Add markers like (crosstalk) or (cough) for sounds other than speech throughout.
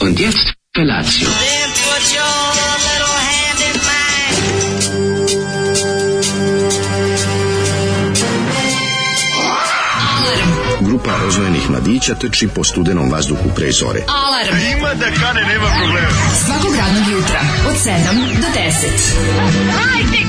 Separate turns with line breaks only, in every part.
Und jetzt Felatio.
Then put your little hand in mine.
Grupa roznojenih mladića trči po studenom vazduhu pre zore.
Alarm. Ima da kane, nema problema. Svakog radnog jutra, od 7 do 10.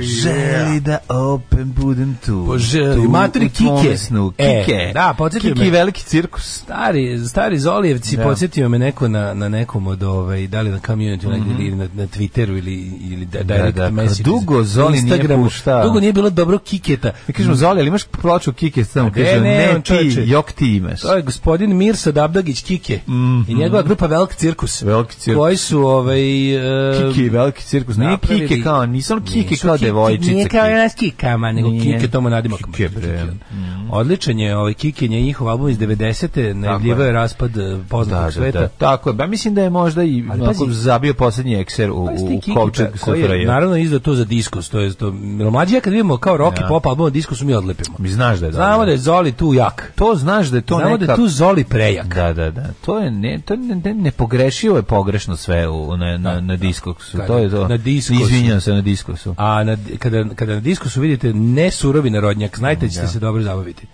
Želi da open budem tu.
Poželi,
tu,
materi
u tvome
Kike.
Snu.
E,
Kike.
da, podsjeti
Kike
me.
i veliki cirkus.
Stari, stari Zolijevci,
Da.
podsjetio me neko na, na nekom od, ovaj, da li na community negdje ili na, na Twitteru ili, ili da- direct
Mhm. da, kao
message.
dugo Zoli nije
Instagramu.
puštao.
Dugo nije bilo dobro kiketa.
Mi kažemo, Zoli, ali imaš ploču Kike? Samo
ne,
kažu,
ne,
ne,
on
ti,
čoveče.
jok ti imaš.
To je Mm. Ovaj, gospodin Mirsa Dabdagić Kike i njegova grupa Velk Cirkus.
Veliki Mhm. cirkus.
Koji su ovaj e,
Kike i veliki cirkus. Nije
napravili-
Kike kao, nisam Kike
Nisu
kao
Kike-
devojčica.
Nije kao
Kike.
nas kikama, nego
Nije.
kike tomu nadimakom.
Kike, bre. Mm.
Odličan je ovaj Kikin je njihov album iz 90-te, najavljivao je raspad e,
Da,
poznatog
da,
sveta.
da, tako je. Ba, mislim da je možda i
Ali
onako
pazi-
zabio poslednji ekser u,
Pa, Stig
u
Kiki,
kovčeg
pa, koji je
sufraja.
Naravno izdao to za diskus, to je to. Mlađi ja kad vidimo kao rock i pop album, diskus mi odlepimo.
Da. Mi znaš da je
Znamo
dobro.
da je Zoli tu jak.
To znaš da je to
Znamo
neka...
da je tu Zoli prejak.
Da, da, da. To je ne, to ne, ne, ne pogrešivo je pogrešno sve u, na,
Da,
na, na diskosu.
Kada-
to je to.
na diskosu.
Izvinjam se na diskosu.
A na, kada, kada na diskusu vidite ne surovi narodnjak, znajte da ćete se dobro zabaviti.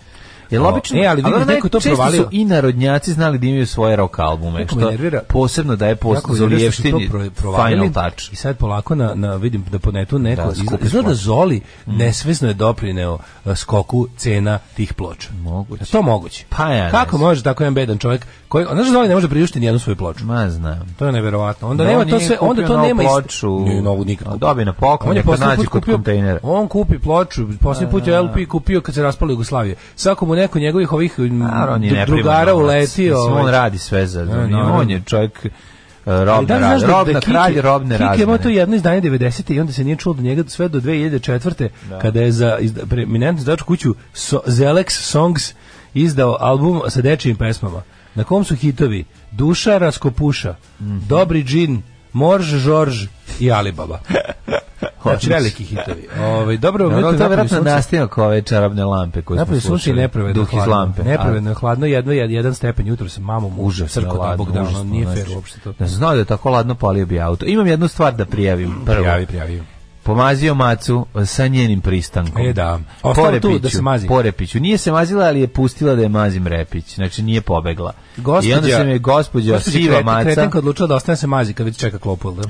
Jel
O,
obično?
e, ali vidiš,
ono
neko je to
najčešće
provalio.
su i narodnjaci znali da imaju svoje rock albume,
Jako me
što
nervira-
posebno daje
Jako
posebno
mi je nervio što su to
zolijevštini
pro- provalili.
final touch.
I sad polako na, na vidim da po netu neko
Da, Mm.
da,
skupe
izgleda da
ploče.
Zoli nesvesno je doprineo e, skoku cena tih ploča.
Moguće.
Je To moguće.
Pa ja ne
Kako
znam.
može tako jedan bedan čovjek koji a znaš da Zoli ne može priuštiti ni jednu svoju ploču.
Ma znam.
To je neverovatno. Onda
Da,
nema
on
to
nije
sve, onda
kupio
to
novu
nema ist-
ploču.
Nije novu nikad.
A
kupio.
dobio na poklon,
On je
neka
poslednji
nađe
put
kod
kupio-
kontejnera.
On kupi ploču, poslednji put je LP kupio kad se raspala Jugoslavija. Svako mu neko njegovih ovih m,
Naravno, on je
dru-
ne prima
drugara
novac.
uletio.
Mislim, on
ovaj,
radi sve za...
naravno.
on je čovjek e,
Ali da
robne
li znaš
razmene. da Robna kralj, robne
Kike
razmene.
imao to jedno izdanje 90. i onda se nije čulo do njega sve do 2004.
Da.
kada je za izda, preeminentnu izdavačku kuću so, Zelex Songs izdao album sa dečijim pesmama. Na kom su hitovi? Duša raskopuša,
Mhm.
Dobri džin, Morž, Žorž
(laughs)
i Alibaba. Znači,
Odlično.
veliki hitovi. Ovaj dobro,
Ono,
mi
to je vjerojatno
sunce.
nastavak ove čarobne lampe koje smo
Napolje sunce i
slušali.
nepravedno
Duh iz
hladno.
lampe. Da.
Nepravedno je hladno, jedno, jed- jedan stepen jutro sa mamom uže,
Užasno
crko
hladno,
tabog dana,
užasno,
nije
znači,
fair uopšte to.
Da sam znao da je tako hladno palio bi auto. Imam jednu stvar da prijavim. Prvo.
Prijavi, prijavi.
Pomazio macu e, sa njenim pristankom.
E, da. Ostalo tu da se mazi.
Porepiću. Nije se mazila, ali je pustila da je mazim repić. Znači nije pobegla.
Gospođa-
I onda se mi je gospođa,
Gospođa
siva
kreten-
maca.
Kretenka odlučila da ostane se mazi kad već čeka klopu, jel da?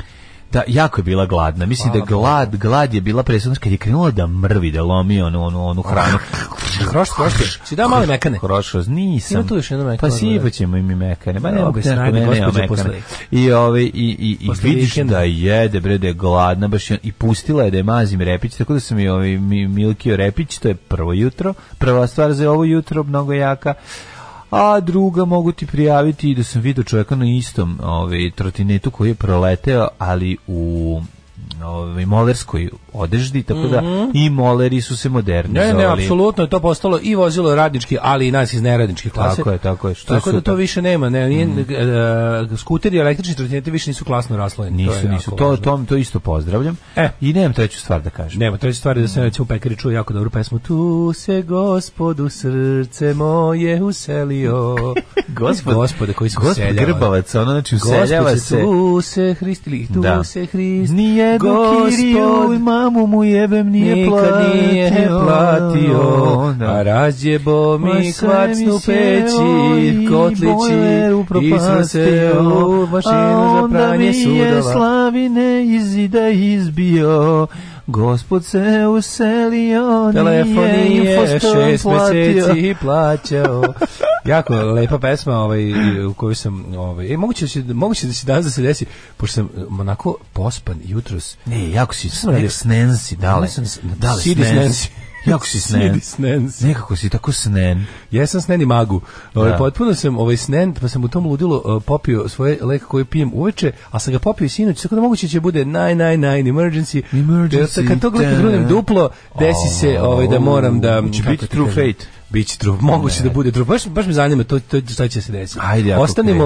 Da, jako je bila gladna. Mislim da glad, glad je bila presudna kad je krenula da mrvi, da lomi onu, onu, onu hranu.
(laughs) Hrošt, hrošt. Si dao male mekane.
Krošoz, nisam.
Ima tu još jedno mekano, da,
Pa sipat ćemo im i mekane. Ma ne
Evo,
mogu
snajde,
nekako, ne, nema
gospođo,
mekane.
posle-
I, ove, i, i, i
Posle
vidiš
vikenda.
da jede, bre, da je gladna, baš i, i pustila je da je mazim repić, tako da sam i ovaj, mi, milkio repić, to je prvo jutro, prva stvar za ovo jutro, mnogo jaka. A druga mogu ti prijaviti i da sam vidio čovjeka na istom ovaj, trotinetu koji je proleteo, ali u ovaj, molerskoj odeždi, tako da
Mhm.
i moleri su se
Ne,
modernizovali.
ne, apsolutno je to postalo i vozilo radnički, ali i nas iz neradničke klase.
Tako je, tako je, što je
tako da to
super. Mm.
više nema, ne, nije, e, skuteri i električni trotineti više nisu klasno raslojeni. to je
Nisu,
jako
nisu. To,
važno.
to, to isto pozdravljam.
E.
I nemam treću stvar da kažem.
Nema, treća stvar je da sam recimo u pekari čuo jako dobru pesmu Tu se gospodu srce moje uselio Gospode koji se
(laughs) Gospod
useljava.
Grbavac, ono znači useljava
Gospod
se.
tu se hristili, tu
Da.
se hrist
Nijednu kiriju,
Gospod
mamu mu jebem, nije
nikad
platio.
nije platio,
Da.
a razjebo
Ma
mi
sve
kvacnu
mi sjeo
peći,
i
kotlići,
bojler upropastio,
iznose u mašinu
a
za
onda
pranje
mi je
sudova.
slavine iz zida izbio, gospod se uselio,
Telefon
nije
je
infostom
šest
platio.
meseci plaćao. jako lepa pesma ovaj, u kojoj sam... Ovaj, e, moguće, da se, moguće da se danas da se desi, pošto sam onako pospan jutros.
Ne, jako si
sam radio?
nek snen si, dale.
Ja sam s-
Dale,
Sidi
snen
snen
si.
si.
(laughs) Jako si snen.
Sidi snen si.
Nekako si tako snen.
Jesam sneni magu. Ovaj
Da.
potpuno sam ovaj snen, pa sam u tom ludilu eh, popio svoje lek koji pijem uveče, a sam ga popio i sinoć, tako da moguće će bude naj naj naj emergency.
Emergency,
Jer sad Kad tog leka
da.
grunem duplo, desi se ovaj da moram da
Će
kako
biti
ti
true
kažem,
fate.
Biće trup, moguće da bude trup. Baš, baš me zanima to, to šta će se desiti.
Ajde, ako Da,
Ostanimo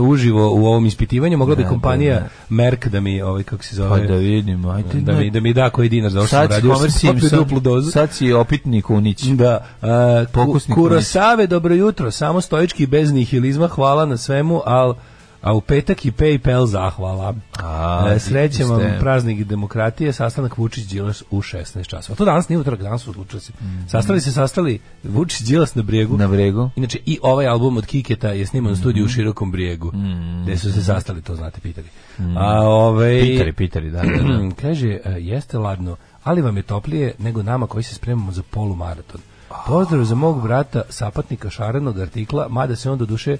uh, uživo u ovom ispitivanju. Mogla bi kompanija Merck da mi, ovaj, kako se
Pa
zove,
da vidimo, ajde.
da, mi, da mi da koji dinar za ovo što sam
sad si
radio.
Homer Simpson,
duplu dozu.
sad si opitni kunić.
Da, uh,
Pokusni
Kurosave, dobro jutro, samo stoički bez nihilizma, hvala na svemu, al a u petak i PayPal zahvala.
A,
E, srećem vam
vidite ste.
praznik demokratije, sastanak Vučić Đilas u 16 časova. To danas nije utorak, danas su odlučili se. Sastali se, sastali Vučić Đilas na brijegu.
Mhm. Na Mhm. bregu.
Inače, i ovaj album od Kiketa je sniman u studiju u Širokom brijegu,
Mhm.
gde su se sastali, to znate, pitali. A, ovaj,
Pitari, pitari, da, da,
(clears throat)
da.
Kaže, e, jeste ladno, ali vam je toplije nego nama koji se spremamo za polumaraton. Pozdrav za mog brata, sapatnika šarenog artikla, mada se on do duše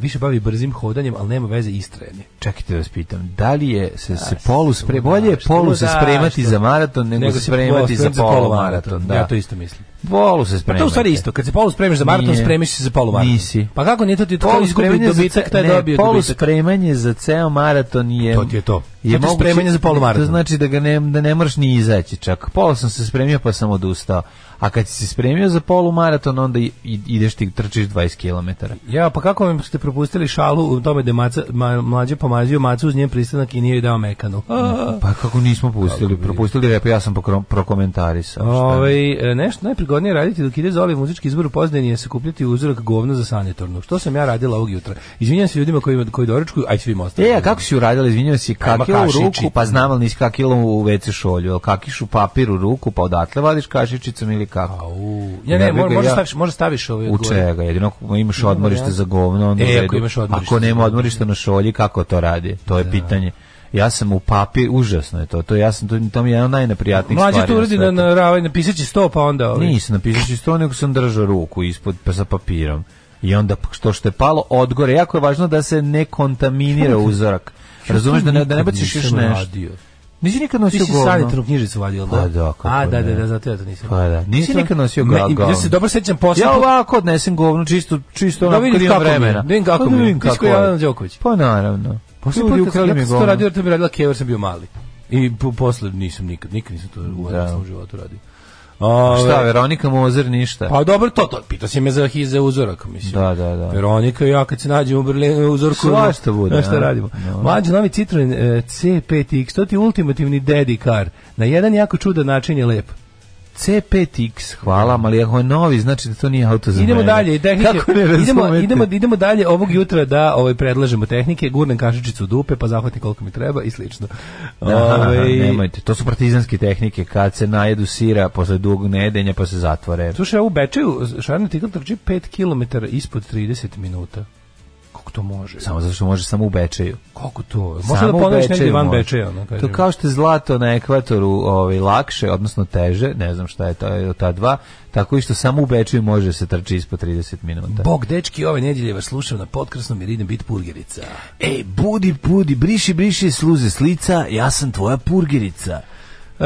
više bavi brzim hodanjem, ali nema veze istrajanje.
Čekajte da vas pitam, da li je se, se polu
što
spre...
da,
Bolje je
što
polu se
da,
spremati
što-
za maraton nego, se spremati za polumaraton. Da.
Ja to isto mislim.
Polu se
Pa
spremati.
to u stvari isto, kad se polu spremiš za maraton,
Nije.
spremiš se za polumaraton.
Nisi.
Pa kako nije to ti to izgubi
spremanje za
dobitak,
ce-
taj
ne,
dobio
polu
dobitak.
spremanje za ceo maraton je...
To ti je to. To ti je
moguće-
spremanje za polumaraton.
To znači da, ga ne, da ne moraš ni izaći čak. Polo sam se spremio pa sam odustao. A kad si se spremio za polumaraton, onda i- i- ideš ti trčiš 20 km.
Ja, pa kako vam ste propustili šalu u tome da je maca, ma, mlađe pomazio macu uz njen pristanak i nije joj dao mekanu? A,
Pa kako nismo pustili, propustili repa, ja sam pokro- prokomentarisao. šta je.
Ovaj, e, nešto najprigodnije je raditi dok ide Zoli muzički izbor u pozadini je sakupljati uzorak govna za sanitornu. Što sam ja radila ovog jutra? Izvinjam se ljudima koji, koji doručkuju, aj svim ostalim.
E, a kako si uradila, izvinjavam se, kakilu u
kašičić.
ruku, pa znam ali nisi kakilo u WC šolju, ali kakiš u papir u ruku, pa odatle vadiš kašičicom ili kako?
Au.
Ja
Ja ne,
bih
mo-
ga
možda
ja-
staviš, možda staviš ovaj
U
odgovor.
čega? Jedino ako imaš odmorište za govno, onda
E,
u
ako
redu.
imaš
Ako
odmorište za
nema
govno. da.
odmorišta na šolji, kako to radi? To je pitanje. Ja sam u papir, užasno je to. To ja sam to, to mi je jedna od najneprijatnijih stvari.
Mlađe to uradi na, na, na, na pisaći sto, pa onda... Ovaj.
Nisam napisao čisto, nego sam držao ruku ispod pa sa papirom. I onda p- što što je palo odgore, jako je važno da se ne kontaminira uzorak. Razumeš da ne, da ne baciš još
Nisam
nešto.
radio.
Nisi nikad
Ti
nosio
si
govno.
sanitarnu knjižicu vadio, da?
Pa da, kako
A, da, da,
ne.
da, zato ja to nisam.
Pa da. Nisi
to-
nikad nosio
Me-
ga- govno.
Ja se dobro sećam posle.
Ja ovako odnesem govno čisto čisto
Pa Da
onako
vidim
kad imam
kako mi je,
vremena.
da vidim kako
Pa
mi je.
vidim
Ti si
kako
ko
je.
Jovana Đoković.
Pa naravno.
Posle
Ljudi
puta kad
ukrali mi
ja sam to
govno.
radio, jer to bi radila Kevar, sam bio mali. I po, posle nisam nikad, nikad nisam to u
Da.
da. životu radio. Ove,
Šta, Veronika Mozer ništa.
Pa dobro, to, to, pitao si me za hize uzorak, mislim.
Da, da, da.
Veronika i ja kad se nađemo u Berlinu u uzorku,
Svašta bude,
znaš šta
a? Da.
radimo.
Dobro.
Mlađi novi Citroen e, C5X, to ti je ultimativni daddy car. Na jedan jako čudan način je lep.
C5X, hvala, ali ako je novi, znači da to nije auto za
Idemo
mene.
dalje, i tehnike.
Kako ne
idemo,
razumete?
idemo, idemo dalje ovog jutra da ovaj predlažemo tehnike, gurnem kašičicu u dupe, pa zahvatim koliko mi treba i slično.
Ove,
Ovaj,
Da, nemojte, to su partizanske tehnike kad se najedu sira posle dugog nedenja pa se zatvore.
Slušaj, u Bečeju Šarni Tikl trči 5 km ispod 30 minuta. Kako to može?
Samo zato što može samo u Bečeju.
Kako to? Možda da
Samo u
ponoviš negdje
Bečeju
van
može.
Bečeja. Ono,
To
kažem.
kao što je zlato na ekvatoru ovaj, lakše, odnosno teže, ne znam šta je ta, ta dva, tako i što samo u Bečeju može se trči ispod 30 minuta.
Bog dečki, ove nedjelje vas slušam na podkrasnom jer idem bit purgerica.
Ej, e, budi, budi, briši, briši sluze s lica, ja sam tvoja purgerica.
E,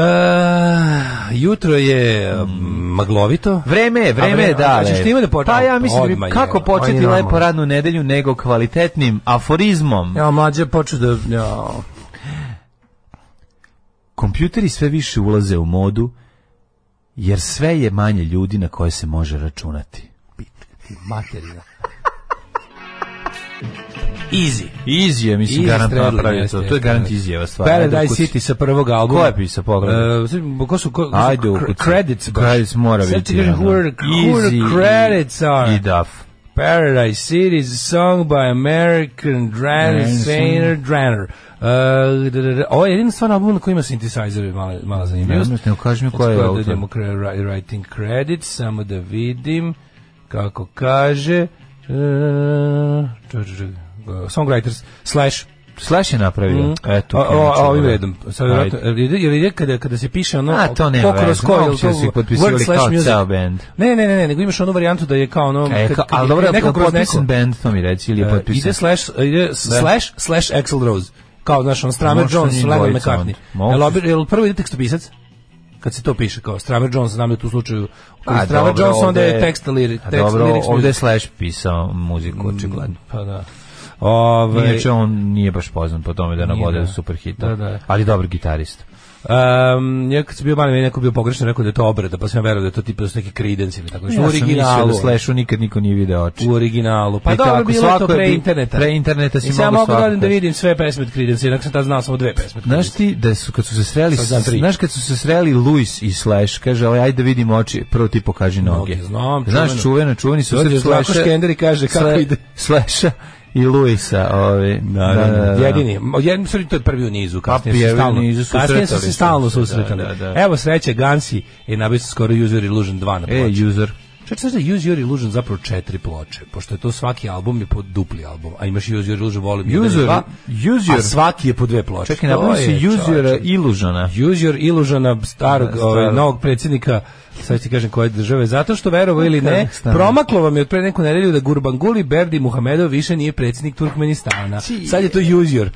jutro je mm, maglovito.
Vreme je,
A
vreme
vreme-
je, da.
a ćeš
le.
time da počnemo?
Pa ja mislim,
Odmah je,
kako početi
odmah.
lepo radnu nedelju nego kvalitetnim aforizmom.
Ja, mlađe počeo da... Ja,
Kompjuteri sve više ulaze u modu, jer sve je manje ljudi na koje se može računati.
materina. Easy.
Easy je, mislim,
Easy
garant
Stradlin,
napravio
jeste,
to. To
jeste.
je garant izjeva stvar. Pa, Ajde,
Paradise
kuc-
City sa prvog albuma.
Ko je pisao, pogledaj.
E, sad, ko su, ko,
Ajde,
cr-
ukucaj.
Credits baš.
Credits mora
Sad da ti
biti,
kažem
ono.
who are- who are
Easy i-
credits are.
I Duff.
Paradise City is a song by American drummer
Drummer
singer Dranner. Uh, da, da, da. ovo je jedina stvarna album na koji ima synthesizer, mala, mala zanimljivost.
Ne, ne, kaži mi ko je
Skoro da
autor.
idemo kre- ra- writing credits, samo da vidim kako kaže. Uh, ču- ču- ču- uh, songwriters slash mm,
Slash je napravio. Eto,
o,
krenut ćemo
o, ovim
da-
redom. Sad
Ajde.
vjerojatno, jer ide- jer ide kada, kada se piše ono...
A, to nema
ko kroz
veze,
koji,
moguće
jel to
da su ih potpisivali
word slash
kao
music.
ceo band.
Ne, ne, ne, ne, nego imaš onu varijantu da je kao ono...
E,
kad-
ka-
kad
ali
je
dobro, je
neko kroz
potpisan
neko.
band, to mi reći, ili je
E,
potpisan. Da.
Ide slash, ide slash, slash Axl Rose. Kao, znaš, on Stramer
Možda
Jones,
njih
Lennon
dvojica
McCartney.
onda. Moguće.
Jel, obi- jel prvo ide tekstopisac? Kad se to piše, kao Stramer Jones, znam da je tu slučaju koji
A,
Stramer
Pa dobro,
Jones, onda
ovde-
je tekst, lirik,
A,
tekst,
Dobro,
lyrics,
ovde je
music.
Slash pisao muziku, očigledno.
Pa da. Ove,
Ovaj, Inače, on nije baš poznan po tome da nam
Nije,
vode
da.
super hita.
Da, da.
Ali dobar gitarista.
Um, ja kad sam bio mali, meni neko bio pogrešno rekao da je to obrada, pa sam ja verovao da je to tipa da su neki credence ili tako nešto.
Ja
u
sam mislio da
originalu.
Slashu nikad niko nije video oči.
u originalu. Pa
I
dobro,
tako,
bilo je to
svako je
pre
bi-
interneta.
pre interneta si
I sam ja
mogao
mogu da
svako
odem da
kaže.
vidim sve pesme od Creedence, jednako sam tad znao samo dve pesme. od
Znaš
Creedence.
ti da su kad su se sreli,
Sad znam tri.
znaš kad su se sreli Luis i Slash, kaže, "Aj ajde da vidimo oči, prvo ti pokaži noge."
Noge, znam,
znaš,
čuveno.
čuveno, čuveni su
Dođe
se
Zlatko
Slash.
Škender i kaže kako ide.
Slasha i Luisa, ovaj.
Da, jedini. Jedini su to je Pa, prvi u nizu,
prvi
kasnije su se
u
stalno,
nizu susretali
kasnije su
su se,
se stalno
da,
susretali.
da, da.
Evo sreće, Gansi je nabio skoro User Illusion 2 na
E,
ploči.
user.
Čak znaš da je Use Your Illusion zapravo četiri ploče, pošto je to svaki album je po dupli album, a imaš Use Your Illusion volim jedan i
Use Your-
dva,
Use Your-
a svaki je po dve ploče.
Čekaj,
To
napravili
je,
su usera
čoveče.
Illusiona.
Use your illusiona starog,
Da, starog.
ovaj, novog predsjednika sad ti kažem koje države, zato što verovo ili ne,
Afganistana.
promaklo vam je od pre neku nedelju da Gurbanguly Berdi Muhamedov više nije predsjednik Turkmenistana. Sad je to use your.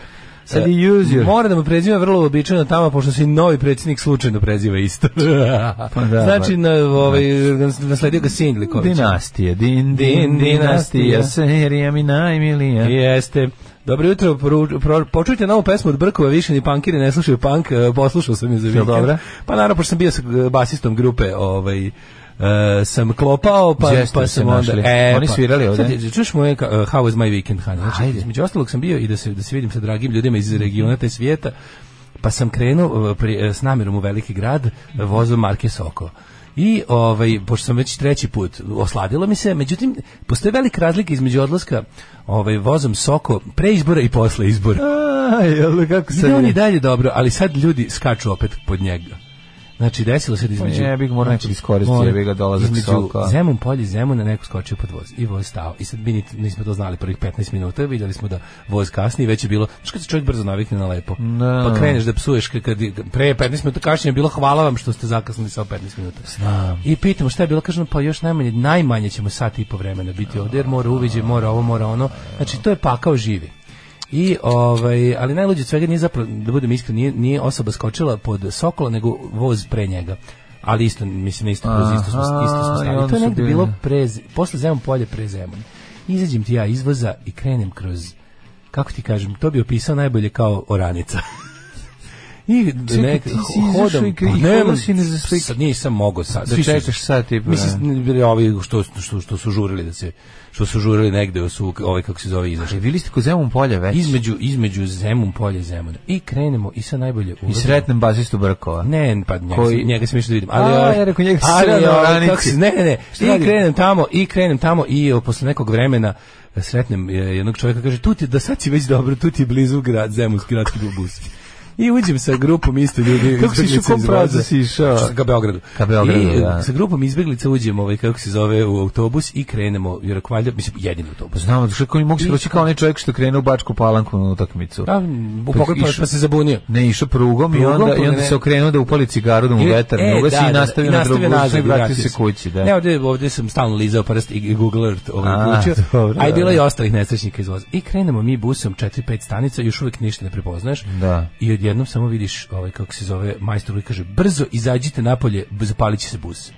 Sad je use your.
Mora da mu preziva vrlo uobičajeno tamo, pošto se i novi predsjednik slučajno preziva isto.
da,
(laughs) znači,
pa- da.
na, ovaj, nasledio ga ovaj, sin Liković.
Dinastije, din, din,
Din,
dinastija,
dinastija.
serija mi najmilija.
Jeste. Dobro jutro, poru- pro- počujte novu pesmu od Brkova, više ni punkiri ne slušaju punk, e, poslušao sam je za vikend.
dobra?
Pa naravno, pošto sam bio sa e, basistom grupe, ovaj, e, sam klopao, pa,
Gdje ste
pa
da se
sam onda...
našli? Oni
pa,
svirali ovde?
Sad, čuješ moje, ka- e, how is my weekend, Han? Znači,
Ajde.
Između ostalog sam bio i da se, da se vidim sa dragim ljudima iz regiona te svijeta, pa sam krenuo e, pri- e, s namjerom u veliki grad e, vozom marke Soko. I ovaj pošto sam već treći put osladilo mi se, međutim postoji velika razlika između odlaska ovaj vozom Soko pre izbora i posle izbora.
A, jel, kako
Ide on i
je?
dalje dobro, ali sad ljudi skaču opet pod njega. Znači desilo se da između
Ne bih morao nekog iskoristiti,
Molim,
ja bih ga dolazak
između
soka.
Zemun polje i Zemuna neko skočio pod voz i voz stao. I sad mi niti- nismo to znali prvih 15 minuta, vidjeli smo da voz kasni, već je bilo, znaš kad se čovjek brzo navikne na lepo,
Da.
pa kreneš da psuješ, kad, kad pre 15 minuta kašnjenja je bilo hvala vam što ste zakasnili sa 15 minuta. I pitamo šta je bilo, kažemo pa još najmanje, najmanje ćemo sat i po vremena biti ovdje, jer mora uviđaj, mora ovo, mora ono, znači to je pakao živi. I ovaj, ali najluđe od svega nije zapravo, da budem iskren, nije, nije osoba skočila pod Sokola, nego voz pre njega. Ali isto, mislim, na isto kroz isto smo, isto smo
Aha, i
stali.
onda
to je
su
negde
bili.
bilo pre, posle Zemun polje pre Zemun. Izađem ti ja iz voza i krenem kroz, kako ti kažem, to bi opisao najbolje kao oranica. (laughs) I
Čekaj,
nek,
ti si izašao i
hodam, pa
kre- i
nemam-
hodao si ne za slik-
sad nisam mogao sad.
Da
Svi su-
čekaš da. sat i po,
Mislim, bili ovi što, što, što su žurili da se, što su žurili negde, su, ovaj kako se zove, izašli
E, Bili ste kod Zemun polja već.
između između Zemun polja i Zemuna. I krenemo i sa najbolje
I
ulazimo.
sretnem bazistu Brkova.
Ne, pa njega,
Koji-
Koji... njega sam išao da vidim. Ali,
A,
ovaj-
ja rekao, njega si
ali,
sreo na
ovaj,
oranici.
kako se- Ne, ne, ne.
Šta
I
radi?
krenem tamo, i krenem tamo i o, posle nekog vremena e, sretnem e, jednog čovjeka, kaže, tu ti, da sad si već dobro, tu ti je blizu grad, Zemunski gradski bus. I uđem sa grupom isto ljudi.
Kako si išao, u kom pravcu si išao?
Ka Beogradu.
Ka Beogradu,
I, e,
da.
Sa grupom izbeglica uđem, ovaj, kako se zove, u autobus i krenemo, jer ako valjda, mislim, jedini autobus.
Pa Znamo, što koji mogu se proći kao onaj čovjek što krene u Bačku palanku na utakmicu.
Da, u pokoj pa,
Išao-
pa se zabunio.
Ne, išao prugom, i
Prugom,
onda, i
pa
onda
ne.
se okrenuo da upali cigaru, da mu
I-
vetar ne ugasi i nastavio na drugu ulicu i vratio se
se.
kući. Da.
Ne, ovdje, ovdje sam stalno lizao prst i Google Earth
A,
ovaj kuću.
dobro,
A i bilo
da.
je ostalih nesrećnika iz voza. I krenemo mi busom 4-5 stanica, još uvijek ništa ne prepoznaješ.
Da.
I odjednom samo vidiš, ovaj, kako se zove, majstor koji kaže, brzo izađite napolje, b- zapalit će se bus.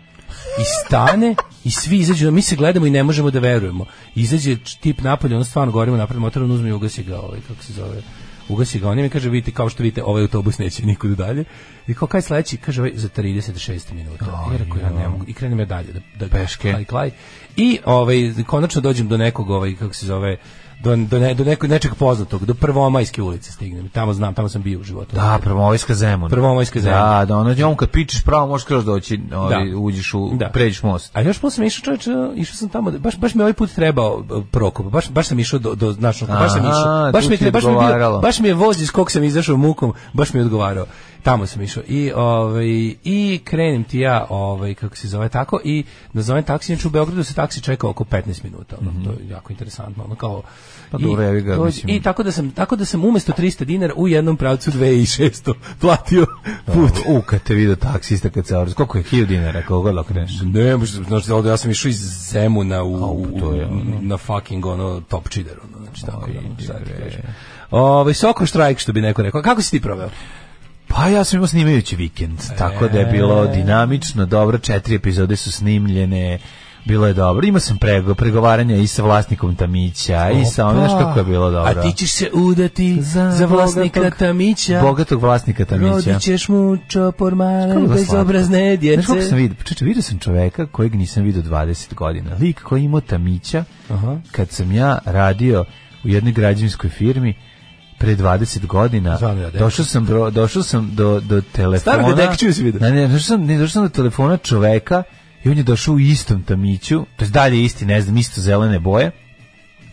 I stane i svi izađu, a mi se gledamo i ne možemo da verujemo. Izađe č- tip napolje, ono stvarno gorimo napred motor, on uzme i ugasi ga, ovaj, kako se zove, ugasi ga, on i mi kaže, vidite, kao što vidite, ovaj autobus neće (laughs) nikud dalje. I kao, kaj sledeći? Kaže, ovaj, za 36 minuta. I ja rekao, ja ne mogu. I krenem ja dalje, da, da
Peške.
Klaj, klaj. I ovaj, konačno dođem do nekog, ovaj, kako se zove, do, do, ne, do nekog, nečeg poznatog, do Prvomajske ulice stignem. Tamo znam, tamo sam bio u životu.
Da, prvomojska Zemun.
Prvomajska
Da,
Zemuna.
da, ono njom kad pičeš pravo možeš kroz doći, ovaj,
Da.
uđeš u,
Da.
pređeš most.
A još posle sam išao čoveče, išao sam tamo, baš, baš mi je ovaj put trebao e, Prokop, baš, baš sam išao do, do znaš, ono, baš sam
Aha,
išao, baš
tu
mi, je
ti
tre- baš, mi je
odgovaralo.
bio, baš mi je voz iz kog sam izašao mukom, baš mi je odgovarao. Tamo sam išao i, ovaj, i krenem ti ja, ovaj, kako se zove tako, i nazovem taksi, znači u Beogradu se taksi čeka oko 15 minuta, ono, to je jako interesantno, ono kao,
Mhm. Pa dobro, evi ga,
dođe-
mislim.
i tako da sam tako da sam umesto 300 dinara u jednom pravcu 2600 platio put.
U, kad te vidio taksista kad se orz, koliko je 1000 dinara, koliko god okreneš.
Ne, možda, znači, ovdje ja sam išao iz Zemuna u,
Au, pa to je,
u- na fucking ono top čider, ono, znači tako da, ono, šta ti
bre.
kažem. Ovaj soko štrajk što bi neko rekao. Kako si ti proveo?
Pa ja sam imao snimajući vikend, tako da je bilo dinamično, dobro, četiri epizode su snimljene, Bilo je dobro. Imao sam prego, pregovaranja i sa vlasnikom Tamića i sa onim, znaš kako je bilo dobro.
A ti ćeš se udati za, vlasnika
bogatog-
Tamića.
Bogatog vlasnika Tamića.
Rodit ćeš mu čopor male,
Kako je slatko.
bezobrazne djece.
Znaš kako sam vidio? Čeče, vidio sam čoveka kojeg nisam vidio 20 godina. Lik koji je imao tamića, kad sam ja radio u jednoj građevinskoj firmi, pre 20 godina
Zvao me Radek.
došao sam bro, došao sam do do telefona.
Starog Radekčiju si vidio?
Ne, ne, došao sam, ne, došao sam do telefona čoveka i on je došao u istom tamiću, to je dalje isti, ne znam, isto zelene boje,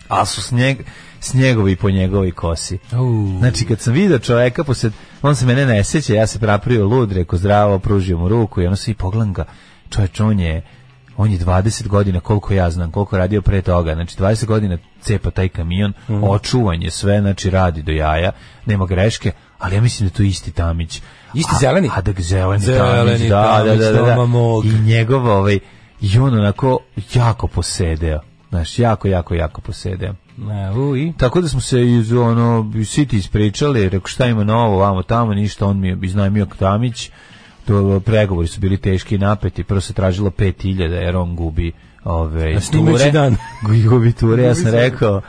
ali su s, njeg, s njegove i po njegovoj kosi.
Au.
Znači, kad sam vidio čoveka, poslije, on se mene ne sjeća, ja se napravio lud, rekao zdravo, pružio mu ruku i ono se i pogledam ga, čoveč, on je, on je 20 godina, koliko ja znam, koliko je radio pre toga, znači 20 godina cepa taj kamion,
Mhm.
očuvan je sve, znači radi do jaja, nema greške, ali ja mislim da je to isti Tamić.
Isti
A-
zeleni?
A da ga zeleni,
Zeleni
Tamić, da, da,
Tamić,
da, da, da.
doma mog.
I njegov ovaj, i on onako jako posedeo, znaš, jako, jako, jako posedeo.
Na, u, i?
Tako da smo se iz ono City ispričali, rekao šta ima novo, vamo tamo, ništa, on mi je iznajmio Tamić. To pregovori su bili teški i napeti, prvo se tražilo 5000 jer on gubi ove
Na snimajući
ture.
dan.
Gubi, (laughs) gubi ture, ja sam rekao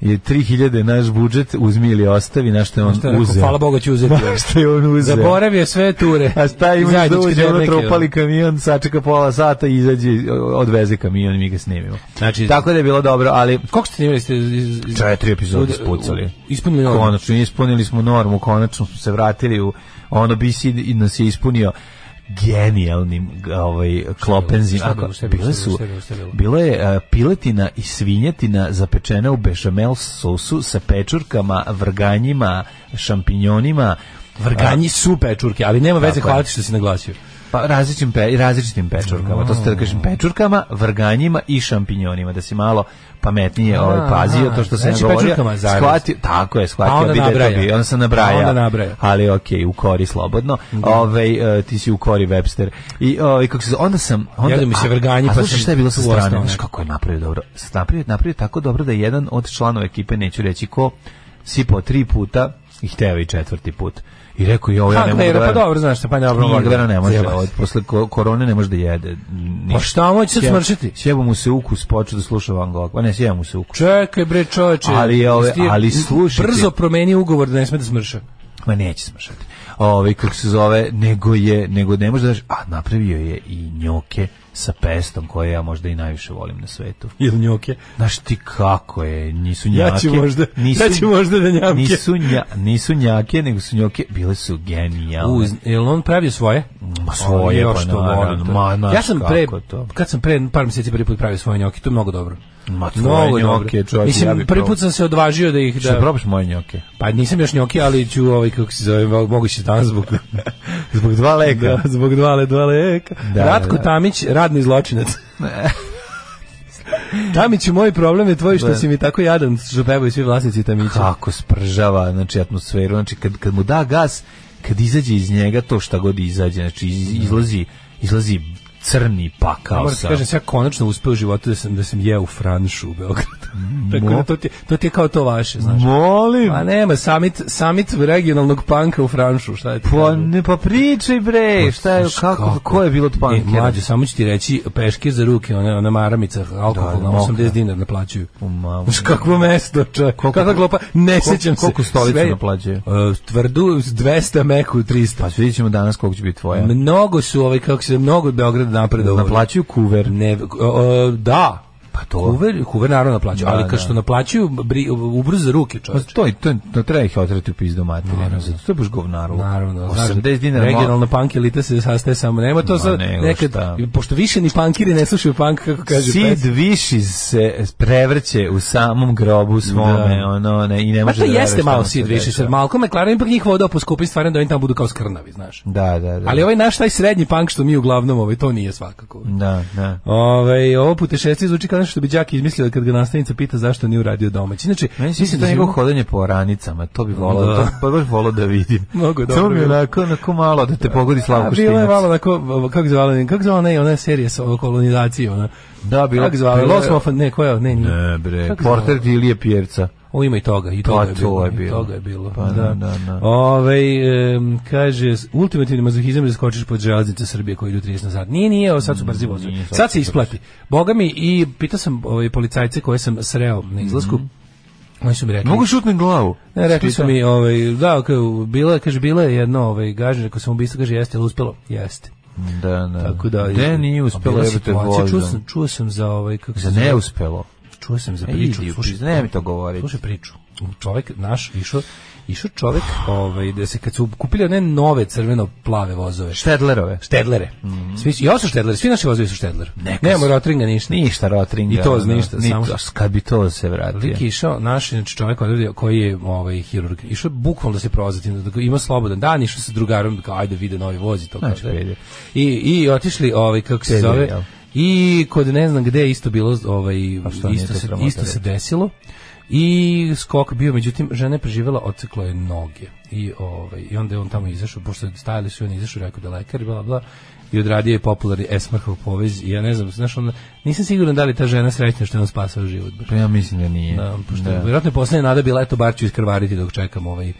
je 3000 je naš budžet, uzmi ili ostavi, na što je on
Šta je rekao,
uzeo.
Hvala Boga ću uzeti.
(laughs) Na što je on uzeo.
Zaboravio sve ture.
A šta imaš da
Zajedničke
uđe, ono
dnevnike,
tropali kamion, sačeka pola sata i izađe, odveze kamion i mi ga snimimo.
Znači-
Tako da je bilo dobro, ali
Koliko ste snimili ste? iz- iz- iz-
Četiri epizode
u-
spucali.
u- Ispunili normu.
Konačno, ispunili smo normu, konačno smo se vratili u ono BC i nas je ispunio genijalnim g- ovaj klopenzima.
šta je bilo,
Ako-
šta je bilo,
Bile
šta je bilo,
su
šta je bilo, šta je bilo?
bilo je e, piletina i svinjetina zapečena u bešamel sosu sa pečurkama, vrganjima, šampinjonima,
Vrganji su pečurke, ali nema veze,
Tako je.
hvala ti što si naglasio.
pa različitim pe, različitim pečurkama. To ste da kažem pečurkama, vrganjima i šampinjonima da si malo pametnije ovaj pazio to što se
znači
ne govori.
pečurkama zajedno.
Shvatio, tako je,
Pa
shvatio
onda
bi da je
nabraja.
to bi, on se nabraja.
Pa onda nabraja. Da.
Ali okej, u kori slobodno. Ovaj e, ti si u kori Webster. I ovaj kako se zove, onda sam onda
Jedu mi se
a- a
vrganji, pa
slušaj
sam
šta je bilo sa
u
strane?
osnovne.
Znaš kako je napravio dobro? Napravio, napravio tako dobro da jedan od članova ekipe neću reći ko sipao tri puta i hteo i četvrti put. I rekao je ovo ja
Pa,
ne mogu da
Glera, pa
verujem.
dobro, znaš šta, pa dobro.
Nije, Glera ne može, da
Zjebao
od,
se.
posle ko- korone ne može da jede.
Pa šta moći se smršiti?
Sjeba mu se ukus, počeo da sluša Van Gogh. Pa ne, sjeba mu se ukus.
Čekaj bre čoveče.
Ali je ove-
Sti-
ali slušajte.
Brzo promeni ugovor da ne sme da smrša.
Ma neće smršati. Ovaj kako se zove, nego je, nego ne može da daš- a napravio je i njoke sa pestom koje ja možda i najviše volim na svetu.
Ili njoke.
Znaš ti kako je, nisu njake.
Ja ću možda- ja ću možda da njamke.
Nisu, nja, nisu njake, nego su njoke, bile su genijalne.
Uz, jel on pravio svoje?
Ma svoje,
Još
pa
to
naravno.
volim.
Ma, znaš
ja sam pre,
kako to.
kad sam pre par mjeseci prvi put pravio svoje njoke, to je mnogo dobro.
Ma, tvoje
dobro.
njoke, čovječe,
Mislim,
ja bi
prvi
probao.
put sam se odvažio da ih...
Šta
Da,
probaš moje njoke?
pa nisam još njoke, ali ću ovaj, kako se zove, mo- moguće da danas zbog...
(laughs) Zbog dva leka.
da, zbog dva, le, dva leka.
Da,
Ratko
da, da.
Tamić, radni
(laughs)
zločinac. Tamić, moj problem je tvoj
Da.
što si mi tako jadan, što pevaju svi vlasnici Tamića.
kako spržava znači atmosferu znači kad kad mu da gas kad izađe iz njega to šta god izađe znači iz- izlazi izlazi crni
Ja
pakao
Da. moram ti
sa
kažem, sam ja konačno uspeo u životu da sam, da sam jeo u Franšu u Beogradu.
Mm,
(laughs) Tako da to ti, je- to ti je kao to vaše, znaš.
molim
A nema, summit, summit regionalnog panka u Franšu, šta je ti?
pa
kažem?
ne pa pričaj bre šta je
Pa Znaš
kako ko je bilo od
E,
pankera
mlađe, samo ću ti reći, peške za ruke, ona, ona maramica,
Da,
alkoholna,
mokra.
80 dinar naplaćuju.
U mamu.
Znaš kakvo mesto, čovjek, kakva glopa, ne
koliko-
sjećam se.
koliko stolica
Sve-
naplaćuju?
E, tvrdu, 200, meku, 300.
pa vidjet ćemo danas koliko će biti tvoja
Mnogo su, ovaj, kako se, mnogo Beograd napredovao.
naplaćuju kuver
Ne, o, o, da.
Pa to.
Kuver, kuver naravno naplaćuju,
Da,
ali
da.
kad što naplaćuju, bri, ubrzo za ruke,
Pa
čovječe.
to je to, to treba ih otrati u pizdu materinu. Zato to je baš govnaru.
Naravno,
80
znaš, da-
dinara.
Regionalna punk elita se sastaje samo, nema to
Ma
sad
nego
nekad,
šta.
pošto više ni punkiri ne slušaju punk, kako kaže
Sid
pesma.
Višiz se prevrće u samom grobu svome,
Da.
ono, ne, i ne
Ma
može
to
da
jeste
veruje šta
malo
mu se
Sid više,
dešava.
jer Malcolm McLaren ipak njih vodao po skupim stvarima da oni tamo budu kao skrnavi, znaš.
Da, da, da.
Ali ovaj naš taj srednji punk što mi uglavnom, ovaj, to nije svakako.
Da, da.
Ove, ovo putešestvije zvuči kao nešto što bi đak izmislio kad ga nastavnica pita zašto nije uradio domaći. Znači,
Meni se da
živimo-
njegovo hodanje po ranicama, to bi volao,
Da.
to pa baš volao da vidim.
Mnogo je dobro
Samo mi je
bilo.
onako, onako malo da te pogodi
A,
Slavko Štinac.
Bilo je malo onako, kako zvala, kako zvala ne, ona serija sa o kolonizaciji, ona.
Da, bilo.
Kako zvala,
bilo je-
Lost of, ne, koja, ne, nije.
Ne, bre,
Kako
portret Ilije Pjerca.
O, ima i toga, i toga, je,
Pa to
bilo,
je
i
bilo.
toga je bilo.
Pa,
da.
da, da, da.
Ovaj, em, kaže, s- ultimativni mazohizam je da skočiš pod želaznice Srbije koji idu 30 na sat. Nije, nije, evo sad su brzi vozovi.
nije, sad
Sad
su
se isplati. Boga mi, i pitao sam ovaj, policajce koje sam sreo na izlasku, Oni su mi rekli.
Mhm. Mogu šutnem glavu.
Ne, rekli su
Spita.
mi, ovaj, da, kao, bila, je, kaže, bila je jedno, ovaj, gažnje, rekao sam ubistvo, kaže, jeste, jel uspelo? Jeste.
Da, da.
Tako da,
Gde nije
A
uspelo
bila
jebate da
situacija, Čuo
vozom?
sam, čuo sam za ovaj, kako se
Za
zove,
neuspelo.
čuo sam za
E,
priču,
idi,
slušaj,
ne mi to govoriti.
Slušaj priču. Čovjek naš išao, išao čovjek, ovaj, da se kad su kupili one nove crveno-plave vozove,
Štedlerove.
štedlere. Svi su, ja sam štedler, svi naši vozovi su štedler.
Mhm. Neka
Nemamo
su.
rotringa ništa.
Ništa rotringa.
I to
ono,
ništa,
ni
samo
to,
što-
Kad bi to da se vratio.
Lik je išao, naš znači čovjek odredio koji je ovaj hirurg. Išao je bukvalno da se prozati, da ga- ima slobodan dan, išao sa drugarom da kao ajde vide novi voz i to
Znači,
kao da.
peder.
I i otišli ovaj kako se
Peder,
zove.
jel?
I kod ne znam gde je isto bilo ovaj
šta, nije
isto
to
se
sramota
isto se
reći.
desilo. I skok bio, međutim, žena je preživjela, odsekla je noge. I, ovaj, I onda je on tamo izašao, pošto stajali su i on je izašao, rekao da je lekar, bla, bla, i odradio je popularni Esmarhov povez. I ja ne znam, znaš, ona, nisam siguran da li je ta žena srećna što je on spasao život. baš.
Pa ja mislim da nije.
Da, pošto da. vjerojatno je poslednja nada bila eto bar ću iskrvariti dok čekam ovaj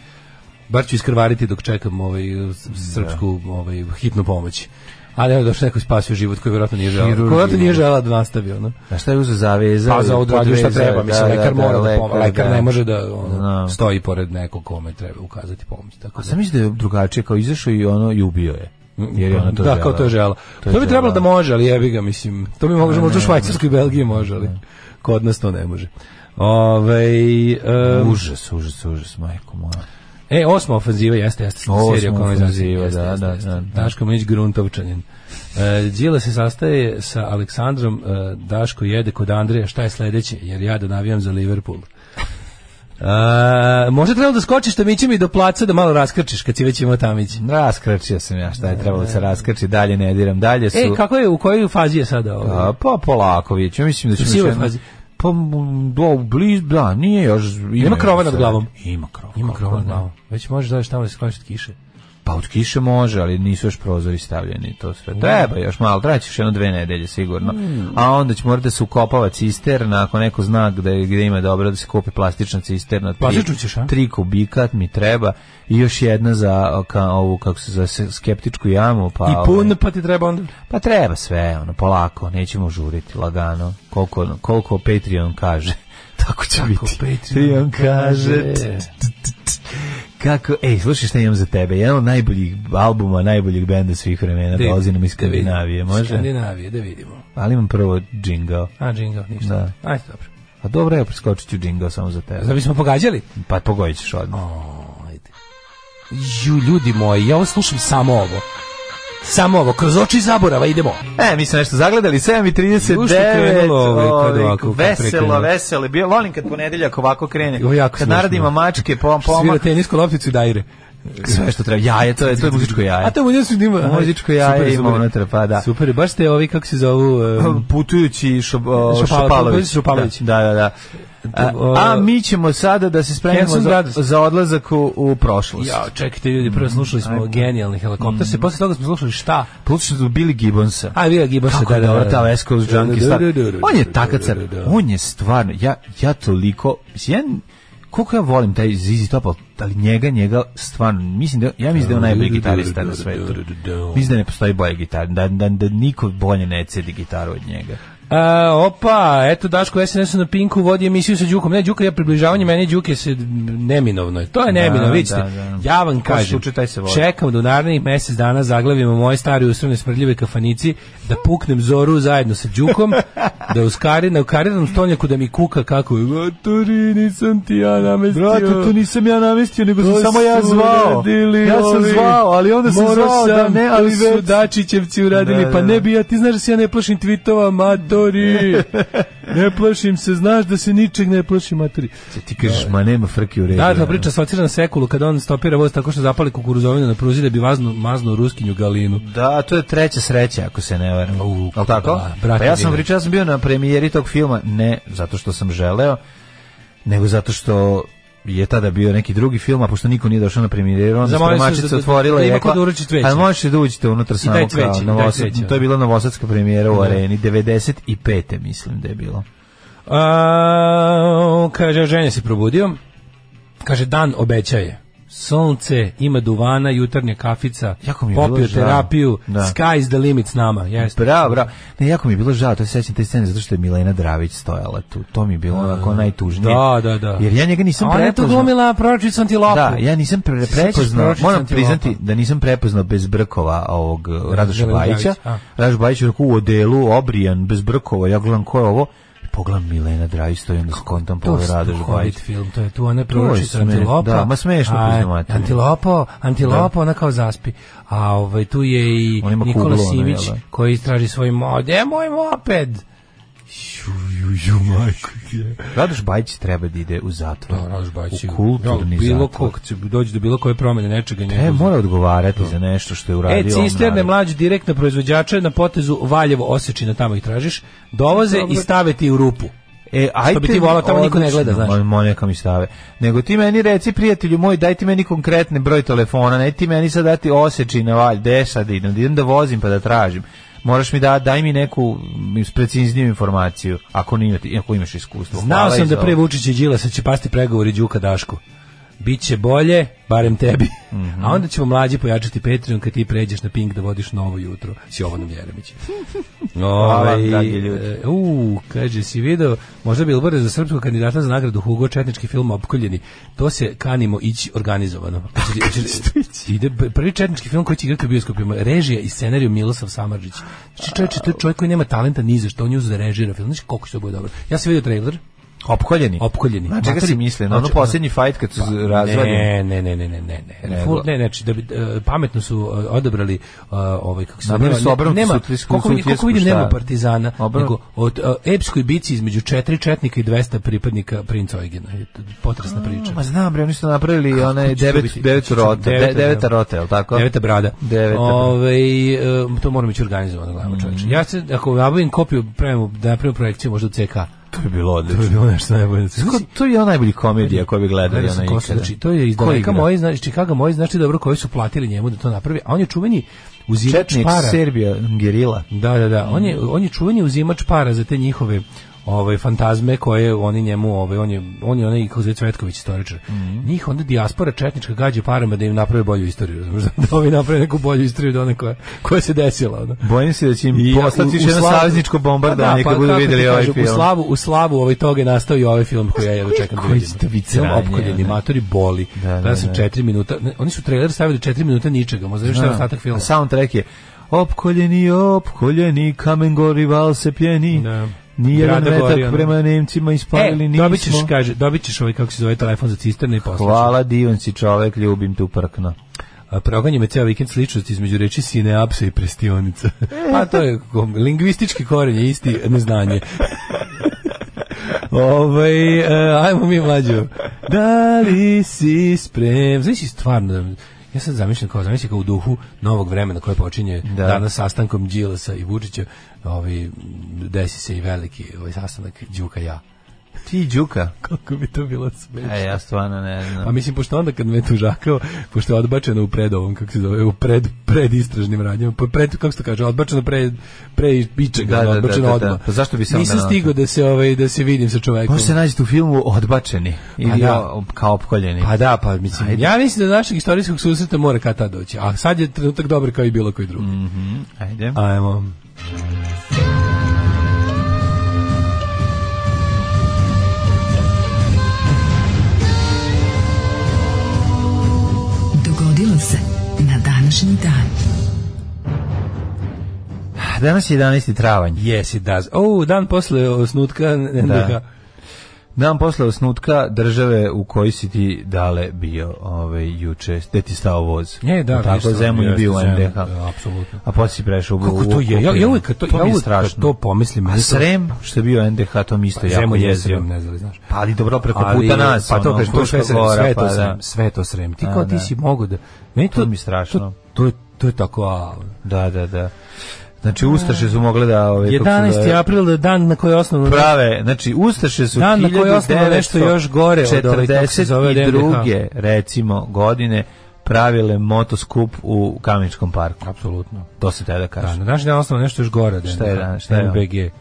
bar ću iskrvariti dok čekam ovaj
Da.
s- srpsku ovaj hitnu pomoć. Ali evo došao neko i spasio život koji vjerojatno nije želeo. Koji
Hirurg
vjerojatno
je.
nije želeo da nastavi ono.
A šta je uzo zaveza?
Pa za odradio šta
Podvezao,
treba, mislim
da,
lekar
da,
mora da,
lekar,
pomo- lekar
da.
ne može da ono,
Da.
stoji pored nekog kome treba ukazati pomoć. Tako
A
da.
sam misli da je drugačije, kao izašao i ono i ubio je. Jer je ona to
da,
želela.
kao to je žela. To,
je
bi trebalo
želela.
da može, ali jebi ga, mislim. To bi moglo, možda u Švajcarskoj i Belgiji može, ali kod nas to ne može. Ove, um,
Užas, užas, užas, majko moja.
E, osma ofanziva jeste, jeste.
Osma
serija konverzacije,
ofanziva,
jeste,
da,
jeste,
da,
jeste.
da, da.
Daško Mić Gruntovčanin. E, Đila se sastaje sa Aleksandrom, e, Daško jede kod Andreja, šta je sledeće, jer ja da navijam za Liverpool. E, možda trebalo da skočiš tamićima i do placa da malo raskrčiš kad si već imao tamić.
Raskrčio sam ja, šta je trebalo da se raskrči, dalje ne diram, dalje su...
E, kako je, u kojoj fazi je sada ovo?
A, pa polako, vidjet ćemo, mislim da ćemo...
U sivoj
još jedno-
fazi.
Pa, m, do, bliz, da, nije još...
Ima
još
krova nad
sve.
glavom.
Ima krova.
Ima
kako
krova na
ne.
glavu. Već možeš da tamo da se skloniš od kiše.
Pa od kiše može, ali nisu još prozori stavljeni, to sve.
Mm.
Treba još malo, traćiš jedno dve nedelje sigurno. A onda će morati da se ukopava cisterna, ako neko zna gde, gde ima dobro da se kupi plastična cisterna. tri-
Plastičnu ćeš, a?
Tri kubikat mi treba i još jedna za ka, ovu, kako se zove, se- skeptičku jamu. Pa,
I
ovaj,
pun, pa ti treba onda...
pa treba sve, ono, polako, nećemo žuriti, lagano, koliko, koliko Patreon kaže. (laughs) Tako će biti. Patreon kaže.
kaže.
Kako, ej, slušaj šta imam za tebe, jedan od najboljih albuma, najboljih benda svih vremena,
Da
dolazi nam iz Skandinavije, može?
Skandinavije, da vidimo.
Ali imam prvo džingao.
A, džingao, ništa.
Da.
Ajde, dobro.
A dobro, evo, preskočit ću džingao samo za
Da
tebe.
bismo pogađali?
Pa pogojit ćeš odmah.
Ajde. Ju, ljudi moji, ja ovo slušam samo ovo. Samo ovo, kroz oči zaborava idemo.
E, mi smo nešto zagledali, 7 i
Juš je
39,
krenulo, ovaj, kad
ovaj,
ovako, kad
veselo,
prekrenulo.
veselo, bio, volim kad ponedeljak ovako krene,
Ovo je jako
kad
smešno.
narodima mačke, pom,
Svira
pom,
tenisku lopticu i da dajre.
sve što treba, jaje, to je, to je muzičko jaje.
A to mu nisu ima.
Muzičko jaje
Super,
ima
super.
unutra, pa da.
Super, je, baš ste ovi, kako se zovu... em,
(clears throat) putujući šop, o,
Šopalović.
Šopalović.
Šopalović.
Da, da, da. A, a mi ćemo sada da se spremimo
Handsome
za,
Brothers.
za odlazak u, u prošlost.
ja, čekajte ljudi, prvo slušali smo genijalni helikopter, se posle toga smo slušali šta?
Plučno su Billy Gibbonsa.
A, Vila Gibbonsa,
Kako je
da, da,
dobro,
da.
ta West Coast
Da, da,
Junkie
da,
star.
da, da, da,
On je
da,
takav
da,
car.
da, da.
On je stvarno, ja, ja toliko, mislim, ja, koliko ja volim taj ZZ Top, ali njega, njega stvarno, mislim da, ja mislim da je on najbolji gitarista na svetu. Mislim da ne postoji bolje gitar, da, da, da niko bolje ne cedi gitaru od njega.
A, E, opa, eto Daško SNS na Pinku vodi emisiju sa Đukom. Ne, Đuka je približavanje meni Đuke se neminovno. je. To je neminovno,
Da,
vidite.
da, da.
Ja vam
Ko se
kažem,
tuče, taj se voli.
čekam da u narednih mjesec dana zaglavimo moje stare usrne smrdljive kafanici, da puknem zoru zajedno sa Đukom, da uskari, na ukariranom stolnjaku da mi kuka kako je, "Maturi, nisam ti ja namestio.
Brate, to nisam ja namestio, nego sam
To
samo ja
su
zvao.
uradili
Ja sam
ovi.
zvao, ali onda sam
Morao
zvao da
sam,
ne,
to
ali
su
već.
Dačićevci uradili,
Da, da,
pa
da.
ne bi ja, ti znaš da se ja ne plašim
(laughs)
tvitova, matori. ne plašim se, znaš da se ničeg ne plašim, matori.
Ti kažeš, ma nema frke u redu.
Da, ta
ono.
priča asocira na sekulu kada on stopira voz tako što zapali kukuruzovinu na pruzi da bi vaznu, maznuo ruskinju galinu.
Da, to je treća sreća, ako se ne varam.
U,
Al tako?
da, brate
Pa ja sam
dinar.
pričao, ja sam bio na premijeri tog filma, ne zato što sam želeo, nego zato što je tada bio neki drugi film, a pošto niko nije došao na premijeru, onda
Zamolili su
spremačica
da- da-
otvorila
da
i
ima
rekla,
ko da uruči cveće.
ali možete da uđete unutra samo
daj
kao
cveće, i daj
Novosad-
cveće,
to da je bila novosadska premijera u areni, 95. mislim da je bilo.
A, kaže, ženja se probudio. Kaže, dan obećaje. Sunce, ima duvana, jutarnja kafica,
Jako mi je bilo
popio
žao.
terapiju,
Da.
sky is the limit s nama. Jeste.
Bravo, bravo. Ne, jako mi je bilo žao, to se sećam te scene zato što je Milena Dravić stojala tu. To mi je bilo onako najtužnije.
Da, da, da.
Jer ja njega nisam
A ona je tu
prepoznao.
glumila proročicu antilopu.
Da, ja nisam pre,
Sjećaš
prepoznao,
proročicu
moram
antilopa?
priznati da nisam prepoznao bez brkova ovog uh, Radoša
Milena
Bajića.
Dravić, Da, a.
Radoš Bajić je rekao u odelu, obrijan, bez brkova, ja gledam ko je ovo. I pogledam Milena Dravić, stoji onda skontam
To
pove
je
Radoš Bajić.
duhovit film, to je tu ona proročica
sme-
antilopa.
da, ma smešno
a,
priznavati.
Antilopo, antilopo, ona kao zaspi. A ovaj, tu je i
On ima
Nikola
kuglu, ona,
Simić
jel da?
koji traži svoj mod. E, moj moped! Ju, ju, ju, majko je.
Radoš Bajić treba da ide u zatvor.
Da, Radoš Bajić je-
U kulturni
Da, bilo
zatvor.
ko, kad se dođe do bilo koje promene nečega
E,
njegov.
mora odgovarati za nešto što je
E,
uradio. ovom
cisterne
narodu.
mlađe direktno proizvođače na potezu Valjevo Osečina, tamo ih tražiš, dovoze i stave ti u rupu.
E, ajde,
bi ti volao, tamo niko ne
odlično,
gleda, znaš.
mo- mo- neka mi stave. Nego ti meni reci, prijatelju moj, daj ti meni konkretne broj telefona, ne ti meni sad dati oseči na valj, gde sad idem, da idem da vozim pa da tražim. Moraš mi da, daj mi neku mm, precizniju informaciju, ako, nije, ti- ako imaš iskustvo.
Znao
Hvala i
sam
za
da pre
ovo.
Vučića i Đilasa će pasti pregovori Đuka Dašku. Biće bolje, barem tebi.
Mhm.
A onda ćemo mlađi pojačati Patreon kad ti pređeš na Pink da vodiš novo jutro s Jovanom Jeremićem.
(laughs) Hvala vam,
Ovaj,
dragi ljudi.
e, U, kaže, si video, možda bi Ilbore za srpskog kandidata za nagradu Hugo Četnički film Opkoljeni. To se kanimo ići
(laughs)
organizovano. Hoćete- hoćete- Ide pr- prvi Četnički film koji će igrati u bioskopima. Režija i scenariju Milosav Samarđić. Znači, čovječe, to je čovjek koji nema talenta ni za što, on je uzeo da režira film. Znači, koliko će to bude dobro. Ja sam vidio trailer.
Opkoljeni.
Opkoljeni.
Na čega si
Matori-
misli? Na ono
Znači,
posljednji fight kad su pa, razvali?
Ne, ne, ne, ne, ne, ne, ne.
Nego-
Ful, ne, znači da bi, e, pametno su e, odabrali e, ovaj kako se
Napravili
zove,
Da, su
ne-
obrnutu
nema
sutrisku-
koliko vidim, koliko
sutjesku,
vidim
šta?
nema partizana,
Obrnu-
nego od e, epskoj bici između četiri četnika i 200 pripadnika princa Eugena. Je to potresna priča.
Ma znam, bre, oni su napravili onaj
će to
devet,
biti?
devet rota,
Deveta,
de- deveta rota, je li tako?
Deveta brada.
Deveta brada. Mm.
Ovaj, e, to moramo ići organizovano, glavno čoveče. Ja se, ako nabavim kopiju, pravimo, da napravimo projekciju možda u CK.
To je bilo
To je
odlično.
bilo nešto najbolje.
Ko- To je najbolji komedija koju bi gledali
Gledao
ona
sam ko su,
ikada.
znači to je iz
Ko
daleka
igra?
moji, znači iz Chicaga moji, znači dobro koji su platili njemu da to napravi, a on je čuveni uzimač
Četnik,
para.
Serbija, Gerila.
Da, da, da, on je on je čuveni uzimač para za te njihove ovaj fantazme koje oni njemu ovaj on je on je onaj kako se zove Cvetković istoričar.
Mhm.
Njih onda dijaspora četnička gađa parama da im naprave bolju istoriju, razumeš, (laughs) da ovi naprave neku bolju istoriju od one koja koja se desila, ono.
Bojim se da će im
I ja-
poslati
u- u
još jedno
slavu-
savezničko
Pa
bombardanje
da,
kad
pa
budu
kako ti
videli ovaj
kažem, U
film.
slavu, u slavu ovaj toga je nastao i ovaj film koji ja jedno čekam da
koji
vidim.
ste vi
Film
sranje,
opkoljeni
ne?
matori boli.
Da, da,
Gledao sam
da.
4 minuta. ne, oni su trailer stavili 4 minuta ničega, možda je šta je
Da.
ostatak filma.
A Soundtrack je Opkoljeni, opkoljeni, kamen gori, val se pjeni.
Da.
Nijedan
Grada gori,
metak
ono.
prema Nemcima ispalili
E,
nismo.
dobit ćeš, kaže, dobit ćeš ovaj, kako se zove, telefon za cisterne i poslušaj.
Hvala, divan si čovek, ljubim te uprkno.
A, Proganje me ceo vikend sličnosti između reči sineapsa i prestionica. (laughs) pa to je kom- lingvistički koren je isti (laughs) neznanje. Ovaj e, ajmo mi mlađo. Da li si sprem? Znači stvarno, da- ja sad zamišljam kao, zamišljam kao u duhu novog vremena koje počinje
Da.
danas sastankom Đilasa i Vučića, ovaj, desi se i veliki ovaj sastanak Đuka i ja. (laughs)
Ti, Đuka?
Kako bi to bilo smešno.
E, ja stvarno ne
Pa
znam.
mislim, pošto onda kad me je tužakao, pošto je odbačeno u pred ovom, kako se zove, u pred, predistražnim radnjama, pa pred, kako se to kaže, odbačeno pre, pre ičega,
Da, da, da,
odbačeno
da, da.
odmah.
Pa zašto bi se onda
Nisam
na-
stigao da se, ovaj, da se vidim sa čovekom.
Možda se nađete u filmu Odbačeni ili
da.
o- kao Opkoljeni.
Pa da, pa mislim, ja mislim da do našeg istorijskog susreta mora kad tad doći, a sad je trenutak dobar kao i bilo koji drugi.
Ajde.
Ajmo.
Dogodilo se na današnji dan.
Danas je 11. travanj.
Yes, it does. O, dan posle osnutka NDH.
Dan posle osnutka države u kojoj si ti dale bio ovaj, juče, gde ti stao voz.
Ne, da,
tako
isto,
Zemun je
jeste,
bio u
Zemun,
NDH.
da, apsolutno.
A poslije si prešao u
Kako to je? Ja, ja uvijek kad to,
to mi
ja
je
uvijek kad
strašno.
to pomislim.
A
meni to-
Srem, što je bio NDH, to mi isto jako
Zemun je
jezio.
Srem, ne znam, znaš.
Pa ali dobro, preko
Ali,
puta nas.
Pa to
ono,
kažem, to je sve,
Fruška
srem,
gora,
sve
pa
to
da.
srem, sve to srem. Ti
Da,
kao ti
da.
si mogo da... Meni
To mi je strašno.
To, to, je, to je tako... A,
Da, da, da. Znači, Ustaše su mogle da... Ovaj, kako se zove,
11. april je dan na koji je osnovno...
prave, znači Ustaše su
Dan na koji je osnovano nešto još gore od ove, kako se zove, od NDH.
42. recimo godine pravile motoskup u Kameničkom parku.
Apsolutno.
To se tada
Da,
kaže.
na današnji dan osnovno nešto još gore. od
Šta je (laughs)
NDH.
danas, šta je
NBG.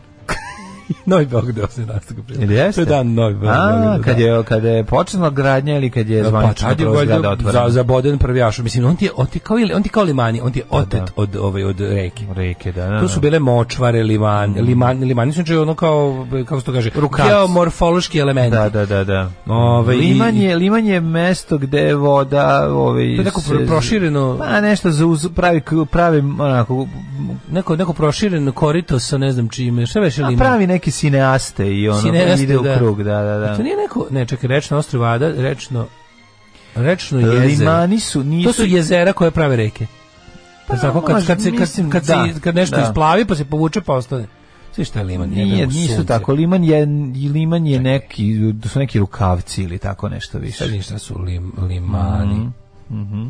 Novi Beograd 18. aprila.
Ili jeste?
To je dan Novi Beograd.
A, kad je, kad je počela gradnja ili kad je
Da, pa
zvanično
tad je
prozgrada
valjda
otvorena?
za, za Boden prvijašu. Mislim, on ti je, on ti je kao, ili- on ti je kao limani, on ti je
Pa
otet
da.
od, ovaj, od reke.
Reke, da, da,
To su
da.
bile močvare, liman, liman, limani su znači ono kao, kako se to kaže,
Mm. Rukac.
geomorfološki elementi.
Da, da, da, da.
Ove, Ovaj, i-
liman, je, liman je mesto gde je voda... Ove,
To je neko pro- prošireno-
Pa nešto za uz, pravi, pravi onako,
Neko, neko prošireno korito sa ne znam čime, šta veš
a
liman?
pravi neki sineaste i ono
Sineaste,
ide u
da.
krug, da, da, da.
To nije neko, ne, čekaj, rečno ostrvo Ada, rečno, rečno jezero.
Limani su, nisu...
To su jezera koje prave reke. Pa, tako kad
može,
kad se kad
mislim,
kad, se,
da,
kad nešto
da.
isplavi pa se povuče pa ostane. Sve šta je liman
Nije,
jebemo
nisu
sunce.
tako. Liman je, liman je neki, to su neki rukavci ili tako nešto više.
Sad ništa su lim, limani. Mhm.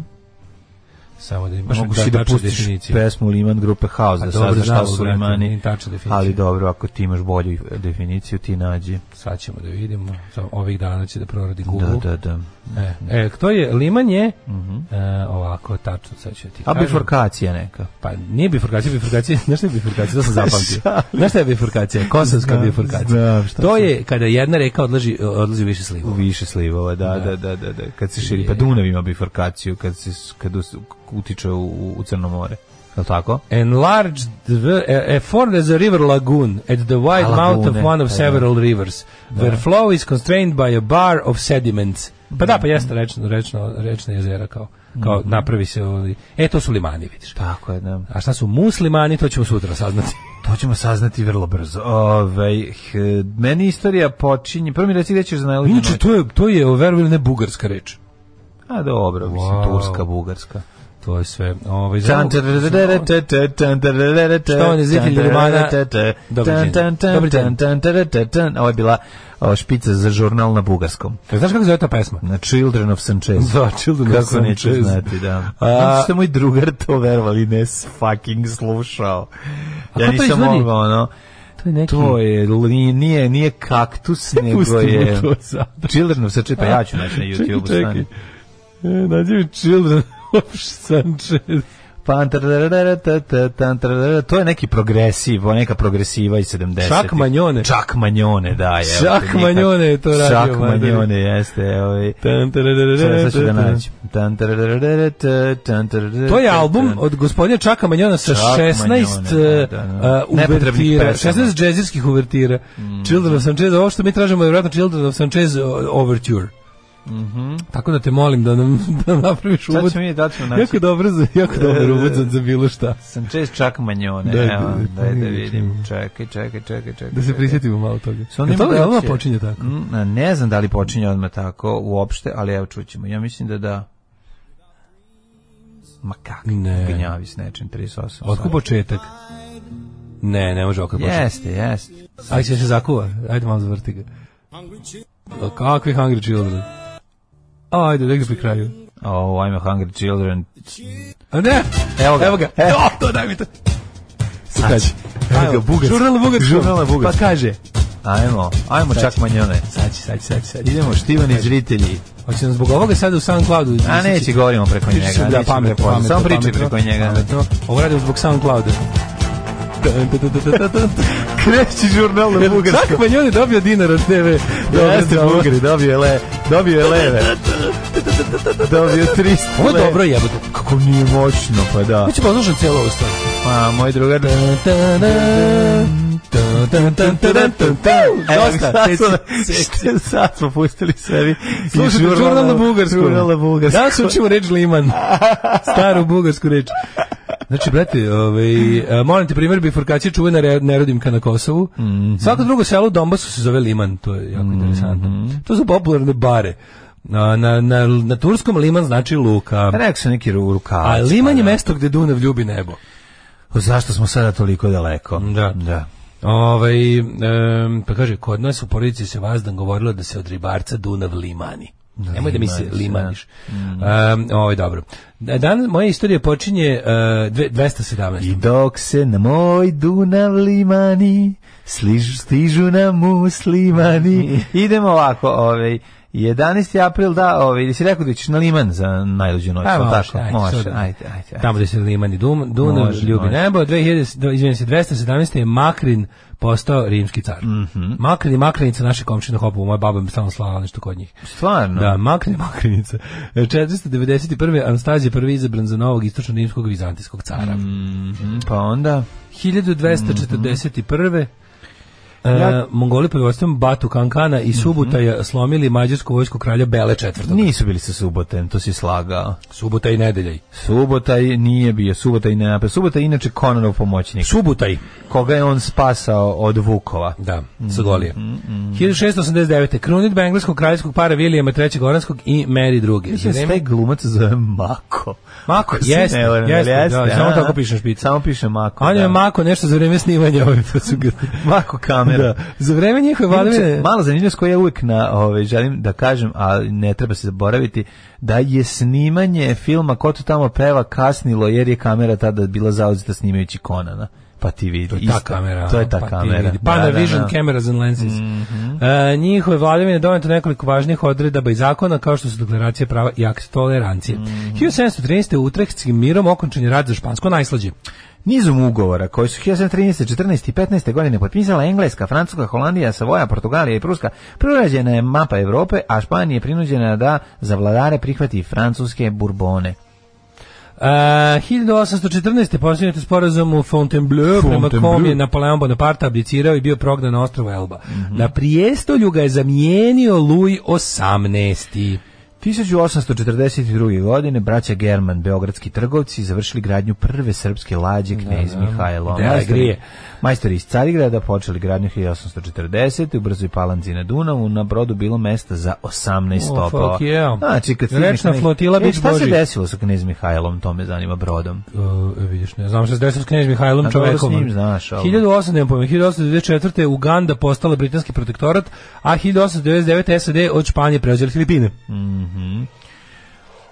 Samo da im- baš
Mogu
da,
si da
tačna
pustiš
definicija.
pesmu Liman grupe House, da
A Pa dobro,
saznaš šta
znamo,
su
brate,
limani.
nije tačna definicija.
Ali dobro, ako ti imaš bolju definiciju, ti nađi.
Sad ćemo da vidimo. Samo ovih dana će da proradi
Da,
Google.
da, da.
E, e, to je liman je e, ovako tačno sad ću ti
Mhm. A
kažem.
bifurkacija neka.
Pa nije bifurkacija, bifurkacija, znaš šta je bifurkacija,
(laughs)
to sam zapamtio. znaš šta je bifurkacija, kosovska
Znam,
bifurkacija.
Da, znam šta
to
sam.
je kada jedna reka odlazi, odlazi u više
U
slivova.
više slivova, da, da, da, da, da. Kad se širi, pa Dunav ima bifurkaciju, kad se s- kad us- utiče u, u Crno more. Je li tako?
Enlarged the, a, a formed as a river lagoon at the wide
A,
mouth of
lagune,
one of
pa da.
several rivers, where flow is constrained by a bar of sediments. Pa da, pa
Mhm.
jeste rečno, rečno, rečno jezera kao, kao napravi se, ovaj- e, to su limani, vidiš.
Tako je, da.
A šta su muslimani, to ćemo sutra saznati.
To ćemo saznati vrlo brzo. Ove, meni istorija počinje... Prvo mi reci gde ćeš za najluđu
Inače,
noć.
to je, to je, verujem ili ne, bugarska reč.
A dobro, mislim,
Wow.
Turska, Bugarska.
To je sve. Ovaj, za-
Štovani
izvjetitelji romana, dobro živite. Dobar dan.
Ovo je bila o, špica za žurnal na bugarskom.
Znaš kako se zove ta pesma?
Na Children of Sanchez.
Da, Children of
Kako neću
Sanchez.
znati, da.
A-
Zato što je moj drugar to verovali, ne s- fucking slušao.
A Hmm.
Ja
ko to
nisam
izvodi?
mogao, ono.
To je neki...
To je, li- nije, nije
(laughs)
kaktus, nego
pustimo
je...
to sada.
Children of Sanchez, pa ja ću naći na YouTube-u.
(laughs) Čekaj, čekaj.
stani.
E, Nađi mi Children of Sanchez.
Pan tararara, ta, ta, tan, tararara. to je neki progresiv, o, neka progresiva iz 70.
Čak Manjone.
Čak manjone, da. Je,
Čak Manjone je to radio,
Čak
Manjone.
manjone, jeste. Evo,
Tan, tararara,
Sada ću da
tan.
naći. Tan, tararara, ta, tan, tararara,
To je
ta,
album
tan.
od gospodina Čaka Manjona sa
Čak
16
Manjone,
e,
da, da, da.
a, uvertira,
Nepotrebnih pesama. Mhm.
16 džezirskih uvertira. Children of Sanchez, ovo što mi tražimo je vjerojatno Children of Sanchez o- Overture. Tako da te molim da nam (laughs) da napraviš
Mhm. Sad
uvod.
ćemo vidjeti da li ćemo naći. E,
Jako dobro za jako dobar uvod za, za bilo šta.
Sam čest čak manjone.
Da,
Da,
da,
evo, da,
da,
da,
da
vidim.
vidimo.
Čekaj, čekaj, čekaj, čekaj.
Da se
čekaj.
prisjetimo malo toga.
Sa onim
Jel to
da
veoma
će-
počinje tako.
Mm, a Ne znam da li počinje odmah tako uopšte, ali evo čućemo. Ja mislim da da. Ma kak,
Ne.
gnjavi s nečim, 38.
Otko početak? Ne, ne može otkud početak.
Jeste, jeste.
Ajde se se zakuva. Ajde malo zavrti ga. O, Kakvi Hungry Children? Ajde, nek pri kraju.
Oh, I'm a hungry children.
A ne!
Evo ga.
Evo ga.
E.
O, to daj mi to.
Sad. Evo ga, bugarski.
Pa, Žurnal na bugarskom.
Žurnal na bugarskom.
Pa kaže.
Ajmo, ajmo čak manjone.
Sad će, sad će, sad će, sad će.
Idemo štivani zritelji.
Hoće nam zbog ovoga sada u SoundCloudu.
A neće, govorimo preko njega.
Priča, da,
neće
pametno,
preko-
pametno.
Samo priče
pametno,
preko njega.
pametno. Ovo radimo zbog
(laughs)
SoundClouda.
Kreći žurnal na
Čak pa ljudi dobio dinar od TV.
Jeste bugari, dobio je le, dobio je leve. Dobio 300
Ovo je
leve.
dobro jebote.
Kako nije moćno, pa da.
Hoće poslušati cijelo ovo stvar.
Pa, moj drugar...
Dosta,
Dosta,
ceci, ceci.
E, (laughs) sad smo pustili sebi i
Slušajte, žurnal na bugarskom.
Žurnal na bugarskom.
Danas Da učimo reč liman. Staru bugarsku reč. Znači, brate, ovaj, a, molim te primjer bifurkacije čuvena re- nerodimka na Kosovu. Svako drugo selo u Donbasu se zove liman, to je jako interesantno. To su popularne bare. Na, na, na, na turskom liman znači luka.
Pa Rekao sam neki ru-
A
rukavac.
liman je mesto gde Dunav ljubi nebo.
Zašto smo sada toliko daleko?
Da.
Da.
Ovaj, em, pa kaže, kod nas u porodici se vazdan govorilo da se od ribarca Dunav limani. Nemoj da mi se
limani se,
limaniš. Em, ovaj, dobro. Da- Dan, moja istorija počinje uh, dve- 217.
I dok se na moj Dunav limani sližu, stižu na muslimani. (laughs) Idemo ovako, ovaj, 11. april, da, ovaj, si rekao da ćeš na liman za najluđu noć,
Ajmo,
jel
može,
tako? Može,
sad.
ajde, da. ajde, ajde.
Tamo gde se limani Dum, Dunav
Može,
ljubi
može.
nebo. 2000, do- izvinim se, 217. je Makrin postao rimski car. Mm
Mhm.
-hmm. Makrini, makrinica naše komšine hopovo, moja baba mi stalno slala nešto kod njih.
Stvarno?
Da, Makrini, makrinica. 491. Anastazije prvi izabran za novog istočno-rimskog vizantijskog cara.
Mm -hmm, pa onda...
1241. Ja, e, Mongoli pod vojstvom Batu Kankana i Subutaja
Mhm.
slomili mađarsku vojsku kralja Bele IV.
Nisu bili sa Subotem, to si slagao.
Subutaj nedeljaj.
Subotaj nije bio, Subotaj ne napravio. Subotaj je inače Konanov pomoćnik.
Subutaj.
Koga je on spasao od Vukova?
Da,
Mhm,
sa Golije. 1689. Krunit engleskog kraljevskog para Vilijama III. Goranskog i Mary II. Za
Mislim se
vreme-
taj glumac zove Mako.
Mako,
Ako se
jeste,
ne varam,
jeste,
jel
da, samo
A?
tako piše na špici.
Samo piše Mako.
On
da.
je mako nešto za vreme snimanja ove, (laughs) to su ga...
Mako kamera.
Da. Za vreme njihove
Inače,
vladavine...
mala zanimljivost koja ja uvijek na, ove, želim da kažem, a ne treba se zaboraviti, da je snimanje filma Ko tu tamo peva kasnilo jer je kamera tada bila zauzeta snimajući Konana. Pa ti vidi.
To je ta
isto.
kamera.
To je ta
pa ti
kamera. Da,
vidi. Panavision cameras and lenses.
Mhm.
E, njihove vladavine doneto nekoliko važnih odredaba i zakona, kao što su deklaracija prava i akt tolerancije.
Mhm.
1713. u Utrechtskim mirom okončen je rad za špansko najslađe.
Nizom ugovora koji su 1913, 14 i 15 godine potpisala Engleska, Francuska, Holandija, Savoja, Portugalija i Pruska, prerađena je mapa Evrope, a Španija je prinuđena da za vladare prihvati francuske burbone.
Uh, 1814. posljednje je sporazum u Fontainebleau, prema
Fontainebleau.
kom je Napoleon Bonaparte abdicirao i bio prognan na ostrovo Elba.
Mhm.
Na prijestolju ga je zamijenio Louis XVIII.
1842. godine braća German, beogradski trgovci, završili gradnju prve srpske lađe knez Mihajlo.
Da, grije.
majstori iz Carigrada počeli gradnju 1840. u Brzoj Palanci na Dunavu. Na brodu bilo mesta za 18
Oh,
stopova.
fuck yeah.
Znači, kad stigne
Rečna
knez-
flotila,
E,
bit
Šta se
Božji.
desilo sa knez Mihajlom, to me zanima brodom?
Uh, vidiš, ne znam što se desilo s knjež Mihajlom
A dobro,
Čovekom.
s njim znaš, ali-
1800, nemam pojma, 1894. Uganda postala britanski protektorat, a 1899. SAD od Španije preuzeli Filipine.
Mhm.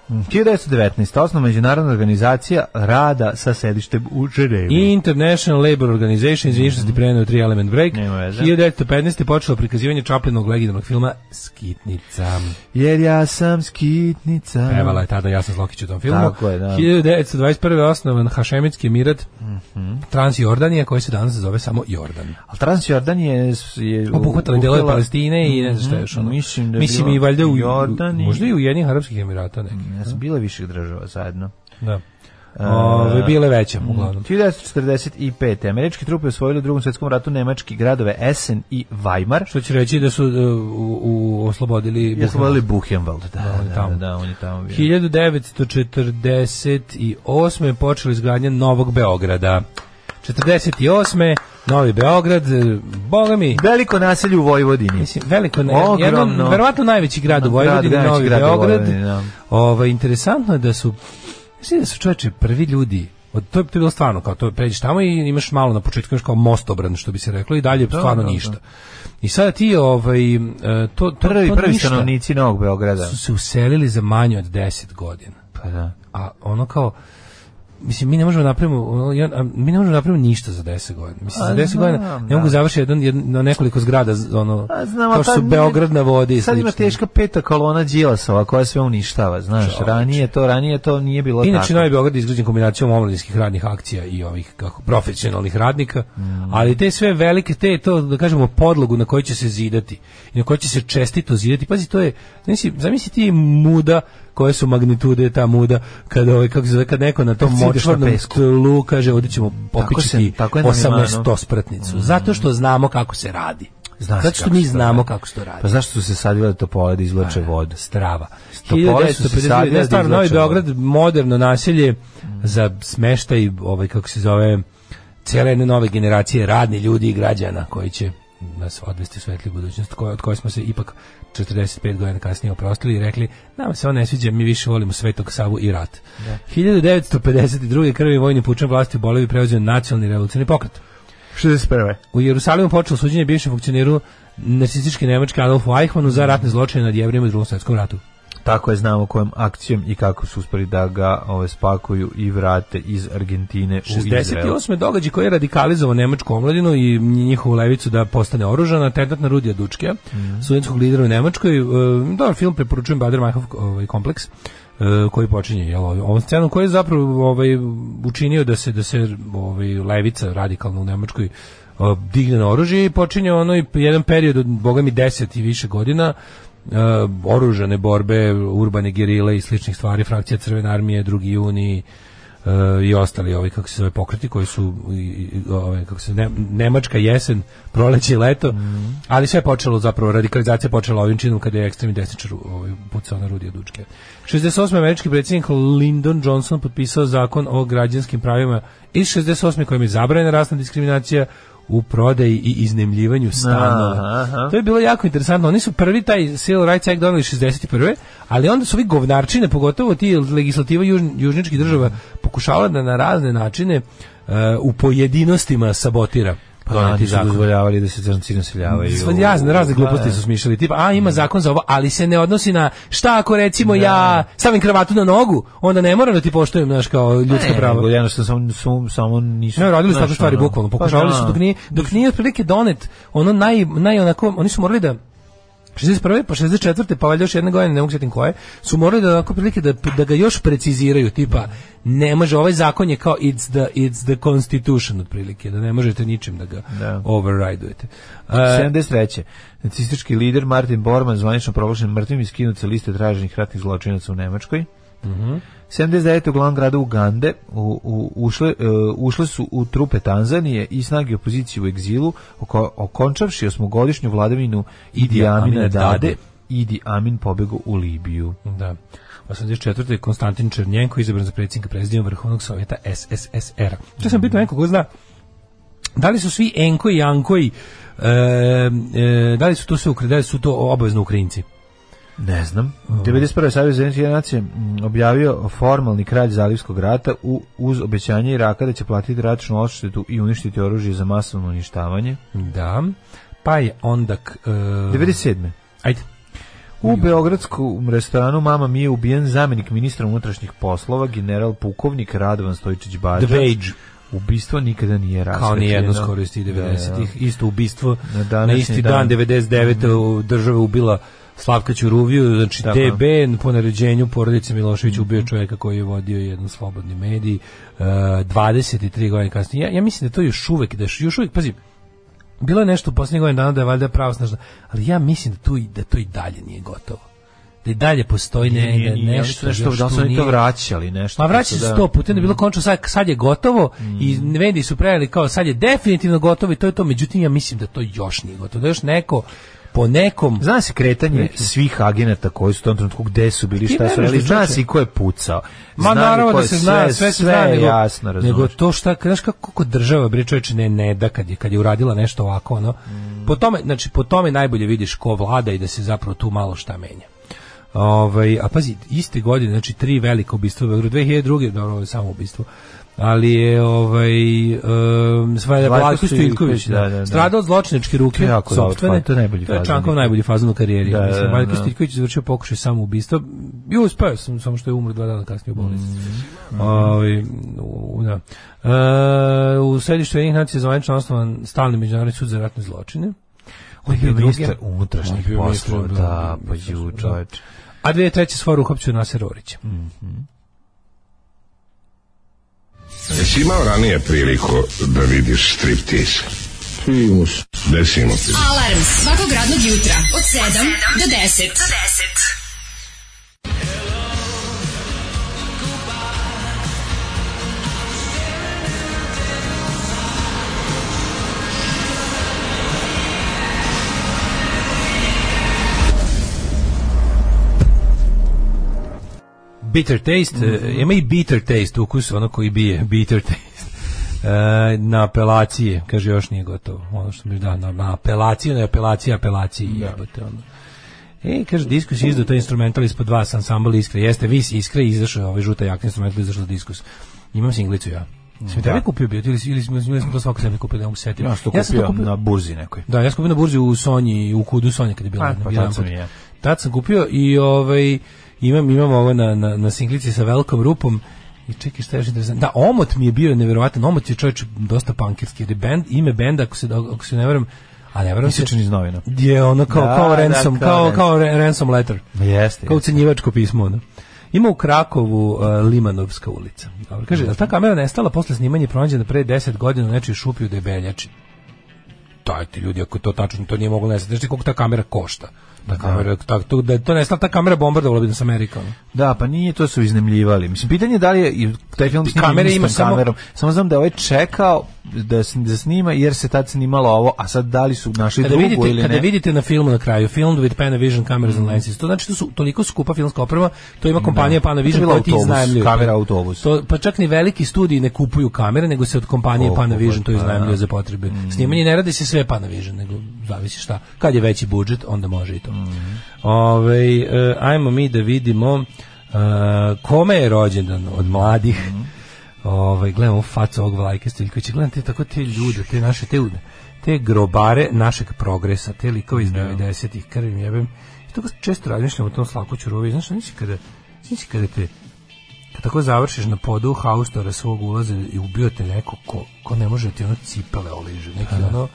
1919. osnovna međunarodna organizacija rada sa sedištem u Ženevu.
I International Labour Organization, izvini što ste preneo tri element break,
Mhm. Nema veze.
1915. je počelo prikazivanje Čaplinog legendarnog filma Skitnica.
Jer ja sam skitnica.
Pevala je tada Jasna Zlokić u tom filmu.
Tako je, da.
1921. osnovan Hašemitski mirat
Mhm.
Transjordanija, koji se danas zove samo Jordan.
Al Transjordan je je
obuhvatala Pa delove
uhvatila-
Palestine i ne znam šta još. Ono.
Mislim da je
Mislim
bila
i valjda u
Jordan i- Mhm.
možda i u jednih arapskih emirata neki.
Ja sam bila više država zajedno.
Da.
E,
Ove, bile veće,
mhm.
uglavnom.
1945. Američke trupe osvojile u drugom svjetskom ratu nemački gradove Essen i Weimar. Što
Što će reći da su e, u, u, oslobodili
je
Bukovar.
osvojili Buchenwald. Da,
on je
da, da,
tamo.
da, on je tamo bio.
1948. je počela izgradnja Novog Beograda. 48. Novi Beograd, e, boga mi,
Veliko naselje u Vojvodini.
Mislim, veliko, ne-
Ogromno.
jedno, verovatno najveći grad u
Grad,
Vojvodini,
najveći
Novi
grad u
Beograd.
Vojvodini, da.
Ovaj, interesantno je da su, mislim da su čoveče prvi ljudi, od, to, je, to je bilo stvarno, kao to pređeš tamo i imaš malo na početku, imaš kao mostobran, što bi se reklo, i dalje
da,
stvarno
da.
ništa. I sada ti, ovaj, e, to, to,
prvi
to
prvi
ništa
stanovnici Novog Beograda.
su se uselili za manje od 10 godina.
Pa da.
A ono kao, mislim mi ne možemo da napravimo ono, ja- a mi ne možemo da napravimo ništa za 10 godina. Mislim
A,
za 10 godina
znam,
ne mogu
da.
završiti jedan, jedno- nekoliko zgrada z- ono
A Pa, znam, a
kao što su
tad-
Beograd na vodi i
Sad ima
slično.
teška peta kolona Đilasova koja sve uništava, znaš,
Čoveče.
ranije to, ranije to nije bilo
Inače,
tako.
Novi Beograd je izgrađen kombinacijom omladinskih radnih akcija i ovih kako profesionalnih radnika,
Mm.
ali te sve velike, te to, da kažemo, podlogu na kojoj će se zidati i na kojoj će se čestito zidati. Pazi, to je, znači, zamisli ti muda koje su magnitude ta muda kada ovaj kako se zove kad neko na tom
Kad sidiš na
močvarnom
pesku.
tlu kaže ovdje ćemo popičiti
se- tako je na Milanu.
18 spratnicu zato što znamo kako se radi
Zna se
zato što
kako
mi
se to
znamo
radi.
kako se to radi Pa
Pa zašto su se sadile topole da izvlače vodu?
strava.
Topole su se sadile
1952.
da
Ne, stvarno, Novi
izvlače
Beograd, moderno naselje za smeštaj, ovaj, kako se zove, cijele jedne nove generacije radni ljudi i građana koji će nas odvesti u svetli budućnost koje, od koje smo se ipak 45 godina kasnije oprostili i rekli nama se on ne sviđa, mi više volimo Svetog Savu i rat.
Da.
1952. krvi vojni pučan vlasti u Bolevi preuzeo nacionalni revolucioni pokret.
61.
U Jerusalimu počelo suđenje bivšem funkcioniru nacističke Nemačke Adolfu Eichmannu za ratne zločine nad jevrima u drugom svjetskom ratu.
Tako je znamo kojom akcijom i kako su uspeli da ga ove, spakuju i vrate iz Argentine u Izrael.
68. događaj koji je radikalizovao nemačku omladinu i njihovu levicu da postane oružana, atentat na Rudija Dučke, studentskog lidera u Nemačkoj. E, dobar film, preporučujem Bader Majhov ovaj, kompleks e, koji počinje jel, ovom scenom koji je zapravo ovaj, učinio da se da se ovaj, levica ovaj, radikalna u Nemačkoj o, digne na oružje i počinje ono i jedan period od, boga mi, deset i više godina e, oružane borbe, urbane gerile i sličnih stvari, frakcija Crvene armije, drugi juni, e, i ostali ovi kako se zove pokreti koji su i- i- ove kako se ne, nemačka jesen, proleće i leto. Ali sve je počelo zapravo radikalizacija je počela ovim činom kada je ekstremni desničar ovaj pucao na Rudija Dučke. 68. američki predsjednik Lyndon Johnson potpisao zakon o građanskim pravima iz 68. kojim je zabranjena rasna diskriminacija u prodaji i iznajmljivanju stanova.
aha.
To je bilo jako interesantno. Oni su prvi taj Civil Rights Act doneli 61. Ali onda su ovi govnarčine, pogotovo ti legislativa južn- južničkih država, pokušavala da na razne načine e, u pojedinostima sabotira.
Pa da, Oni
doneti
su
zakon.
dozvoljavali da se crnci Pa naseljavaju.
Sva razne, razne
Da.
gluposti su smišljali. Tipa, a ima zakon za ovo, ali se ne odnosi na šta ako recimo
Da.
ja stavim kravatu na nogu, onda ne moram da ti poštujem naš kao ljudska
Ne,
prava.
nego jednostavno samo, samo, samo nisu...
Ne, radili su takve
znaš,
stvari
ono,
bukvalno,
pa
pokušavali su
da.
dok nije, dok nije otprilike donet, ono naj, naj onako, oni su morali da 61. pa 64. pa valjda još jedne godine, ne mogu sjetim koje, su morali da onako prilike da, da ga još preciziraju, tipa ne može, ovaj zakon je kao it's the, it's the constitution otprilike, da ne možete ničim da ga
Da.
overrideujete. Uh,
73. Nacistički lider Martin Bormann zvanično proglašen mrtvim i skinut sa liste traženih ratnih zločinaca u Nemačkoj. 79. u glavnom gradu Ugande u, u, ušle, e, ušle su u trupe Tanzanije i snage opozicije u egzilu oko, okončavši osmogodišnju vladavinu Idi
Idi
Amina
Amina
Dade.
Dade.
Idi Amin pobegao u Libiju.
Da. 84. je Konstantin Černjenko izabran za predsjednika prezidijom Vrhovnog sovjeta SSSR. To sam pitao nekog ko zna da li su svi Enko i Janko i e, e, da li su to sve Ukra- da li su to obavezno Ukrajinci?
Ne znam. 91. Savjez Zemljske nacije mm, objavio formalni kralj Zalivskog rata u, uz obećanje Iraka da će platiti račnu odštetu i uništiti oružje za masovno uništavanje.
Da. Pa je onda... k- E,
97.
Ajde.
U beogradskom restoranu Mama mi je ubijen zamenik ministra unutrašnjih poslova, general pukovnik Radovan Stojičić Bađa.
The Beige.
Ubistvo nikada nije rasvetljeno.
Kao ni jedno skoro iz tih 90-ih. Isto ubistvo
Da, Na
na,
današnji
isti
dan. Mhm.
dan, 99. u država ubila Slavka Ćuruviju, znači
Tako je. Mhm.
DB po naređenju porodice Milošević ubio čovjeka koji je vodio jedan slobodni medij e, 23 godine kasnije. Ja, ja mislim da to još uvek, da još, još uvek, pazi, bilo je nešto u posljednjih godina dana da je valjda pravosnažna, ali ja mislim da, tu, i- da to i dalje nije gotovo. Da i dalje postoji
Nije,
ne,
nije, nije, nešto,
nešto,
nešto,
još
da li su
tu
oni to
nije-
vraćali, nešto.
Ma vraća se
da- Mm.
sto puta, ne bilo končno, sad, sad je gotovo i mediji su prejeli kao sad je definitivno gotovo i to je to, međutim ja mislim da to još nije gotovo, da još neko po nekom...
Zna se kretanje svih agenata koji su u tom trenutku gde su bili,
Ti
šta su
veruješ,
radili, zna
čoveče?
se i ko je pucao.
Ma
Znaju
naravno
ko
da
je
se zna, sve se zna,
je
nego,
jasno, razumeš.
nego to šta, znaš kako, kako država, bre čovječe, ne, ne da kad je, kad je uradila nešto ovako, ono, po tome, znači, po tome najbolje vidiš ko vlada i da se zapravo tu malo šta menja. Ovaj, a pazi, iste godine, znači tri velika ubistva u Beogradu, 2002. dobro, ovo je samo ubistvo, ali je ovaj um, Svaja
Vlatko
Vlatko
Stojiljković,
Stojković da,
da, da, da.
stradao od zločinačke ruke
To je jako dobar
sopstvene
fazon, to je najbolji
to je
fazon.
Čankov najbolji fazon u karijeri
Da,
da,
da,
mislim
da.
Vlatko Stojiljković je izvršio pokušaj samoubistva i uspeo sam samo što je umro dva dana kasnije u bolnici
Mhm.
Ovaj, u- da. E, u središtu jednih nacija je zvanično osnovan stalni međunarodni sud za ratne zločine
On je bio
Drugi-
ministar unutrašnjih
On je bio ministar,
poslova,
da,
da, pa
ministar,
ju,
da.
čoveče.
a 2003. stvar uhopćio Nasir Orić
Jesi imao Pa ranije priliku da vidiš striptiz? Primus. Desimo ti.
Alarm svakog radnog jutra od 7 do 10.
Bitter taste,
Mhm.
e, ima i bitter taste ukus, ono koji bije, (laughs) bitter taste. E, na apelacije, kaže još nije gotovo. Ono što mi da, na, na apelaciju, na apelaciji, apelaciji,
Da.
jebote ono. E, kaže, diskus je izdao taj instrumental ispod vas, ansambl iskre. Jeste, vis iskre izašao je ovaj žuta jakna instrumental, izašao diskus. Imam singlicu ja. Sam tebe kupio bio, ili, ili, smo- ili smo to svako sebi kupio, ne mogu se setiti.
Da. Ja sam to
Ja sam to
kupio
kupio-
na burzi nekoj.
Da, ja sam kupio na burzi u Sonji, u Kudu Sonja kad je bila.
A,
na
pa tad
Bijelanku.
sam i ja.
Tad sam kupio i ovaj, imam, imam ovo na, na, na singlici sa velikom rupom i čekaj šta je još interesantno. Da, Omot mi je bio nevjerovatan. Omot je čovječ dosta punkirski, jer je band, ime benda, ako se, ako se ne varam, a ne varam se,
Isječen iz novina.
je ono kao,
Da, da,
kao ransom,
kao
kao,
ransom.
kao re- ransom letter.
Jeste.
Kao
jeste.
ucenjivačko pismo. Ono. Ima u Krakovu uh, Limanovska ulica. Dobro, kaže, je li ta kamera nestala posle snimanja i pronađena pre 10 godina u nečoj šupi u Debeljači? dajte ljudi, ako je to tačno, to nije moglo nesati. Znaš ti koliko ta kamera košta? Ta kamera, ta, to, da je to nestala, ta kamera bombardovala bi nas Amerika. ono.
Da, pa nije, to su iznemljivali. Mislim, pitanje je da li je i taj film snimljen
kamere ima
istom
samo-
kamerom. Samo znam da je ovaj čekao da, sn- da snima, jer se tad snimalo ovo, a sad da li su našli
Kada
drugu
vidite,
ili
kada
ne. Mm.
vidite na filmu na kraju, filmed with Panavision cameras and lenses, to znači to su toliko skupa filmska oprema, to ima kompanija
Da. To je
Panavision
bila
koja ti
autobus,
iznajmljuje.
kamera autobus.
To, pa čak ni veliki studiji ne kupuju kamere, nego se od kompanije
O,
Panavision to
kupuju,
iznajmljuje za potrebe. Snimanje ne radi se sve Panavision, nego zavisi šta. Kad je veći budžet, onda može i to. Ovaj, e, ajmo mi da vidimo e, kome je rođendan od mladih. Ovaj gledamo facu ovog Vlajka Stiljkovića, gledam te tako te ljude, te naše te te grobare našeg progresa, te likove iz 90-ih, krvim jebem. I tako često razmišljam o tom slaku Ćurovi, znaš, nisi kada, nisi kada te kad tako da završiš na podu haustora svog ulaza i ubio te neko ko, ko ne može da ti ono cipele oliže, neki ono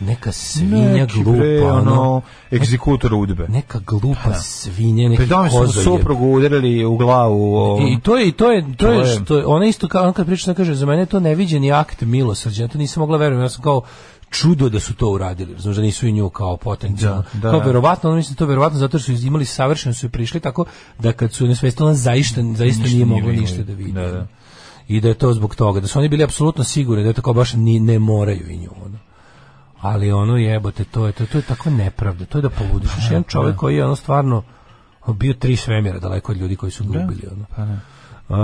neka svinja
Da, Neki,
glupa,
bre,
ono,
ono, egzekutor udbe.
neka glupa svinja, neki
Pri tome su mu
kozoljeb.
suprugu udarili u glavu. ovom.
I to je i to je to je
To je-
što ona isto kao ona kad priča ona kaže za mene je to neviđeni akt milosrđa, ja to nisam mogla verujem, ja sam kao čudo da su to uradili, razumiješ da nisu i nju kao potencijalno.
Da, da.
Kao verovatno, ono mislim to verovatno zato što su imali savršeno su joj prišli tako da kad su nesvesni ona zaista zaista nije
nije
mogla
bilo.
ništa da vidi.
Da, da.
I da je to zbog toga, da su oni bili apsolutno sigurni da je to kao baš ni, ne moraju i nju. Ono. Ali ono jebote, to je to, to je tako nepravda, to je da poludiš.
Pa
Još jedan čovjek koji je ono stvarno ono, bio tri svemira daleko od ljudi koji su
Da,
ga ubili. Ono.
pa
A,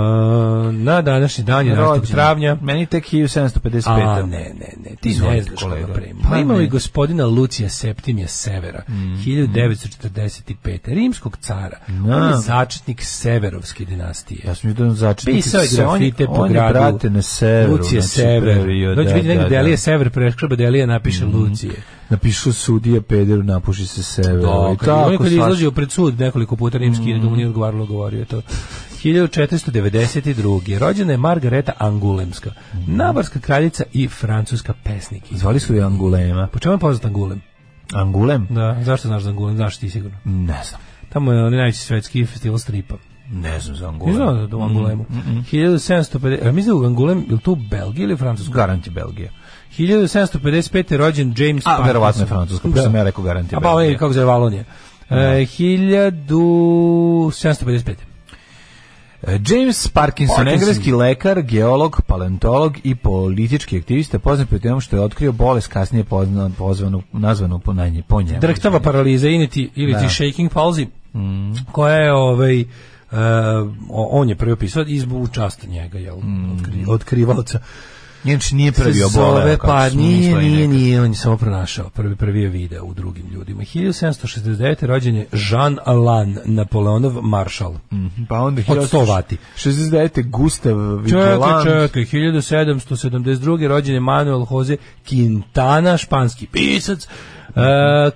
na današnji dan je 11.
Rođen.
travnja.
Meni tek 1755.
A, ne, ne, ne, ti ne
Izvolite,
znaš koga
kolega.
pravimo. Pa
Pa
imamo
ne. Mhm.
i gospodina Lucija Septimija Severa, 1945. Rimskog cara. On je
Da.
začetnik Severovske dinastije.
Ja sam vidio da začetnik
Pisao je
se- on
grafite po
on je,
gradu.
brate, na severu.
Lucije
znači,
Sever.
pravio,
Dođe
da,
vidi negdje
da,
Delije
da. Mhm.
Sever, preškrba Delija napiše Lucije.
Napišu sudija pederu, napuši se sever. Ovaj,
Da,
I
kad je- on je kad
svašta.
je izlazio pred sud nekoliko puta rimski,
Mm.
da mu nije odgovaralo, govorio je to. 1492. Rođena je Margareta Angulemska,
Mm.
nabarska kraljica i francuska pesnik.
Zvali su je Angulema.
Po čemu je poznat Angulem?
Angulem?
Da, zašto znaš za Angulem? Znaš ti sigurno.
Ne znam.
Tamo je onaj najveći svetski festival stripa.
Ne znam za Angulem.
Ne znam da u Angulemu.
Mm,
1750, a mislim da u Angulem, je li to u Belgiji ili u Francuskoj?
Garanti Belgija.
1755. je rođen James
A, Pa, da. verovatno je
Parkinson.
Francuska, pošto sam ja rekao garanti
A pa ovaj,
Belgija. Da.
kako se zove, Valonija. E, 1755.
E, James Parkinson,
Parkinson.
engleski lekar, geolog, paleontolog i politički aktivista, poznat po tome što je otkrio bolest kasnije pozna, pozvanu, nazvanu po, na nje, po njemu.
Drhtava paraliza initi, ili
Da.
ti shaking palsy,
Mm.
koja je ovaj, e, o- on je prvi opisao i zbog časta njega, jel, otkri, otkrivalca.
Njenč Znači, nije Mm. prvi
se zove,
oboleo. kako
pa
smo
nije,
mislili
nije,
nekad.
nije, on je samo pronašao. Prvi, prvi je video u drugim ljudima. 1769. rođen je Jean Alan, Napoleonov maršal.
Pa onda
Od 100 vati.
69. Gustav
Čekaj,
Vigeland.
čekaj, 1772. rođen je Manuel Jose Quintana, španski pisac. Uh,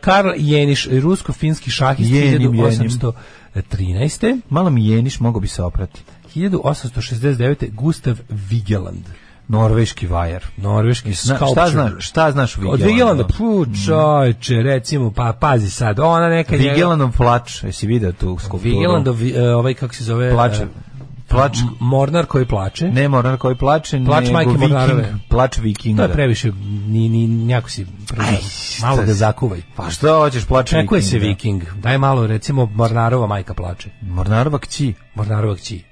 Karl Jeniš, rusko-finski šahist
Jenim, jenim.
1813.
Malo mi jeniš, mogo bi se oprati.
1869. Gustav Vigeland.
Norveški vajar.
Norveški
Zna,
sculpture.
šta, znaš, šta znaš o
Od
Vigelandu? Mhm.
Vigelanda, pu, čojče, recimo, pa pazi sad, ona neka njega-
Vigelandom plač. Jesi vidio tu skulpturu?
Vigelandov, e, ovaj kako se zove,
Plače.
e,
Plač,
M- Mornar koji plače.
ne Mornar koji plače,
Plač
nego
majke
Viking.
Mornarove.
Plač
To
Vikinga.
je previše, ni, ni, njako si, malo
šta
ga
si.
zakuvaj.
Pa šta hoćeš, plač Vikinga?
Čekuje se viking,
da.
daj malo, recimo, Mornarova majka plače.
Mornarova kći.
Mornarova kći.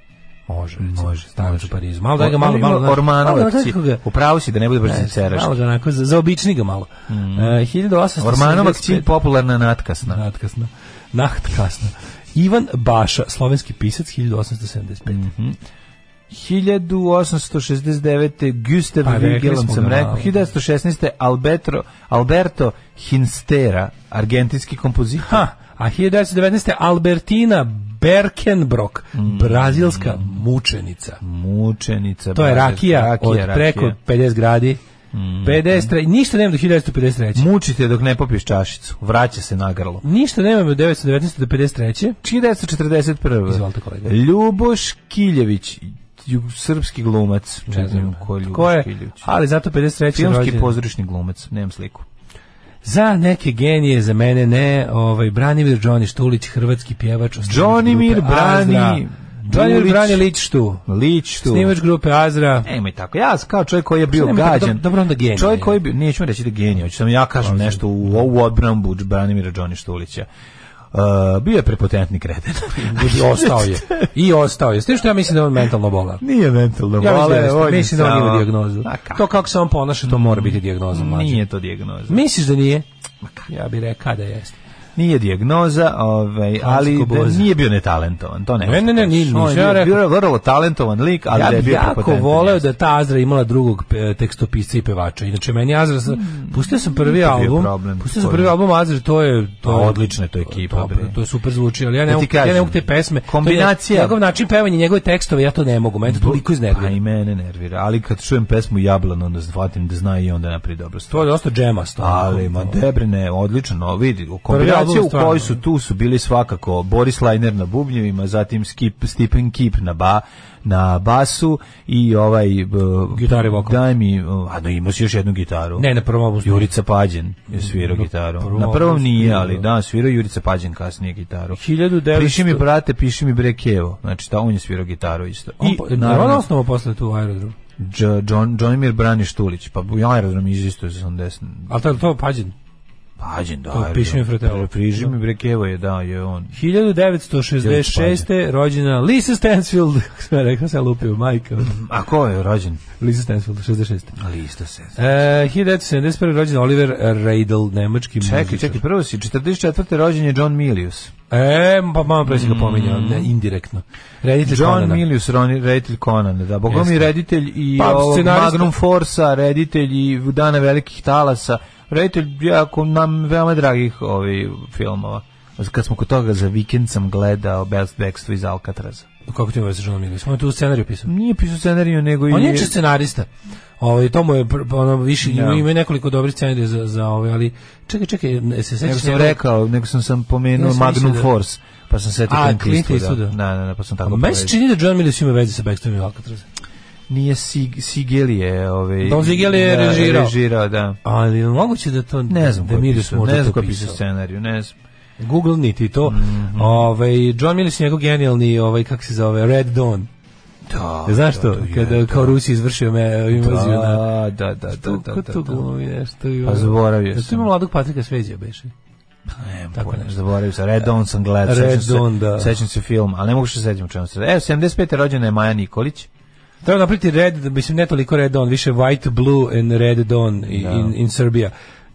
Može, recimo,
Može,
stavim
može.
u Parizu. Malo daj ga, malo,
Ali
malo. znaš, malo
Ormanova
ga,
kći.
kako ga-
Upravo si da ne bude baš sinceraš.
Malo ga onako, za, zaobični ga malo. Mm.
Mhm. Ormanova kći popularna natkasna.
Natkasno. Natkasno. Ivan Baša, slovenski pisac, 1875.
Mhm. 1869. Gustav
Pa,
pa,
rekli
Vigeland
smo
sam
ga
rekao.
malo.
1916. Alberto, Alberto Hinstera, argentinski kompozitor.
Ha, a 1919. Albertina Berkenbrock,
Mhm.
brazilska mučenica.
Mučenica.
To je
Bože,
rakija, od preko 50 gradi.
Mhm.
50, tra- ništa nemam do 1953.
Mučite dok ne popiješ čašicu. Vraća se na grlo.
Ništa nemam od 1919. do 53.
1941.
Izvolite, kolega.
Ljuboš Kiljević, ju- srpski glumac. Ne znam ko je Ljuboš
Ko je?
Kiljević.
Ali zato 53.
Filmski
rođen.
pozorišni glumac, nemam sliku.
Za neke genije, za mene ne. Ovaj Branimir Đoni Štulić, hrvatski pjevač. osnivač
Johnimir
grupe Azra.
Brani
Branimir Branje Lić tu.
Lić tu.
Snimač grupe Azra.
Nemoj E, tako. Ja kao čovjek koji je bio
nemoj tako,
gađan.
do- dobro, onda genije.
Čovjek koji je bio, neću reći da je genije, hoću samo ja kažem nešto u ovu odbranbu Branimira Đoni Štulića. Uh, bio je prepotentni kreten.
(laughs) I ostao je. I ostao je. S tim što ja mislim da je on mentalno bolan.
(laughs) Nije mentalno.
Ja mislim da
bolan,
jeste.
on je
mislim da on ima
samo-
dijagnozu.
A kako?
To kako se on ponaša, to mora biti dijagnoza mlađe.
Nije to dijagnoza.
Misliš da nije? Ja bih rekao da jeste.
Nije dijagnoza, ovaj, ali da
boza.
nije bio netalentovan. To ne.
Ne, ne, ne, nije,
On je
nisam
bio,
ja rekao.
bio vrlo talentovan lik, ali
ja
da je
bih
bio
jako
prepotentan.
voleo da je ta Azra imala drugog e, tekstopisca i pevača. Inače meni Azra sa- pustio sam prvi
Hmm. to bio
album.
problem.
Pustio sam prvi album Azra, to je to
Pa, odlična je to ekipa,
Dobro,
bre.
to je super zvuči, ali ja ne
Da ti
mogu ja
kažem,
ne mogu te pesme. to je
kombinacija-
njegov način pevanja, njegove tekstove, ja to ne mogu. Meni to toliko
Pa
iznervira.
i mene nervira, ali kad čujem pesmu Jablan, onda shvatim da zna i onda naprijed dobro stvar.
To je dosta džemasto.
Ali, ma da- Debrine, odlično, no, vidi,
album
kombinacija u
stvarno. da.
kojoj su tu su bili svakako Boris Lajner na bubnjevima, zatim Skip, Stephen Kip na, ba, na basu i ovaj... b-
Gitara i vokal.
Daj mi, uh, a no imao si još jednu gitaru.
Ne, na prvom albumu.
Jurica Pađen je svirao gitaru.
prvom
na prvom
albumu
nije,
svirao.
ali da, svirao je Jurica Pađen kasnije gitaru.
1900
Piši mi, brate, piši mi Brekevo. Znači, ta, on je svirao gitaru isto.
I, naravno, on osnovao posle tu aerodrom.
Dž- John, Johnimir Braniš Tulić, pa u aerodrom izisto je za 80.
Ali to je to pađen.
Pađen, da.
To
aerodrom.
piše mi Fratello.
Pre- Priži mi Brekevo je, da, je on.
1966. rođena Lisa Stansfield, (laughs) kako sam ja rekao, sam ja lupio, majka.
A ko je rođen?
Lisa Stansfield, 66.
Ali isto se.
E, 1971. rođen Oliver Reidel, nemački
Čekaj,
muzičar.
čekaj, prvo si, 44. rođen je John Milius.
E, pa malo pre si ga pominjao, ne, indirektno. Reditelj
John
Conana.
Milius, roni, reditelj Conan, da, bogom
Jeste.
i reditelj i
Pa,
ovog
scenarista.
Magnum Forsa, reditelj i Dana velikih talasa, reditelj jako nam veoma dragih ovih filmova. Kad smo kod toga za vikend sam gledao Best Backstreet iz Alcatraza.
Kako ti je veze sa John Milius? On je tu scenariju pisao.
Nije pisao scenariju, nego i...
On je čak scenarista. Ovaj to mu je pr- ono više
Da.
ima nekoliko dobrih scenarija za za ove, ali čekaj, čekaj, ne, se
Nego
sećaš
sam
njegovog-
rekao, nego sam sam
Ja
pomenuo
sam
Magnum
da mislio da-
Force, pa sam setio
A,
Clint
Clint
Eastwooda.
Eastwooda.
Da, da, da, pa sam
A
tako
Meni se
povezao.
čini da John Milius ima veze sa Backstrom i Alcatrazom.
Nije Sig, Sigel je... Ovaj,
Don Siegel je
da,
režirao.
režirao, da.
Ali je moguće da to
Ne znam
da
ko je
Milius
pisao,
možda
ne znam
to
ko je pisao scenariju, ne znam.
Google niti to.
Mhm.
Ovaj John Milius je njegov genijalni ovaj kako se zove Red Dawn.
Da,
Znaš to? Kada
je,
kao Rusi izvršio me eh, invaziju na
da, da, da, da,
Tu,
da,
ko
da,
tu
da.
glumi nešto i
Pa
ono?
zaboravio
Jel Tu ima
sam.
mladog Patrika Sveđa, beše.
Ne,
tako
tako ne,
nešto.
zaboravio sam. Red Dawn sam gledao,
Red
sećam se,
Dawn, da.
sećam se film, ali ne mogu što se da sećam u čemu se. Evo, 75. rođena je Maja Nikolić.
Treba napriti red, mislim ne toliko red on, više white, blue and red dawn
Da.
i- in, in Serbia.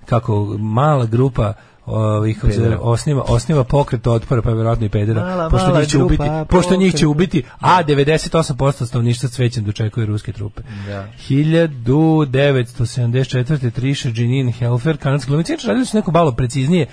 Kako mala grupa ovih kako se zove, osniva, osniva pokret otpora, pa vjerojatno i pedera,
Mala,
pošto,
mala
njih će
grupa
ubiti, pošto njih će
pokreta.
ubiti, a 98% stanovništva cvećem dočekuje ruske trupe. 1974. Trisha Jeanine Helfer, kanadski glumica, inače radili su neko malo preciznije,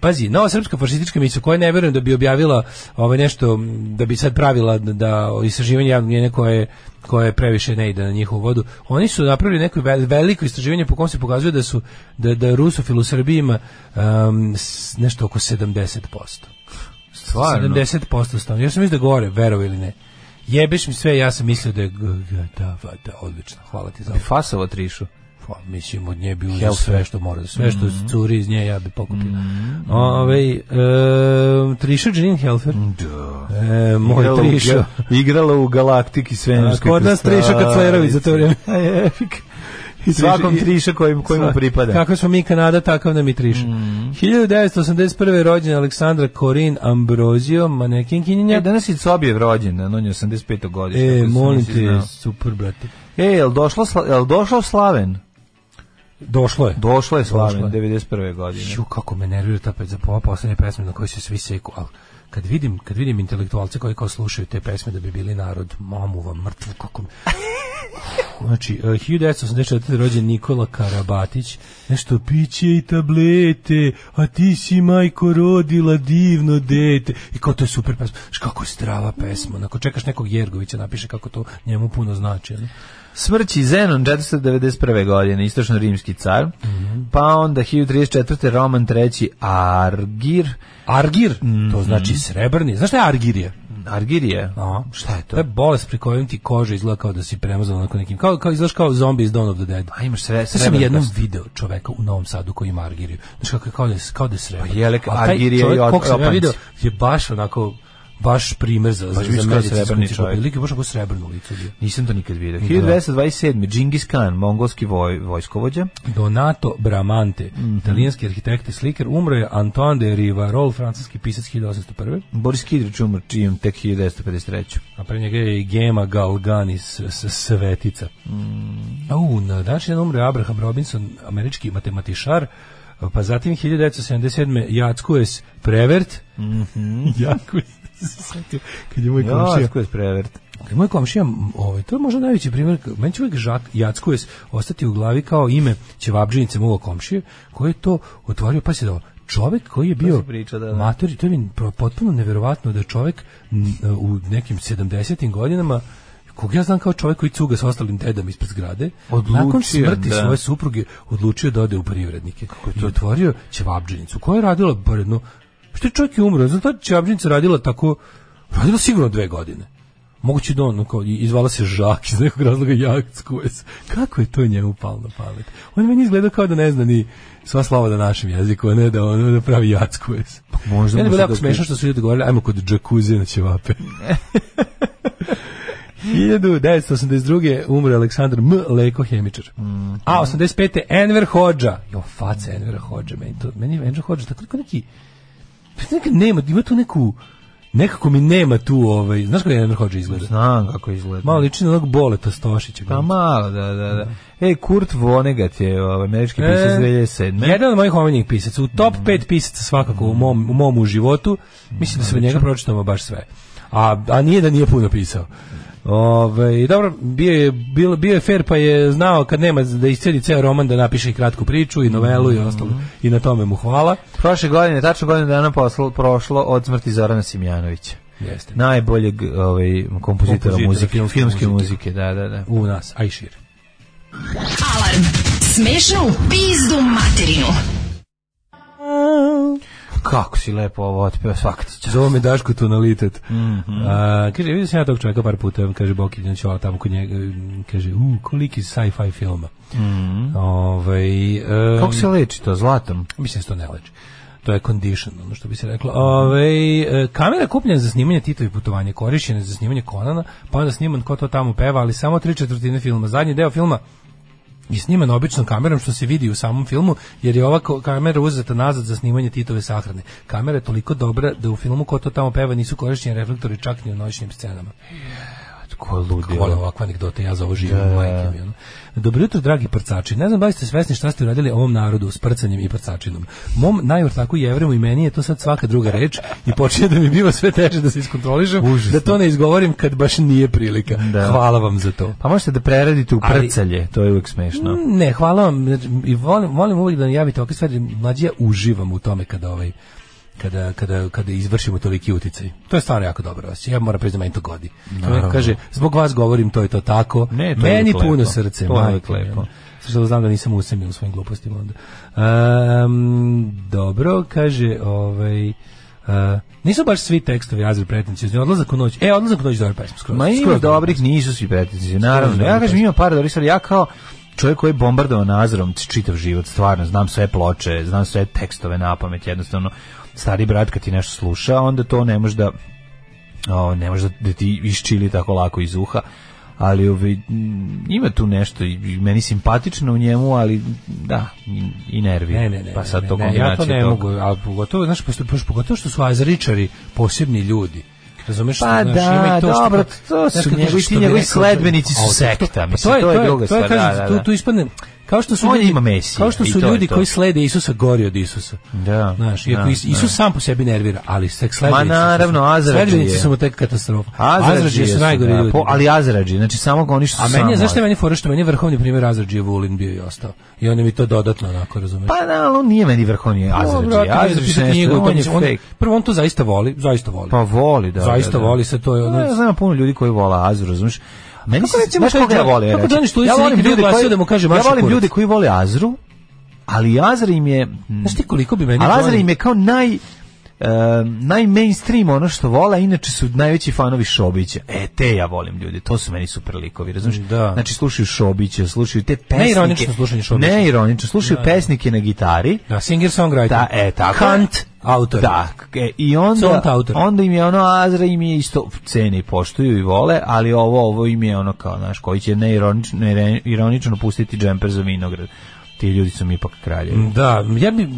Pazi, nova srpska fašistička misija koja ne vjerujem da bi objavila ovaj nešto m, da bi sad pravila da, da istraživanje javnog mnjenja koje koje previše ne ide na njihovu vodu. Oni su napravili neko vel- veliko istraživanje po kom se pokazuje da su da da rusofil u Srbiji ima em, s- nešto oko 70%.
Stvarno?
70% stavno. Ja sam mislio da gore, verovo ili ne. Jebeš mi sve, ja sam mislio da je g- g- da, va- da, odlično. Hvala ti za ovo.
Fasovo trišu.
Pa, mislim, od nje bi uzeo sve što mora. Sve što
Mm.
curi iz nje, ja bi pokupio. Ove, e, Triša Janine Helfer.
Da.
E, moj
Igrala u-
Triša.
Igrala u Galaktiki svemirskoj
Kod nas Triša Kaclerović za to vrijeme.
I svakom triša kojim, kojim mu
Sva-
(laughs) pripada. Mm.
Kako smo mi Kanada, takav nam i triša. 1981. je rođena Aleksandra Korin Ambrozio, manekinkinja.
E, danas je Cobijev rođen, on je 85. godište.
E,
ako sam
molim
nisi
te,
znao.
super, brate.
E, jel došlo, Sla- jel došao Slaven?
Došlo je.
Došla je Slaven,
Došla je.
91. godine.
Ju, kako me nervira ta pet za pola poslednje pesme na koje se svi seku, ali kad vidim, kad vidim intelektualce koji kao slušaju te pesme da bi bili narod, mamu vam mrtvu, kako me... Znači, eh, 1984. rođen Nikola Karabatić, nešto piće i tablete, a ti si majko rodila divno dete. I kao to je super pesma, Znaš, kako je strava pesma, onako čekaš nekog Jergovića, napiše kako to njemu puno znači. ono.
Smrći Zenon, 491. godine, istočno-rimski car.
Mhm.
Pa onda 1034. Roman III. Argir.
Argir, to znači srebrni. Znaš šta je Argirija?
Argir je?
A,
Pa, Šta je to?
To je bolest pri kojoj ti koža izgleda kao da si premazan onako nekim, kao, kao izgledaš kao zombi iz Dawn of the Dead.
A imaš sre,
Sve sam
srebrnu
jednom
kost.
video čoveka u Novom Sadu koji ima argiriju. Znači kako, je- kao da, je- kao da je srebrno.
Pa je, ali
A taj
argirija i
čovek
od-
kog sam ja
opanci.
video je baš onako baš primer za, za,
Baš bi
za
skroz
medicinsku
srebrni čovjek.
enciklopediju. Lik je baš ako srebrno lice bio.
Nisam to nikad
Da.
vidio. 1227. Džingis Khan, mongolski voj, vojskovođa.
Donato Bramante,
Mhm.
italijanski arhitekt i slikar, umro je Antoine de Rivarol, francuski pisac 1801.
Boris Kidrić umr čijem tek 1953.
A pre njega je i Gema Galgani s, s, svetica. Au, na današnji dan umre Abraham Robinson, američki matematičar, pa zatim 1977. Jackues Prevert. Mm (laughs) kad je moj komšija...
Jasko je prevert.
Kad je moj komšija, ovaj, to je možda najveći primjer, meni će uvijek Žak Jackues ostati u glavi kao ime Ćevabđinice muva komšije, koji je to otvorio, pa se dao, čovek koji je bio
se priča, da, da.
matori, to je meni pro- potpuno neverovatno da čovek m, u nekim 70. godinama kog ja znam kao čovjek koji cuga s ostalim dedom ispred zgrade, nakon
Odlučio,
smrti
da.
svoje supruge odlučio da ode u privrednike. Kako je to? I otvorio ćevabđinicu, koja je radila bar jedno, pa što je čovjek je umro, znači ta ćevabđinica radila tako, radila sigurno dve godine. Moguće da on, ono kao, izvala se Žak iz nekog razloga Jakskujec. Kako je to njemu palo na pamet? On je meni izgledao kao da ne zna ni sva slava na našem jeziku, a ne da on da pravi Jakskujec.
Pa možda
Meni
mu se
je bilo jako
dok-
smešno što su ljudi govorili, ajmo kod džakuze na
(laughs)
ćevape. 1982. umre Aleksandar M. Leko, hemičar.
Mhm.
A 85. Enver Hođa. Jo, faca Envera Hođa. Meni, to, meni je Enver Hođa tako neko neki... Neka nema, ima tu neku... Nekako mi nema tu ovaj... Znaš kako je Enver Hođa izgleda?
Znam kako izgleda.
Malo liči na onog boleta Stošića.
Pa malo, da, da, da. E, Kurt Vonnegut je ovaj, američki pisac 2007.
E, jedan od mojih omiljenih pisaca, u top 5 pisaca svakako u mom, u mom životu, mislim da se od njega pročitamo baš sve. A, a nije da nije puno pisao. Ove, i dobro, bio je, bio, bio je fair pa je znao kad nema da iscedi ceo roman da napiše i kratku priču i novelu i ostalo. I na tome mu hvala.
Prošle godine, tačno godine dana poslo, prošlo od smrti Zorana Simjanovića.
Jeste.
Najboljeg ovaj, kompozitora
Kompozitora
muzike,
filmske
filmske,
muzike.
muzike. da, da, da.
U nas, a i šire.
Alarm. Smešno u pizdu materinu.
Kako si lepo ovo otpeo, svaka ti čast.
Zove me Daško tonalitet. A, kaže, vidio sam ja tog čovjeka par puta, kaže Boki Dinać, ali tamo kod njega, mm, kaže, u, koliki sci-fi filma. Ovaj, e, em,
Kako se leči to, zlatom?
Mislim da se to ne leči. To je condition, ono što bi se reklo. Ove, e, kamera kupljena za snimanje Titovi putovanje, korišćena za snimanje Konana, pa onda sniman ko to tamo peva, ali samo tri četvrtine filma. Zadnji deo filma je sniman običnom kamerom što se vidi u samom filmu, jer je ova ko- kamera uzeta nazad za snimanje Titove sahrane. Kamera je toliko dobra da u filmu ko to tamo peva nisu korišćeni reflektori čak ni u noćnim scenama.
Ko je ludio?
Volim ovakve anegdote, ja za ovo živim, majke mi. ono. Dobro jutro, dragi prcači. Ne znam da li ste svesni šta ste uradili ovom narodu s prcanjem i prcačinom. Mom najortaku jevremu i meni je to sad svaka druga reč i počinje da mi biva sve teže da se iskontrolišem, da to ne izgovorim kad baš nije prilika.
Da.
Hvala vam za to.
Pa možete da preradite u
Ali-
prcalje, to je uvijek smešno.
Mm, Ne, hvala vam. znači, I volim, volim uvijek da najavite ovakve stvari. Mlađi, ja uživam u tome kada ovaj kada, kada, kada izvršimo toliki uticaj. To je stvarno jako dobro osjećaj. Ja moram priznati, da meni to godi. Kad neko kaže, zbog vas govorim, to je to tako.
Ne, to je
meni
uvijek
puno
lepo.
srce.
To je
majke
uvijek
mi,
lepo.
ono. Sve što znam da nisam usamljen u svojim glupostima onda. Ehm, dobro, kaže, ovaj... e, nisu baš svi tekstovi Azir Pretnici, odlazak u noć. E, odlazak u noć dobra pesma, skroz.
Ma ima
skroz dobra
dobrih, nisu svi pretinci, naravno.
Skroz
Ja
dobro.
kažem, ima par dobrih stvari. Ja kao čovjek koji je bombardovao nazorom čitav život, stvarno, znam sve ploče, znam sve tekstove na pamet, jednostavno, stari brat kad ti nešto sluša, onda to ne može da, o, ne može da, da ti iščili tako lako iz uha, ali ovaj, m, ima tu nešto i- i meni simpatično u njemu, ali da, i, i nervi.
Ne, ne, ne.
pa sad
ne,
to
ne, ja to
kombinacija
ne
toga.
mogu, a pogotovo, znaš, pošto- pošto- pogotovo što su azaričari posebni ljudi. Razumeš
Pa
znaš,
da,
ima i to što-
dobro, to
znaš,
su
kad
njegovi-
što
ti
bi
njegovi
rekao-
sledbenici su
A, to-
sekta,
to- pa
mislim, to je druga
to je,
stvar, da,
kažem,
da,
tu-
da.
tu ispadne, kao što su
On
ljudi,
ima Mesija
kao što
i
su
to je
ljudi
to.
koji slede Isusa gori od Isusa.
Da,
Znaš, iako
da,
Is- Isus sam po sebi nervira, ali tek
Ma
sledbenici. su-
naravno, Azarađije.
Sledbenici su mu tek katastrofa. Azrađije su najgori
da,
ljudi.
po- ali Azrađi, znači samo oni što su
A meni
samo
je, zašto je meni fora što meni je vrhovni primjer Azrađije Vulin bio i ostao. I on je mi to dodatno onako, razumeš?
Pa da, ali on nije meni vrhovni Azrađi.
da
Azrađi je nešto, on je fake.
Prvo, on to zaista voli, zaista voli.
Pa voli, da.
Zaista
da, da.
voli se, to je ono-
Ja znam puno ljudi koji vole Azur, razumiješ? Meni
Kako
se,
recimo
znaš
taj
koga ja
Đan-
volim?
kako da
reći?
Đani Štulić se nikad nije oglasio da mu kaže
Ja
Maša
volim
Kurac?
ljude koji vole Azru, ali Azra im je... mm,
Znaš ti koliko bi meni...
A Lazar
Johnny-
im je kao naj em, najmainstream ono što vole, a inače su najveći fanovi Šobića. E, te ja volim ljudi, to su meni super likovi, razumiješ?
Da.
Znači, slušaju Šobića, slušaju te pesnike.
Neironično slušanje Šobića.
Neironično, slušaju pesnike na gitari.
Da, singer songwriter.
Da, e, tako. je.
Kant. Autor.
Da, e, i onda,
Cont autor.
onda im je ono Azra im je isto cene i poštuju i vole, ali ovo ovo im je ono kao, znaš, koji će neironično, neironično pustiti džemper za vinograd. Ti ljudi su mi ipak kraljevi.
Da, ja bi,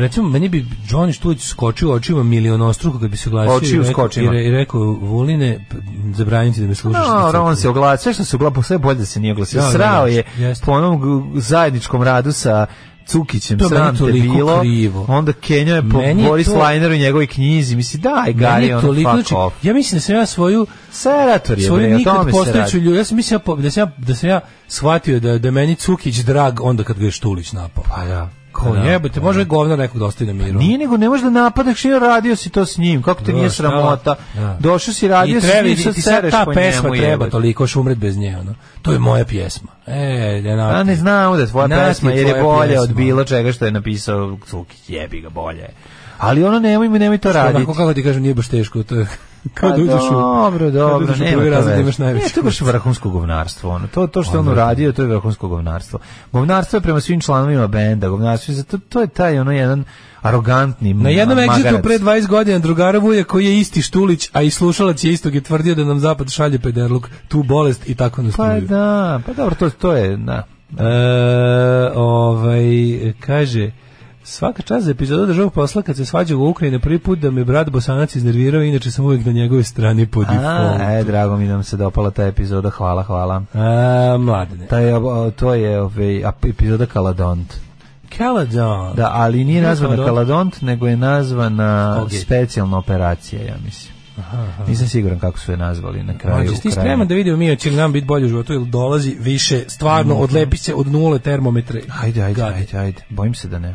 recimo, meni bi Johnny Štulić skočio očima milionostruko kad bi se oglasio
Očiju
i rekao,
skočima.
i, re- i rekao, Vuline, p- zabraniti da me služiš.
No, on se oglasio, sve što se oglasio, sve bolje da se nije oglasio.
Da, da,
Srao je
jeste.
po onom gu- zajedničkom radu sa Cukićem,
To je
sram
meni
te
toliko
bilo.
krivo.
Onda Kenjo je po
Meni je
Boris
to-
Lajneru i njegovoj knjizi. Misli, daj, Gari, ono, fuck
znači,
off.
ja mislim da sam ja svoju
Serator je,
svoju
bre, o tome
nikad
se radi.
postojeću ljubav. Ja sam mislim ja po- da sam ja, da sam ja shvatio da, da je meni Cukić drag onda kad ga je Štulić napao.
Pa da.
Kao
Da,
jebote, može govno nekog da ostavi na miru.
Nije nego ne možeš da napadaš jer radio si to s njim. Kako te
Da,
nije
šta?
sramota?
Da.
Došao si
I
radio si s
treba,
njim,
i
sad
ti sad
sereš
ta
po
pesma
njemu.
treba
jebote.
toliko još umret bez nje, ono. To je moja pjesma. E, ne
A Pa ne znamo da je tvoja
Nas je
pesma jer je
tvoja
bolje
pjesma.
od bilo čega što je napisao Cukić. Jebi ga bolje. je. Ali ono nemoj mi nemoj to raditi.
Onako, kako ti kažem, nije baš
(laughs)
teško, to je
Pa
kao da uđeš u...
dobro,
kad
dobro,
uđeš u
nema
prvi
to
razred,
veze.
imaš najviše
Ne, to je baš vrhunsko govnarstvo. Ono. To, to što je on uradio, to je vrhunsko govnarstvo. Govnarstvo je prema svim članovima benda, govnarstvo je, zato, to je taj ono jedan arogantni
Na jednom exitu
magarac.
pre 20 godina drugara Vuja koji je isti Štulić, a i slušalac je istog je tvrdio da nam zapad šalje pederluk, tu bolest i tako nas
Pa
tuju.
da, pa dobro, to, to je, da.
E, ovaj, kaže, svaka čast za epizodu državog posla kad se svađa u Ukrajini prvi put da me brat Bosanac iznervirao, inače sam uvijek na njegove strani po
A,
defaultu.
e, drago mi da nam se dopala ta epizoda, hvala, hvala.
A, mladene.
Ta je, o, to je ovaj, ap- epizoda Kaladont.
Caledon.
Da, ali nije
Nije
nazvana
Kaladont?
Kaladont, nego je nazvana
Colgate.
specijalna operacija, ja mislim. Nisam siguran kako su je nazvali na kraju.
Mlađe, ti
u kraju.
spreman da vidimo mi hoće li nam biti bolje u životu ili dolazi više stvarno odlepi se od nule termometre.
Ajde, ajde,
Gadi.
ajde, ajde. Bojim se da ne.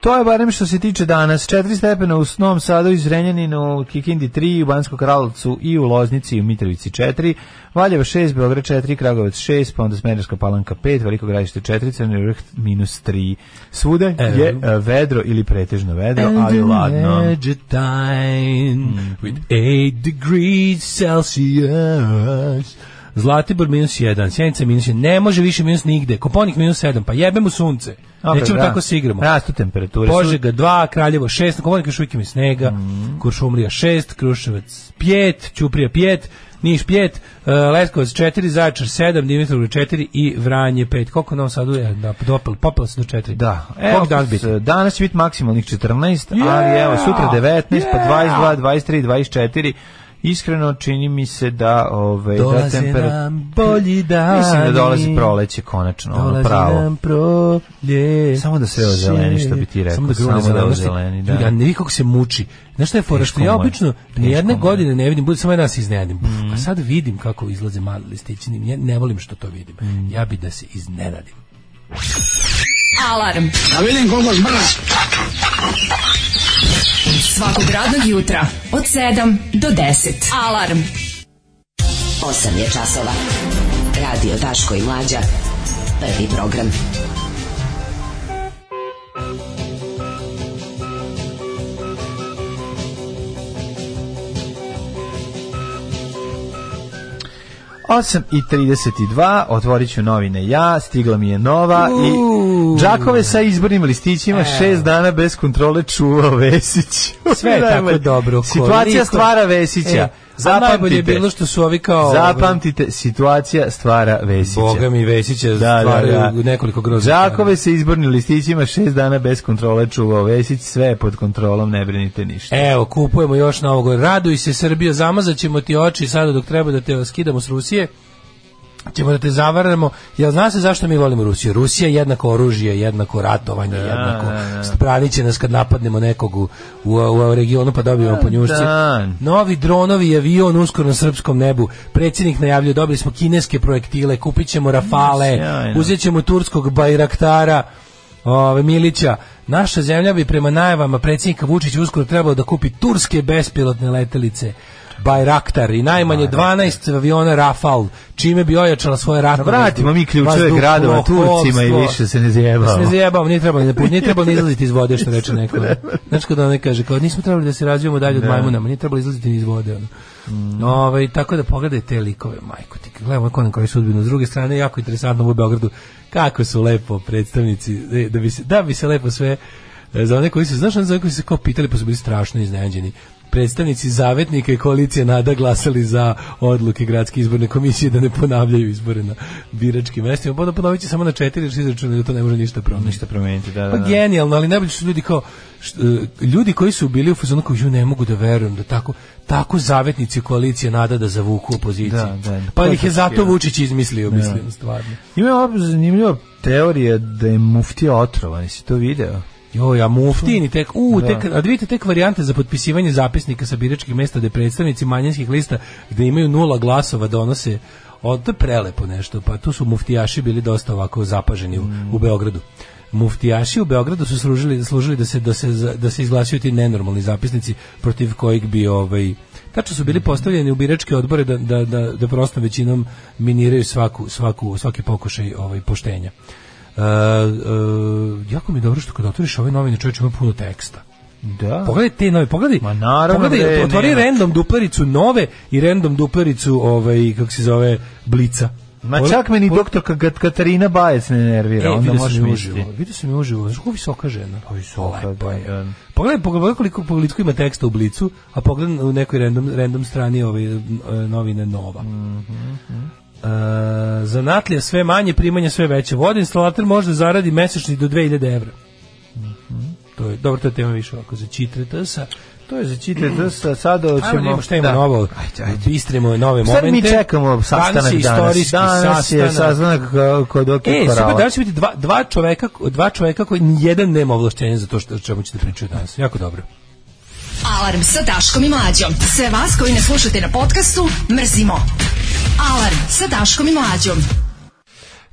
To je barem što se tiče danas. 4 stepena u Snom Sadu, iz Renjaninu, u Kikindi 3, u Banskom Kralovcu i u Loznici i u Mitrovici 4, Valjevo 6, Beograd 4, Kragovac 6, pa onda Smederska palanka 5, Veliko gradište 4, Crni vrh minus 3. Svude
Evo.
je e, vedro ili pretežno vedro,
And
ali
an
ladno.
Argentine with 8 degrees Celsius. Zlatibor minus 1, Sjenica minus 1, ne može više minus nigde, Koponik minus 7, pa jebemo sunce,
Opet,
nećemo
da.
tako se igramo.
Rastu temperature.
Požega 2, Kraljevo 6, Komonik još uvijek ima snega,
Mhm.
Kuršumlija 6, Kruševac 5, Ćuprija 5, Niš 5, uh, Leskovac 4, Zaječar 7, Dimitrovgrad 4 i Vranje 5. Koliko nam sad je? Da, dopel, popela se do 4.
Da.
Evo, Kog dan
s-
biti?
Danas će biti maksimalnih 14, ali
Yeah!
evo sutra 19, pa
Yeah!
22, 23, 24. Iskreno čini mi se da ove da
Dolaze
temperat-
nam bolji dani.
Mislim da dolazi proleće konačno, ono
Dolazi
pravo.
nam prolje.
Samo da sve ozeleni, što bi ti rekao,
grune
samo da
ozeleni.
ozeleni, da.
Ljudi, a ne vidi kako se muči. Znaš šta je fora? Što
Teško
ja
mu je,
obično
teško
nijedne
mu je. Mm.
godine ne vidim, bude samo jedan se iznenadim. A sad vidim kako izlaze mali listići. Ne, ne volim što to vidim.
Mm.
Ja bi da se iznenadim.
Alarm.
Da vidim koliko zbrna.
Svakog radnog jutra od 7 do 10. Alarm.
8 je časova. Radio Daško i Mlađa. Prvi program.
osam i 32, otvorit ću novine ja, stigla mi je nova i džakove sa izbornim listićima šest dana bez kontrole čuvao Vesić.
Sve je
(laughs)
tako
Najbolje.
dobro.
Situacija
koliko-
stvara Vesića.
E, a najbolje je bilo što su ovi kao...
Zapamtite, situacija stvara Vesića.
Ovaj, Boga mi Vesića
Da,
stvaraju
da, da.
nekoliko groznih.
Đakove se izborni listićima šest dana bez kontrole čuvao Vesić, sve je pod kontrolom, ne brinite ništa.
Evo, kupujemo još na ovog. Raduj se Srbijo, zamazat ćemo ti oči sada dok treba da te skidamo s Rusije. Ćemo da te zavaramo. Jel zna se zašto mi volimo Rusiju? Rusija je jednako oružje, jednako ratovanje, jednako branit će nas kad napadnemo nekog u, u, u regionu pa dobijemo po njušci.
da.
Novi dronovi i avion uskoro na srpskom nebu. Predsjednik najavljuje, dobili smo kineske projektile, kupit ćemo Rafale,
Mm, Sjajno.
uzet ćemo turskog Bajraktara, ove, Milića. Naša zemlja bi prema najavama predsjednika Vučića uskoro trebalo da kupi turske bespilotne letelice. Bajraktar i najmanje 12 aviona Rafal, čime bi ojačala svoje ratno.
Da Vratimo mi ključeve
vazduh-
gradova
lovstvo.
Turcima i više se ne
Da se ne
zajebamo.
zajebamo, nije trebalo ni da pu- nije trebalo ni izlaziti iz vode, što reče neko. Znaš kada ona kaže, kao nismo trebali da se razvijamo dalje od majmunama, nije trebalo izlaziti ni iz vode. Ono. Ovaj, tako da pogledaj te likove, majko ti, gledamo konan koji sudbinu. S druge strane, jako interesantno u Beogradu, kako su lepo predstavnici, e, da bi se, da bi se lepo sve, e, za one koji su, znaš, ono za one koji su se kao pitali, pa su bili strašno iznenađeni predstavnici zavetnika i koalicije NADA glasali za odluke gradske izborne komisije da ne ponavljaju izbore na biračkim mestima. Pa da ponovit će samo na četiri, jer su izračunali da to ne može ništa promijeniti.
Ništa promeniti, da, da.
Pa
da.
genijalno, ali najbolji su ljudi kao št- e, ljudi koji su bili u fazonu kao ju ne mogu da verujem da tako tako zavetnici koalicije nada da zavuku opoziciju.
Da, da.
pa
To
ih je
je
zato
tako, Da.
Vučić izmislio, mislim, stvarno.
Ima ova zanimljiva teorija da je muftija otrovan, jesi to video?
Jo, ja muftini tek, u,
Da.
tek, a da vidite tek varijante za potpisivanje zapisnika sa biračkih mesta gde predstavnici manjinskih lista gde imaju nula glasova donose od to je prelepo nešto, pa tu su muftijaši bili dosta ovako zapaženi u, u Beogradu. Muftijaši u Beogradu su služili, služili da se da se za- da se izglasuju ti nenormalni zapisnici protiv kojih bi ovaj tačno su bili postavljeni u biračke odbore da, da, da, da prostom većinom miniraju svaku, svaku, svaki pokušaj ovaj poštenja. E, e, jako mi je dobro što kad otvoriš ove novine čovječ ima puno teksta.
Da.
Pogledaj te nove, pogledaj,
Ma naravno,
pogledaj,
bre,
otvori
nema.
random duplericu nove i random duplericu, ovaj, kako se zove, blica.
Ma čak me ni doktor Kat- Katarina Bajec ne nervira, onda
vidio sam
možeš
je
misliti.
uživo, Vidio sam je uživo, znaš kako visoka žena. Pa visoka,
da, da.
Pogledaj, pogledaj koliko, koliko ima teksta u blicu, a pogledaj u nekoj random, random strani ove e, novine Nova.
Mhm.
E, zanatlija sve manje, primanja sve veće. Vodoinstalater može da zaradi mesečni do 2000 evra.
Mhm.
To je, dobro, to je tema više ovako za čitre tsa.
To je za čitati, (clears throat) da sa- sad
Ajmo da vidimo
ćemo...
šta ima
da.
novo.
Ajde, ajde.
Bistrimo nove
Sad
momente.
mi čekamo sastanak
je
danas.
istorijski
Danas je sastanak uh, kod OK
E, super,
Korala.
da će biti dva, dva čoveka, dva čoveka koji nijedan nema ovlašćenje za to što o čemu ćete pričati danas. Jako dobro.
Alarm sa Daškom i Mlađom. Sve vas koji ne slušate na podcastu, mrzimo. Alarm sa Daškom i Mlađom.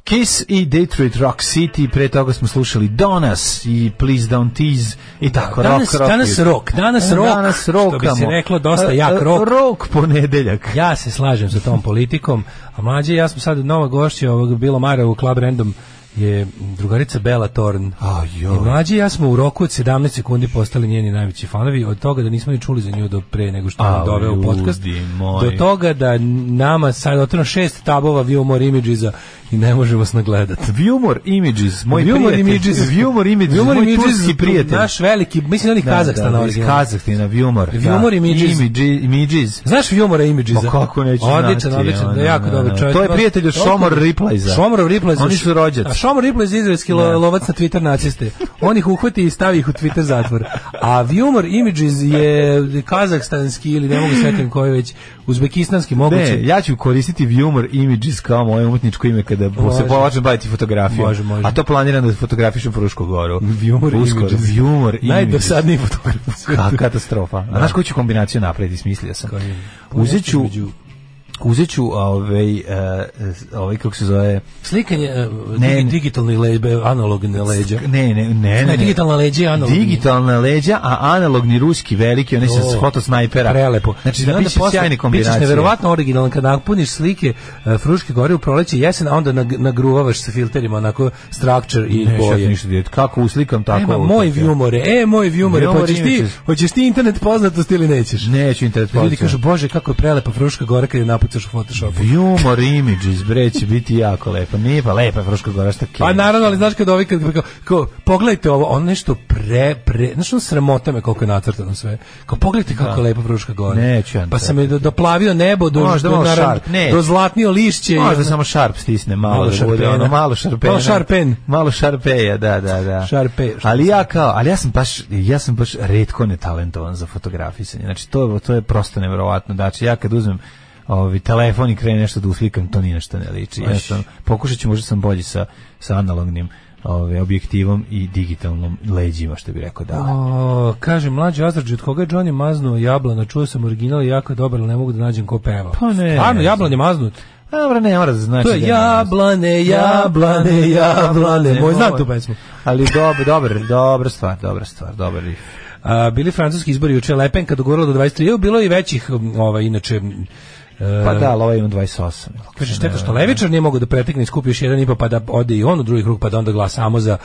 Kiss i Detroit Rock City, pre toga smo slušali Donas i Please Don't Tease i tako
danas,
rock, rock.
danas rok, danas rok,
danas
što bi se
rockamo.
reklo, dosta
E,
jak
e,
rok.
Rok ponedeljak.
Ja se slažem sa tom politikom, a mlađe i ja smo sad nova gošća ovog Bilo Mara u Club Random je drugarica Bela Torn.
A, joj.
I mlađe i ja smo u roku od 17 sekundi postali njeni najveći fanovi, od toga da nismo ni čuli za nju do pre nego što
A,
nam doveo u
ljudi
podcast,
moji.
do toga da nama sad otvoreno šest tabova Viewmore Images-a i ne možemo se nagledati.
Vumor Images, moj
Vumor
prijatelj.
Images.
Vumor Images,
Vumor
moj
Images,
turski prijatelj.
Naš veliki, mislim da je Kazahstan
da, da, iz
originalno.
Kazahstana, Vumor.
Vumor Images.
Imidži- Images.
Znaš Vjomora Imidžiza?
Pa kako neću
Odličan,
znati,
odličan,
ono,
da, jako
da, da.
dobar čovjek.
To je prijatelj od Šomor Ripleyza.
Šomor Ripleyza.
Oni su rođaci. Da.
A Šomor Ripleyz je izraelski lo, lovac na Twitter naciste. On ih uhvati i stavi ih u Twitter zatvor. A Vjomor Imidžiz je kazahstanski ili ne mogu svetim koji već uzbekistanski moguće.
Ne, ja ću koristiti Vumor Images kao moje umjetničko ime kada bo- se
Može.
počnem baviti fotografijom.
Može, može.
A to planiram da fotografišem Frušku goru.
Vjomor
Uskoro.
Images. (laughs)
Vumor Images.
Najdosadniji fotograf. u svijetu.
Ka- katastrofa. A Znaš koju ću kombinaciju napraviti, smislio sam.
Koju?
Uzet ću,
Između-
uzet ću ovaj, eh, ovaj, kako se zove,
Slikanje e,
Ne, ne.
digi- digitalni leđe, analogne leđa.
Ne, ne, ne, ne.
Ne, Znači, digitalna leđa i analogni.
Digitalna leđa, a analogni ruski veliki, oni su
To.
s fotosnajpera.
Prelepo.
Znači,
I onda
da biće
posle
sjajne kombinacije.
Bićeš neverovatno originalan kad napuniš slike e, Fruške gore u proleće i jesen, a onda nag- nagruvavaš sa filterima onako structure i
Neću ja ti
boje.
ništa djeti. Kako uslikam tako?
Nema,
ovo,
moj
tako ja.
vjumore, e, moj vjumore,
Vjumor
hoćeš ti,
imaćeš.
hoćeš ti internet poznatost ili nećeš?
Neću internet
Ljudi
plaćati.
kažu, bože, kako je prelepa Fruška gora kad je napucaš u Photoshopu.
Humor images, bre, će biti jako lepo. Nije pa lepa je Fruška Gora, šta
Pa naravno, ali znaš kad ovi kad kao, kao, pogledajte ovo, on nešto pre pre, znaš ono sramota me koliko je nacrtano sve. Kao pogledajte kako je lepo Fruška gora.
Da. Neću ja
Pa sam je do, doplavio nebo do
Možda
do,
malo
naran-
šarp, ne.
do zlatnio lišće. i
Možda
ono-
samo Sharp stisne malo,
Malo
malo da bude
šarpena.
ono, malo šarpena.
Malo šarpen.
Malo šarpeja, da, da, da.
Šarpe, što
Ali ja kao, ali ja sam baš, ja sam baš retko netalentovan za fotografisanje. Znači, to, to je prosto nevjerovatno. Znači, ja kad uzmem ovi telefon i krenem nešto da uslikam, to ni na što ne liči. Ja sam, pokušat ću, možda sam bolji sa, sa analognim ove, objektivom i digitalnom leđima, što bi rekao da.
O, kaže, mlađi Azrađe, od koga je Johnny maznuo jablana? Čuo sam original i jako je dobar, ali ne mogu da nađem ko peva.
Pa ne.
Stvarno, jablan je maznut.
A, dobro, ne mora da znači.
To je
da ne-
jablane, jablane, jablane. Moj, znam tu pesmu.
Ali dobro, dobro, dobra stvar, dobra stvar, dobar riff.
A, bili francuski izbori juče Lepen kad dogovorila do 23, evo bilo je i većih m, ovaj inače m, e,
Pa da, ali ovaj ima 28.
Kaže šteta što levičar nije mogao da pretekne i skupi još jedan i pa da ode i on u drugi krug pa da onda glasa samo za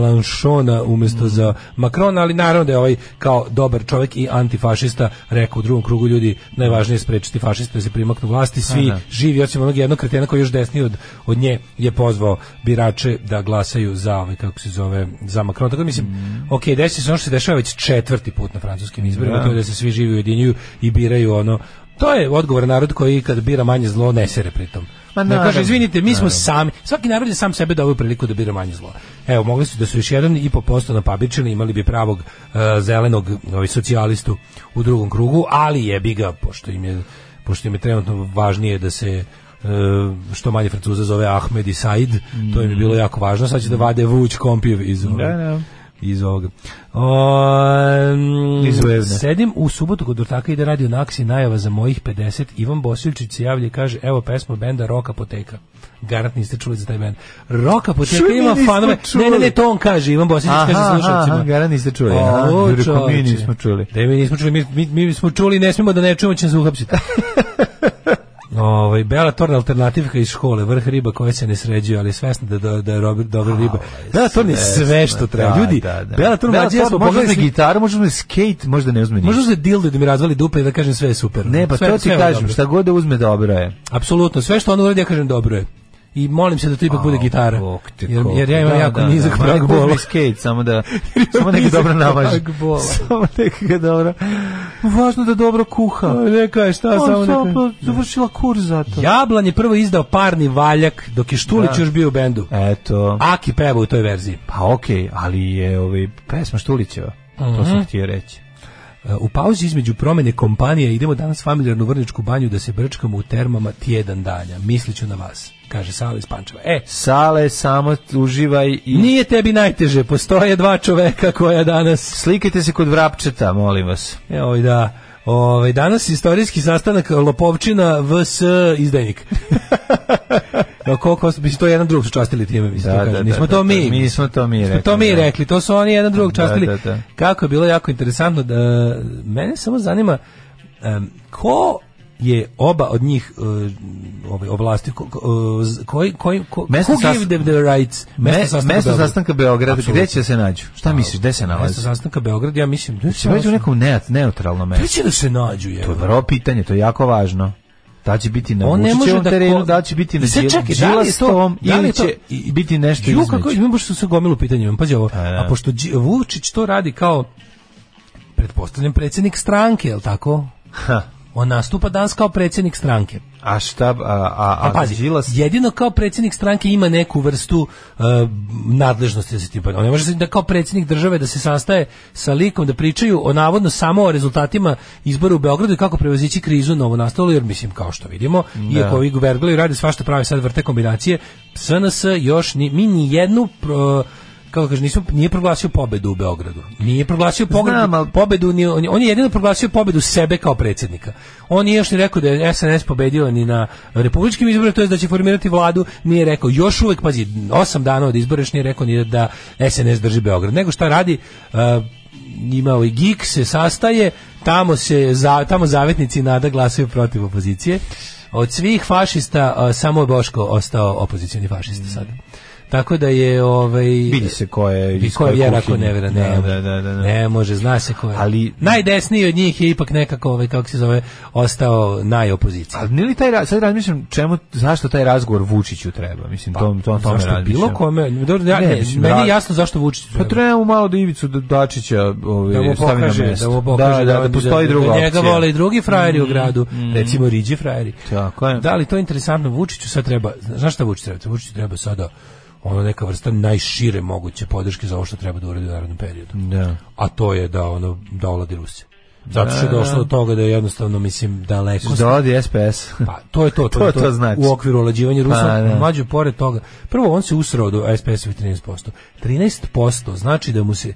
Melanchona umjesto za Makrona, ali naravno da je ovaj kao dobar čovjek i antifašista rekao u drugom krugu ljudi najvažnije je sprečiti fašiste da se primaknu vlasti, svi živi osim onog jednog kretena koji je još desniji od, od nje je pozvao birače da glasaju za ovaj kako se zove za Makrona. Tako da mislim,
Mm.
ok, desi se ono što se dešava već četvrti put na francuskim izborima, to je da se svi živi ujedinjuju i biraju ono to je odgovor narod koji kad bira manje zlo ne sere pritom.
Ma,
ne
naravno.
kaže, izvinite, mi smo sami, svaki narod je sam sebe dao u priliku da bira manje zlo. Evo, mogli su da su još jedan i po posto na Pabičani, imali bi pravog e, zelenog ovaj, socijalistu u drugom krugu, ali jebi ga, pošto im je, pošto im je trenutno važnije da se e, što manje Francuza zove Ahmed i Said, to im je bilo jako važno, sad će da vade Vuć Kompijev iz ovaj,
Mhm. Da, da.
iz ovoga. O, mm,
Iz Vojvodine.
sedim u subotu kod ortaka da ide radio Naksi najava za mojih 50. Ivan Bosilčić se javlja i kaže evo pesma benda Roka Poteka. Garant niste čuli za taj bend. Roka Poteka
Čuj, mi
ima
nismo
fanove. Ne, ne, ne,
čuli.
to on kaže. Ivan Bosilčić
Aha,
kaže slušalcima.
aha, garant niste čuli,
O,
aha. Dobro, rekao, mi
čoveče.
nismo čuli.
Da, mi nismo čuli. Mi, mi, mi smo čuli, ne smijemo da ne čujemo, ćemo
(laughs)
se uhapsiti. Ovaj Bela Torn alternativka iz škole, vrh riba koja se ne sređuje, ali svesna da da, da je Robert dobra riba. Bela Torn je sve što treba.
Da,
Ljudi,
da, da.
Bela Torn mlađi ja smo
možda uzme
pogledali
gitaru, možda uzme skate, možda ne uzme ništa.
Možda se dildo da mi razvali dupe i da kažem sve je super.
Ne, pa
sve,
to ti
sve je
kažem,
dobro.
šta god da uzme dobro je.
Apsolutno, sve što on uradi ja kažem dobro je. I molim se da to ipak bude
A,
gitara.
Bog te
Jer,
koliko.
jer ja imam
Da,
jako
da,
nizak
da,
prag
ma,
bola.
Uzmi skate, samo
(laughs)
da, samo neka
nizak
dobro namaže.
prag bola.
(laughs) Samo neka ga dobro. Važno da dobro kuha.
Neka je šta,
On
samo pa neka.
samo Da. završila kurs za to.
Jablan je prvo izdao parni valjak dok je Štulić
Da.
još bio u bendu.
Eto.
Aki peva u toj verziji.
Pa okej, ali je ovaj pesma Štulićeva. To
Mhm.
sam htio reći.
Uh, U pauzi između promene kompanije idemo danas familijarnu vrničku banju da se brčkamo u termama tjedan danja. Misliću na vas, kaže Sala iz Pančeva. E,
Sale, samo uživaj i...
nije tebi najteže, postoje dva čoveka koja danas...
Slikajte se kod Vrapčeta, molim vas.
Evo da, ovaj, danas istorijski sastanak Lopovčina vs.
(laughs)
izdajnik. no, koliko, mislim, to je jedan drugog su častili time, mislim,
Da,
to kažem. Nismo to mi.
Mi smo to mi rekli.
To mi
da.
rekli, to su oni jedan drugog
Da,
častili.
da, da.
Kako je bilo jako interesantno da mene samo zanima em, ko je oba od njih e, ovaj ovlasti ko, ko- e, z- koji koji ko,
Mesto
who
sas-
give them the rights
Me- Mesto
sastanka Beograd.
sastanka Beograda, gde će se nađu? Šta misliš, gde se
mesto
nalazi?
sastanka Beograd ja mislim da
Će već u nekom ne, neutralnom mestu.
Priče da se nađu je.
To je vrlo pitanje, to je jako važno. Da će biti na
On ne može
Vučićevom
da
terenu,
ko-
da će biti na
I sad
Đil-
čekaj, da li je to-
Đilastovom
da li je
ili
to-
će
i-
biti nešto
Ju,
između.
kako imam baš se gomilu pitanja, imam, pazi ovo.
da.
A pošto Đi- Vučić to radi kao pretpostavljam predsjednik stranke, je tako?
Ha,
On nastupa danas kao predsjednik stranke.
A šta, a, a,
Pa
a,
pazi,
Đilas-
jedino kao predsjednik stranke ima neku vrstu e, nadležnosti da se tim bavi. On ne može se da kao predsjednik države da se sastaje sa likom da pričaju o navodno samo o rezultatima izbora u Beogradu i kako prevazići krizu novo nastalu, jer mislim kao što vidimo,
Da.
iako ovi guvergli rade svašta prave sad vrte kombinacije, SNS još ni, mi ni jednu pro- kako kaže, nisu, nije proglasio pobedu u Beogradu. Nije proglasio pobedu,
Znam, ali-
pobedu ni, on, je- on je jedino proglasio pobedu sebe kao predsjednika. On nije još ni rekao da je SNS pobedio ni na republičkim izborima, to je da će formirati vladu, nije rekao. Još uvek, pazi, osam dana od izbora još nije rekao ni da SNS drži Beograd. Nego šta radi, uh, ima ovaj GIK se sastaje, tamo, se, za, tamo zavetnici i nada glasaju protiv opozicije. Od svih fašista uh, samo je Boško ostao opozicioni fašista sada. Tako da je ovaj
vidi se ko je
i
iz
ko je
koje
vjera ko
kuhinje.
ne vera, ne,
da, da, da, da.
ne može, zna se ko je.
Ali-
Najdesniji od njih je ipak nekako, ovaj, kako se zove, ostao najopozicija.
Ali nije li taj, ra- sad razmišljam čemu, zašto taj razgovor Vučiću treba? Mislim, to, to, to, tome
Zašto
razmišljam.
bilo kome, dobro, ja,
Ne,
ne,
mislim,
meni je
rad-
jasno zašto Vučić
Pa treba mu malo da Ivicu da Dačića ovaj,
da mu
stavi na
pokaže, da
mesto.
mu pokaže
da, da, da postoji druga
da njega
opcija. Mm,
vole i drugi frajeri u gradu, recimo Riđi frajeri.
Tako je.
Da li to je interesantno Vučiću sad treba, znaš šta Vučić treba? Vučiću treba sada ono neka vrsta najšire moguće podrške za ovo što treba da uradi u narednom periodu.
Da.
a to je da ono da oladi Rusiju. Zato što je došlo do toga da je jednostavno mislim daleko
Da odi (laughs) SPS.
pa to je to to,
To-
je
to znači.
u okviru olađivanja Rusa
Pa, da.
mlađe pored toga. Prvo on se usrao do SPS-a 13%. 13% znači da mu se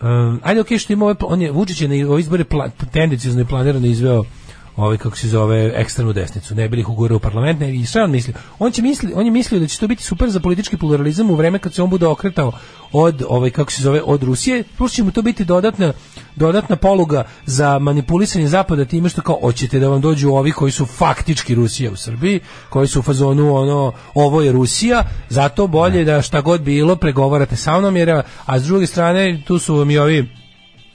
Um, ajde okej što ima ove, pla- on je Vučić je na ove izbore pla, tendencijozno i planirano izveo ovaj kako se zove ekstremnu desnicu ne bili ih ugurao u parlament ne, i šta je on mislio on će misli on je mislio da će to biti super za politički pluralizam u vreme kad se on bude okretao od ovaj kako se zove od Rusije plus će mu to biti dodatna dodatna poluga za manipulisanje zapada time što kao hoćete da vam dođu ovi koji su faktički Rusija u Srbiji koji su u fazonu ono ovo je Rusija zato bolje da šta god bilo pregovarate sa mnom jer a s druge strane tu su vam i ovi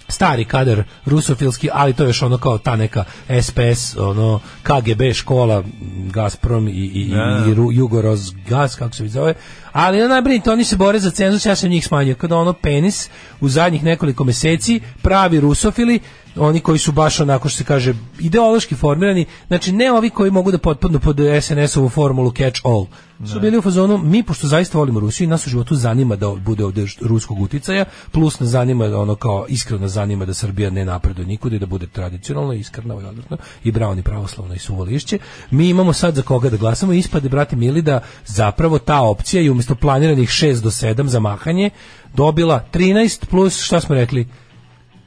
stari kadar rusofilski, ali to je još ono kao ta neka SPS, ono KGB škola, Gazprom i, i, i, i Ru- Jugoroz Gaz, kako se vi zove, ali ono najbrinite, oni se bore za cenzus, ja sam njih smanjio, kada ono penis u zadnjih nekoliko meseci pravi rusofili, oni koji su baš onako što se kaže ideološki formirani, znači ne ovi koji mogu da potpadnu pod SNS-ovu formulu catch all. Su bili u fazonu, mi pošto zaista volimo Rusiju i nas u životu zanima da bude ovde št- ruskog uticaja, plus nas zanima da ono kao iskreno nas zanima da Srbija ne napreduje nikuda i da bude tradicionalno, iskreno i odvratno i brown i pravoslavno i suvo lišće. Mi imamo sad za koga da glasamo i ispade, brate mili, da zapravo ta opcija je umjesto planiranih 6 do 7 za mahanje dobila 13 plus, šta smo rekli,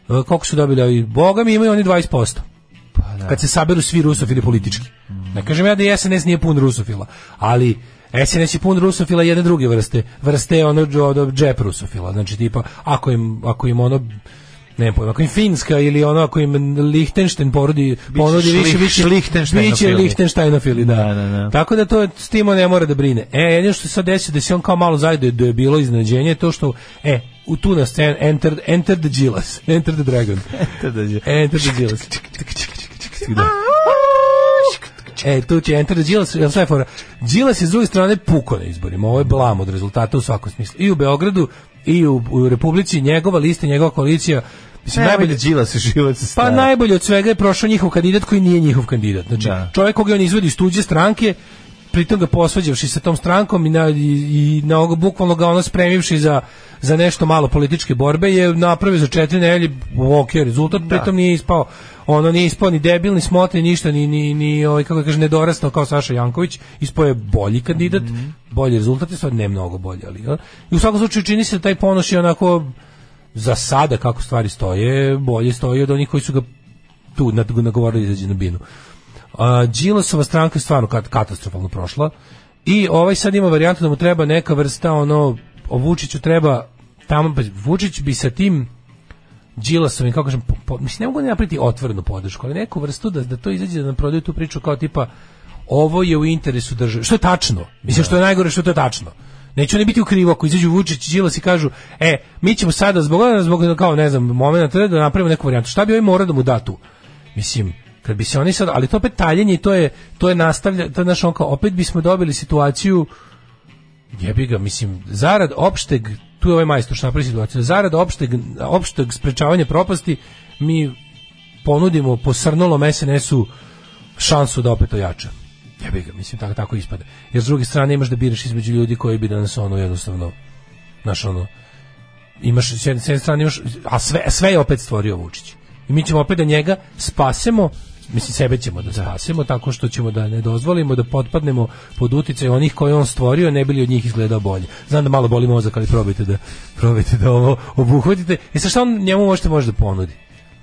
E, koliko su dobili ovi boga mi imaju oni 20%. Pa Kad se saberu svi rusofili politički. Ne kažem ja da i SNS nije pun rusofila, ali SNS je pun rusofila jedne druge vrste. Vrste ono dž- ono, džep rusofila. Znači tipa, ako im, ako im ono ne znam pojma, ako im Finska ili ono ako im Lihtenštajn porodi ponudi
šlih-
više više
Lihtenštajnofili.
biće Lihtenštajnofili, da.
Da, da, da.
Tako da to s tim on ne mora da brine. E, jedino što se sad desi da se on kao malo zajde da je bilo iznenađenje to što e u tu na scen enter enter the Gilas, (laughs) enter the dragon.
Da, E,
Enter the Gilas. Da. E, tu će Enter the Gilas, jel šta je fora? Gilas je s druge strane puko na izborima, ovo je blam od rezultata u svakom smislu. I u Beogradu, i u, u Republici, njegova lista, njegova koalicija, mislim, najbolje,
Najbolje džila se život se
pa
stara.
najbolje od svega je prošao njihov kandidat koji nije njihov kandidat. Znači,
Da.
čovjek koga je on izvodi iz tuđe stranke, pritom ga posvađavši sa tom strankom i na, i, i na ovoga, bukvalno ga ono spremivši za, za nešto malo političke borbe je napravio za četiri nedelje ok rezultat, pritom nije ispao ono nije ispao ni debil, ni smotri, ništa ni, ni, ni ovaj, kako kaže, nedorastao kao Saša Janković ispao je bolji kandidat bolji rezultat je sad ne mnogo bolji ali, jel? i u svakom slučaju čini se da taj ponoš je onako za sada kako stvari stoje, bolje stoji od onih koji su ga tu nad- nagovorili da izađe na binu. A, Đilasova stranka je stvarno kat- katastrofalno prošla i ovaj sad ima varijantu da mu treba neka vrsta ono, o Vučiću treba tamo, pa Vučić bi sa tim Đilasovim, kako kažem, po, po- mislim, ne mogu ne napriti otvorenu podršku, ali neku vrstu da, da to izađe da nam prodaju tu priču kao tipa ovo je u interesu države, što je tačno, mislim što je najgore što je to tačno. Neće oni biti u krivu ako izađu Vučić i Đilas i kažu, e, mi ćemo sada zbog ovoga, zbog kao ne znam, momenta da napravimo neku varijantu. Šta bi ovaj morao da mu da tu? Mislim, kad bi se oni sad, ali to je opet taljenje i to je, to je nastavlja, to je naš on kao, opet bismo dobili situaciju Jebi ga, mislim, zarad opšteg, tu je ovaj majstor što napravi situaciju, zarad opšteg, opšteg sprečavanja propasti, mi ponudimo posrnulom SNS-u šansu da opet ojača. Jebi ga, mislim, tako, tako ispada. Jer s druge strane imaš da biraš između ljudi koji bi danas ono jednostavno, znaš ono, imaš s jedne, s jedne strane imaš, a sve, sve je opet stvorio Vučić. I mi ćemo opet da njega spasemo, mislim sebe ćemo da spasemo tako što ćemo da ne dozvolimo da potpadnemo pod uticaj onih koje je on stvorio, ne bili od njih izgledao bolje. Znam da malo boli mozak, ali probajte da probajte da ovo obuhvatite. I sa šta on njemu možete može da ponudi?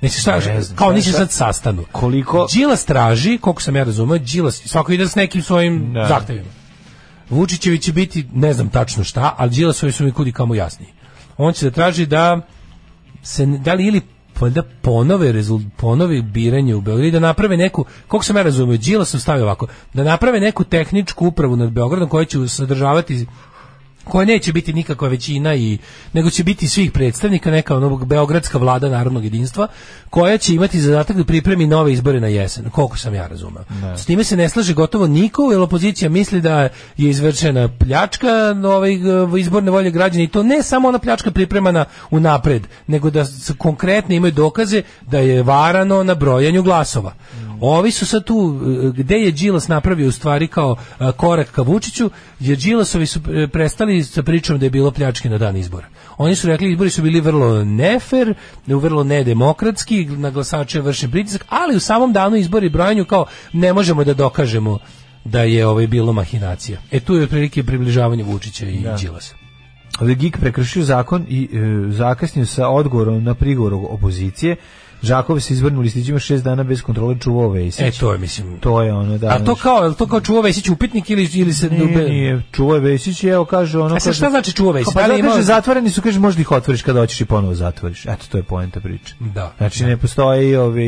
Nisi šta,
znam,
kao
šta-
nisi
šta-
sad sastanu.
Koliko-
Đilas traži, koliko sam ja razumeo, Đilas, svako ide s nekim svojim
Da.
zahtevima. Vučićevi će biti, ne znam tačno šta, ali Đilasovi su mi kudi kamo jasniji. On će da traži da se, da li ili valjda ponove, rezult, ponove biranje u Beogradu i da naprave neku, koliko sam ja razumio, Đilas sam stavio ovako, da naprave neku tehničku upravu nad Beogradom koja će sadržavati koja neće biti nikakva većina i nego će biti svih predstavnika neka ono beogradska vlada narodnog jedinstva koja će imati zadatak da pripremi nove izbore na jesen koliko sam ja razumeo s time se ne slaže gotovo niko jer opozicija misli da je izvršena pljačka ovaj g- izborne volje građana i to ne samo ona pljačka pripremana unapred nego da s- konkretno imaju dokaze da je varano na brojanju glasova Ovi su sad tu, e, gde je Đilas napravio u stvari kao e, korak ka Vučiću, jer Đilasovi su e, prestali sa pričom da je bilo pljačke na dan izbora. Oni su rekli izbori su bili vrlo nefer, vrlo nedemokratski, na glasače je vršen pritisak, ali u samom danu izbori i brojanju kao ne možemo da dokažemo da je ovaj bilo mahinacija. E tu je otprilike približavanje Vučića i Đilasa.
Ovdje Gik prekršio zakon i e, zakasnio sa odgovorom na prigovor opozicije Žakov se izvrnu listićima šest dana bez kontrole čuvao
E,
Vesić.
to je, mislim...
to je ono, da.
A to
znaš.
kao, je li to kao čuo Vesić upitnik ili, ili se...
Nije, nije, čuvao je Vesić i evo kaže ono...
A sad
kaže-
šta znači čuvao Vesić?
Pa, pa
Da li ima-
kaže, zatvoreni su, kaže, možda ih otvoriš kada hoćeš i ponovo zatvoriš. Eto, to je poenta priče.
Da.
Znači, ne postoje i ove,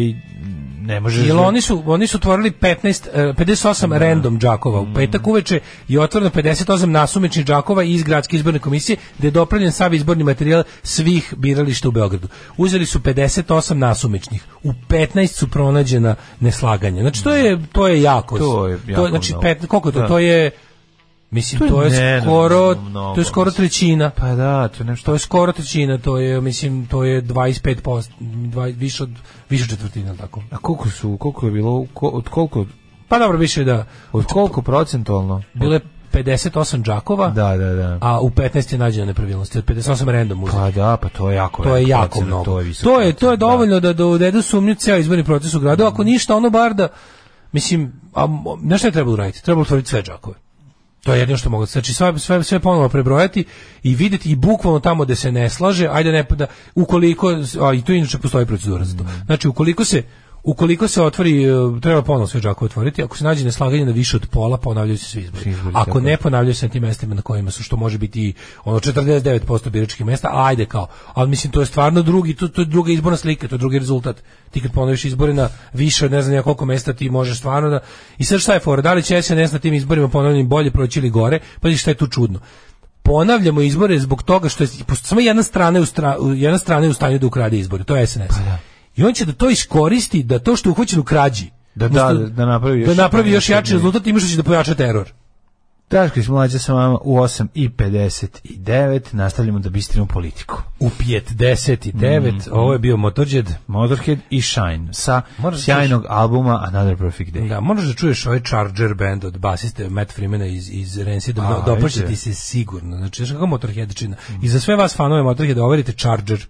ne možeš...
Jer oni su oni su otvorili 15 eh, 58
Da.
random džakova
Mhm.
u petak uveče i otvoreno 58 nasumičnih džakova iz gradske izborne komisije gde je dopravljen sav izborni materijal svih birališta u Beogradu. Uzeli su 58 nasumičnih. U 15 su pronađena neslaganja. Znači to je to je jako.
To je jako
je, znači
mnogo.
pet, koliko je to?
Da.
To je mislim
To je
to je,
nenormalno
skoro
mnogo,
to je skoro
mislim.
trećina.
Pa da, to je nešto...
To je skoro trećina, to je mislim to je 25%, dva- više od više od četvrtine, jel tako.
A koliko su, koliko je bilo, ko, od koliko,
Pa dobro, više da.
od koliko procentualno?
Bilo je 58 džakova,
Da, da, da.
a u 15 je nađena nepravilnosti. Od 58 random uzeti.
Pa da, pa to je jako
to je
velik
jako
procenat,
mnogo.
To je, visok
to je, to je
procenat, da. Mm.
dovoljno da dovedu sumnju ceo izborni proces u gradu. Ako ništa, ono bar da, mislim, a, mo- znaš šta je trebalo raditi? Trebalo otvoriti sve džakove. To je jedino što mogu. Znači sve, sve, sve ponovo prebrojati i vidjeti i bukvalno tamo gde se ne slaže, ajde ne da ukoliko a i tu inače postoji procedura
Mm.
za to. Znači ukoliko se ukoliko se otvori e, treba ponovo sve džakove otvoriti, ako se nađe neslaganje na više od pola, pa ponavljaju se svi izbori.
izbori, tako
Ako
je.
ne ponavljaju se na tim mestima na kojima su što može biti i ono 49% biračkih mesta, ajde kao. Ali mislim to je stvarno drugi to, to je druga izborna slika, to je drugi rezultat. Ti kad ponoviš izbore na više od ne znam ni ja koliko mesta ti možeš stvarno da i sad šta je fora? Da li će SNS na tim izborima ponovljenim bolje proći ili gore? Pa šta je tu čudno? ponavljamo izbore zbog toga što je pošto samo jedna strana je u, stra, u- jedna strana je u stanju da ukrade izbore, to je SNS. I on će da to iskoristi da to što je uhvaćen u krađi
Da,
umesto-
da, da napravi još-
da napravi još
još
jači
jednu-
rezultat i što će da pojača teror.
Daško smo mlađa sa vama u 8 i 59 nastavljamo da bistrimo politiku.
U 59, ovo je bio Motorhead.
Motorhead i Shine sa
Moraš da
sjajnog albuma Another Perfect Day.
Da, moraš da čuješ ovaj Charger band od basiste Matt Freemana iz, iz Rancid,
A,
da, dopašće
ajde.
ti se sigurno. Znači, znaš kako Motorhead čina. I za sve vas fanove Motorheada overite Charger.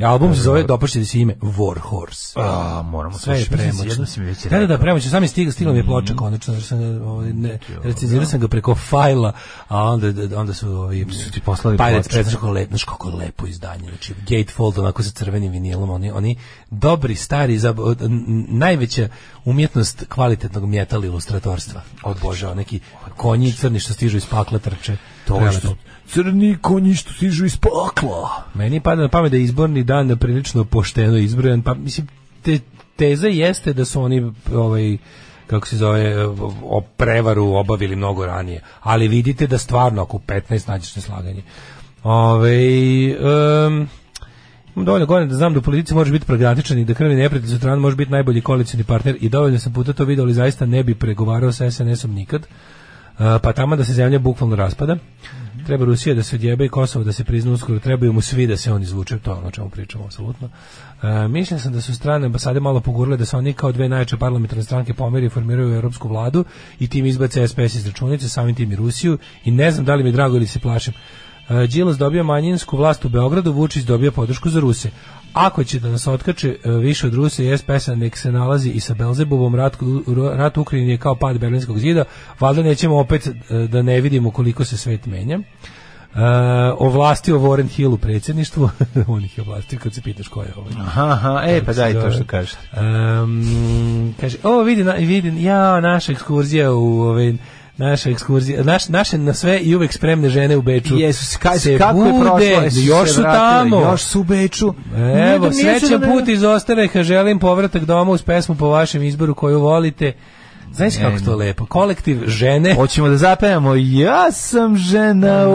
Album se zove, dopašće ti se ime, Warhorse.
A, moramo
Sve je
slušati. Mislim,
premoćno.
jednom si mi već
Da, da, da,
rekao. Mhm.
premoćno. Sam je stigla, stigla mi je ploča konačno. Znači sam ga, ovaj, ne, recenzirao sam ga preko fajla, a onda, da- onda su, ovaj, su
ti poslali
Pirates
ploču.
Press, znaš kako, le, znaš kako lepo izdanje. Znači, gatefold onako sa crvenim vinilom. Oni, oni dobri, stari, zab, od- n- najveća umjetnost kvalitetnog metal ilustratorstva. Odbožao, neki konji crni što stižu iz pakla trče.
To
Prelepo.
što crni konji što stižu iz pakla.
Meni pada na pamet da je izborni dan prilično pošteno izbrojan, pa mislim te, teza jeste da su oni ovaj kako se zove o prevaru obavili mnogo ranije, ali vidite da stvarno ako u 15 nađeš neslaganje. Ovaj um, imam dovoljno godina da znam da u politici može biti pragmatičan i da krvi neprijatelj sa strane može biti najbolji koalicijni partner i dovoljno sam puta to video, ali zaista ne bi pregovarao sa SNS-om nikad. Uh, pa tamo da se zemlja bukvalno raspada. Treba Rusija da se odjebe i Kosovo da se prizna uskoro, trebaju mu svi da se on izvuče, to je ono o čemu pričamo apsolutno. Uh, mišljen sam da su strane ambasade malo pogurile da se oni kao dve najjače parlamentarne stranke pomeri i formiraju europsku vladu i tim izbace SPS iz računice, samim tim i Rusiju i ne znam da li mi je drago ili se plašim. Uh, Đilas dobio manjinsku vlast u Beogradu, Vučić dobio podršku za Ruse. Ako će da nas otkače uh, više od Ruse i SPS-a, nek se nalazi i sa Belzebubom, rat, ru- rat u Ukrajini je kao pad Berlinskog zida, valjda nećemo opet uh, da ne vidimo koliko se svet menja. Uh, ovlastio Warren Hill u predsjedništvu, (laughs) on ih je ovlastio kad se pitaš ko je ovaj.
Aha, aha, e, pa
se
daj to
zove.
što kažeš.
Um, kaže, o vidi, na, vidi, ja, naša ekskurzija u ovaj, naša ekskurzija, naš, naše na sve i uvek spremne žene u Beču.
Jesu, kaže,
se
kako je
bude,
prošlo, jesu se
još su
vratile,
tamo.
Još su u Beču.
Evo,
Nijednom nisu
srećan
da-
put iz Ostareha, želim povratak doma uz pesmu po vašem izboru koju volite. Znaš kako to lepo, kolektiv žene.
Hoćemo da zapevamo Ja sam žena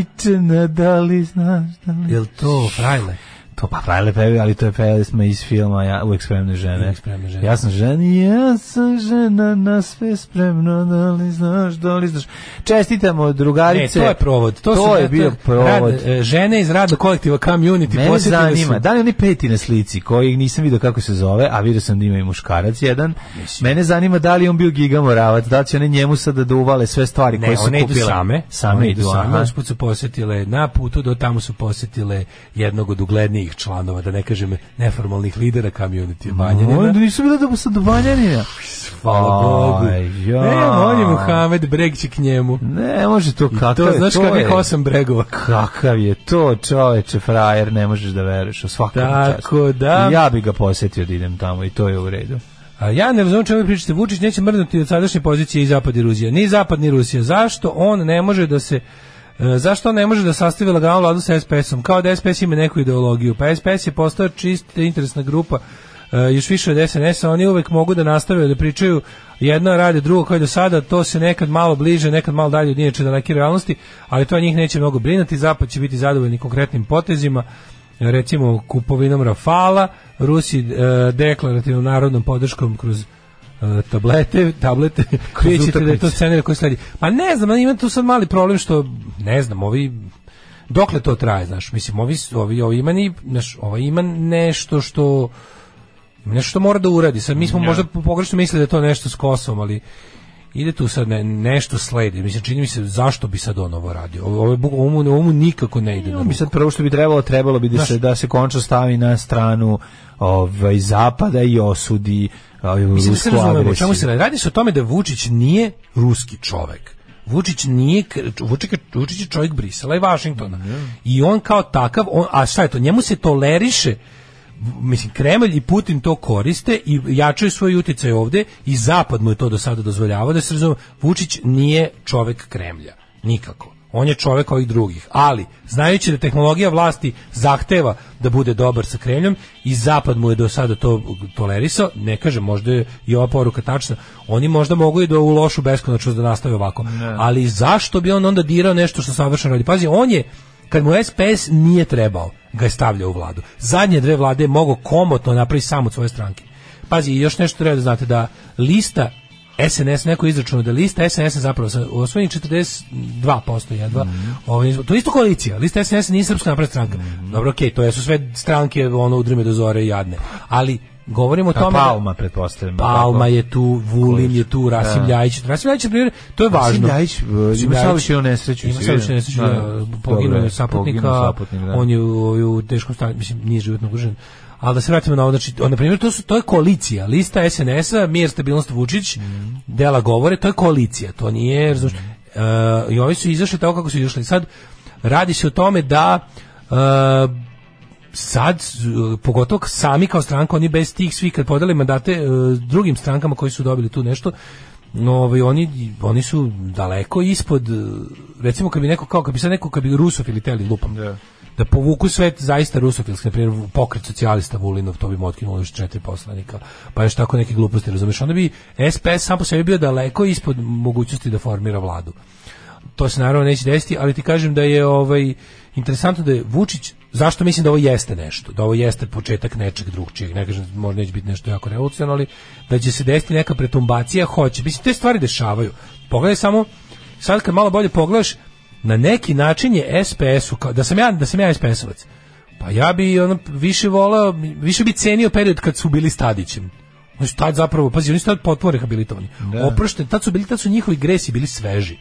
opičena, da li znaš, da li...
Jel to, frajle?
To pa frajle pevi, ali to je pesma iz filma ja, Uvijek spremne žene.
Uvek spremne žene.
Ja sam žena, ja sam žena, na sve spremno, da li znaš, da li znaš. Čestitamo
Ne,
drugarice.
to je provod. To,
To
su
je
eto,
bio provod.
rad- e, žene iz rada kolektiva Community.
Mene
posjetile
zanima,
su-
da li oni peti na slici, koji nisam vidio kako se zove, a vidio sam da ima i muškarac jedan, mene zanima da li je on bio gigamoravac, da li će one njemu sada da uvale sve stvari
Ne,
koje su
one
kupile.
idu same,
Same
one
idu,
same,
aha.
usput su posjetile, na putu do tamo su posjetile jednog od uglednijih svojih članova, da ne kažem neformalnih lidera kamioniti
Oni
Banjanina.
nisu bili da sam do Banjanina.
Hvala Bogu.
Aj, ja.
Ne, on je Muhamed, breg će k njemu.
Ne, može to
I
kakav
to,
je,
znaš
to
kakvih
je-
osam bregova.
Kakav je to čoveče frajer, ne možeš da veruješ u svakom
Tako
času.
da-
I Ja bi ga posetio da idem tamo i to je u redu.
A ja ne razumem čemu vi pričate. Vučić neće mrdnuti od sadašnje pozicije i zapad i Rusija. Ni zapad ni Rusija. Zašto on ne može da se e, zašto on ne može da sastavi laganu vladu sa SPS-om? Kao da SPS ima neku ideologiju. Pa SPS je postao čista interesna grupa e, još više od SNS-a. Oni uvek mogu da nastave da pričaju jedno rade drugo kao i do sada, to se nekad malo bliže, nekad malo dalje od inače da neke realnosti, ali to njih neće mnogo brinuti, Zapad će biti zadovoljni konkretnim potezima, recimo kupovinom Rafala, Rusi e, deklarativnom narodnom podrškom kroz e, tablete, tablete, (laughs) vidjet ćete da je to
utakmice.
scenarij koji sledi. Pa ne znam, ali ima tu sad mali problem što, ne znam, ovi dokle to traje, znaš, mislim, ovi, ovi, ovi ima, ni, znaš, ovaj ima nešto što nešto što mora da uradi. Sad, mi smo možda pogrešno mislili da je to nešto s Kosovom, ali ide tu sad ne, nešto sledi. Mislim, čini mi se zašto bi sad on ovo radio. Ovo, ovo, je buk- ovo, mu- ovo mu nikako ne ide. na
Bi
ruku.
sad prvo što bi trebalo, trebalo bi da se da se končno stavi na stranu ovaj zapada i osudi ovaj,
Mislim da se
rusku
razumemo, o čemu se
agresiju.
radi? Radi se o tome da Vučić nije ruski čovek. Vučić nije kr- Vučić, je- Vučić je čovjek Brisela i Vašingtona. I on kao takav, on, a šta je to? Njemu se toleriše mislim Kremlj i Putin to koriste i jačaju svoj utjecaj ovdje i zapad mu je to do sada dozvoljavao da se razume Vučić nije čovjek Kremlja nikako on je čovjek ovih drugih ali znajući da tehnologija vlasti zahteva da bude dobar sa Kremljom i zapad mu je do sada to tolerisao ne kažem možda je i ova poruka tačna oni možda mogu i da u lošu beskonačnost da nastave ovako ali zašto bi on onda dirao nešto što savršeno radi pazi on je kad mu SPS nije trebao ga je stavljao u vladu zadnje dve vlade je mogao komotno napraviti sam od svoje stranke pazi i još nešto treba da znate da lista SNS neko je izračunao da lista SNS zapravo sa osvojenih 42% jedva. ovaj, to je isto koalicija. Lista SNS nije srpska napredna stranka. Dobro, okej, to su sve stranke ono udrime do zore i jadne. Ali govorimo o
A
tome
Pa Palma pretpostavljam.
Pa da, Palma je tu, Vulin je tu, Rasim Ljajić. Rasim Ljajić je primjer, to je važno.
Ljajić, e, ima saobraćajnu nesreću,
Ima
si
saobraćajnu
vidio?
nesreću,
Da,
da,
dobro
poginuo
je,
je saputnika,
poginuo saputnik, da.
on je u, u teškom stanju, mislim, nije životno ugrožen. Ali da se vratimo na ovo, znači, on, na primjer, to, su, to je koalicija, lista SNS-a, Mir, stabilnost, Vučić,
Mhm.
dela govore, to je koalicija, to nije, razumiješ, e, i ovi su izašli tako kako su izašli. Sad, radi se o tome da e, sad e, pogotovo sami kao stranka oni bez tih svih kad podeli mandate e, drugim strankama koji su dobili tu nešto no ovaj, oni oni su daleko ispod e, recimo kad bi neko kao kad bi sad neko kad bi rusofili teli lupam da povuku sve zaista rusofilski na primjer pokret socijalista Vulinov to bi mu otkinulo još četiri poslanika pa još tako neke gluposti razumiješ onda bi SPS sam po sebi bio daleko ispod mogućnosti da formira vladu to se naravno neće desiti, ali ti kažem da je ovaj interesantno da je Vučić zašto mislim da ovo jeste nešto, da ovo jeste početak nečeg drugčijeg, ne kažem možda neće biti nešto jako revolucionarno, ali da će se desiti neka pretumbacija, hoće. Mislim, te stvari dešavaju. Pogledaj samo, sad kad malo bolje pogledaš, na neki način je SPS-u, kao- da sam ja, da sam ja SPS-ovac, pa ja bi ono, više volao, više bi cenio period kad su bili Stadićem. Oni su tad zapravo, pazi, oni su tad potpuno rehabilitovani. Oprošteni, tad su bili, tad su njihovi gresi bili sveži.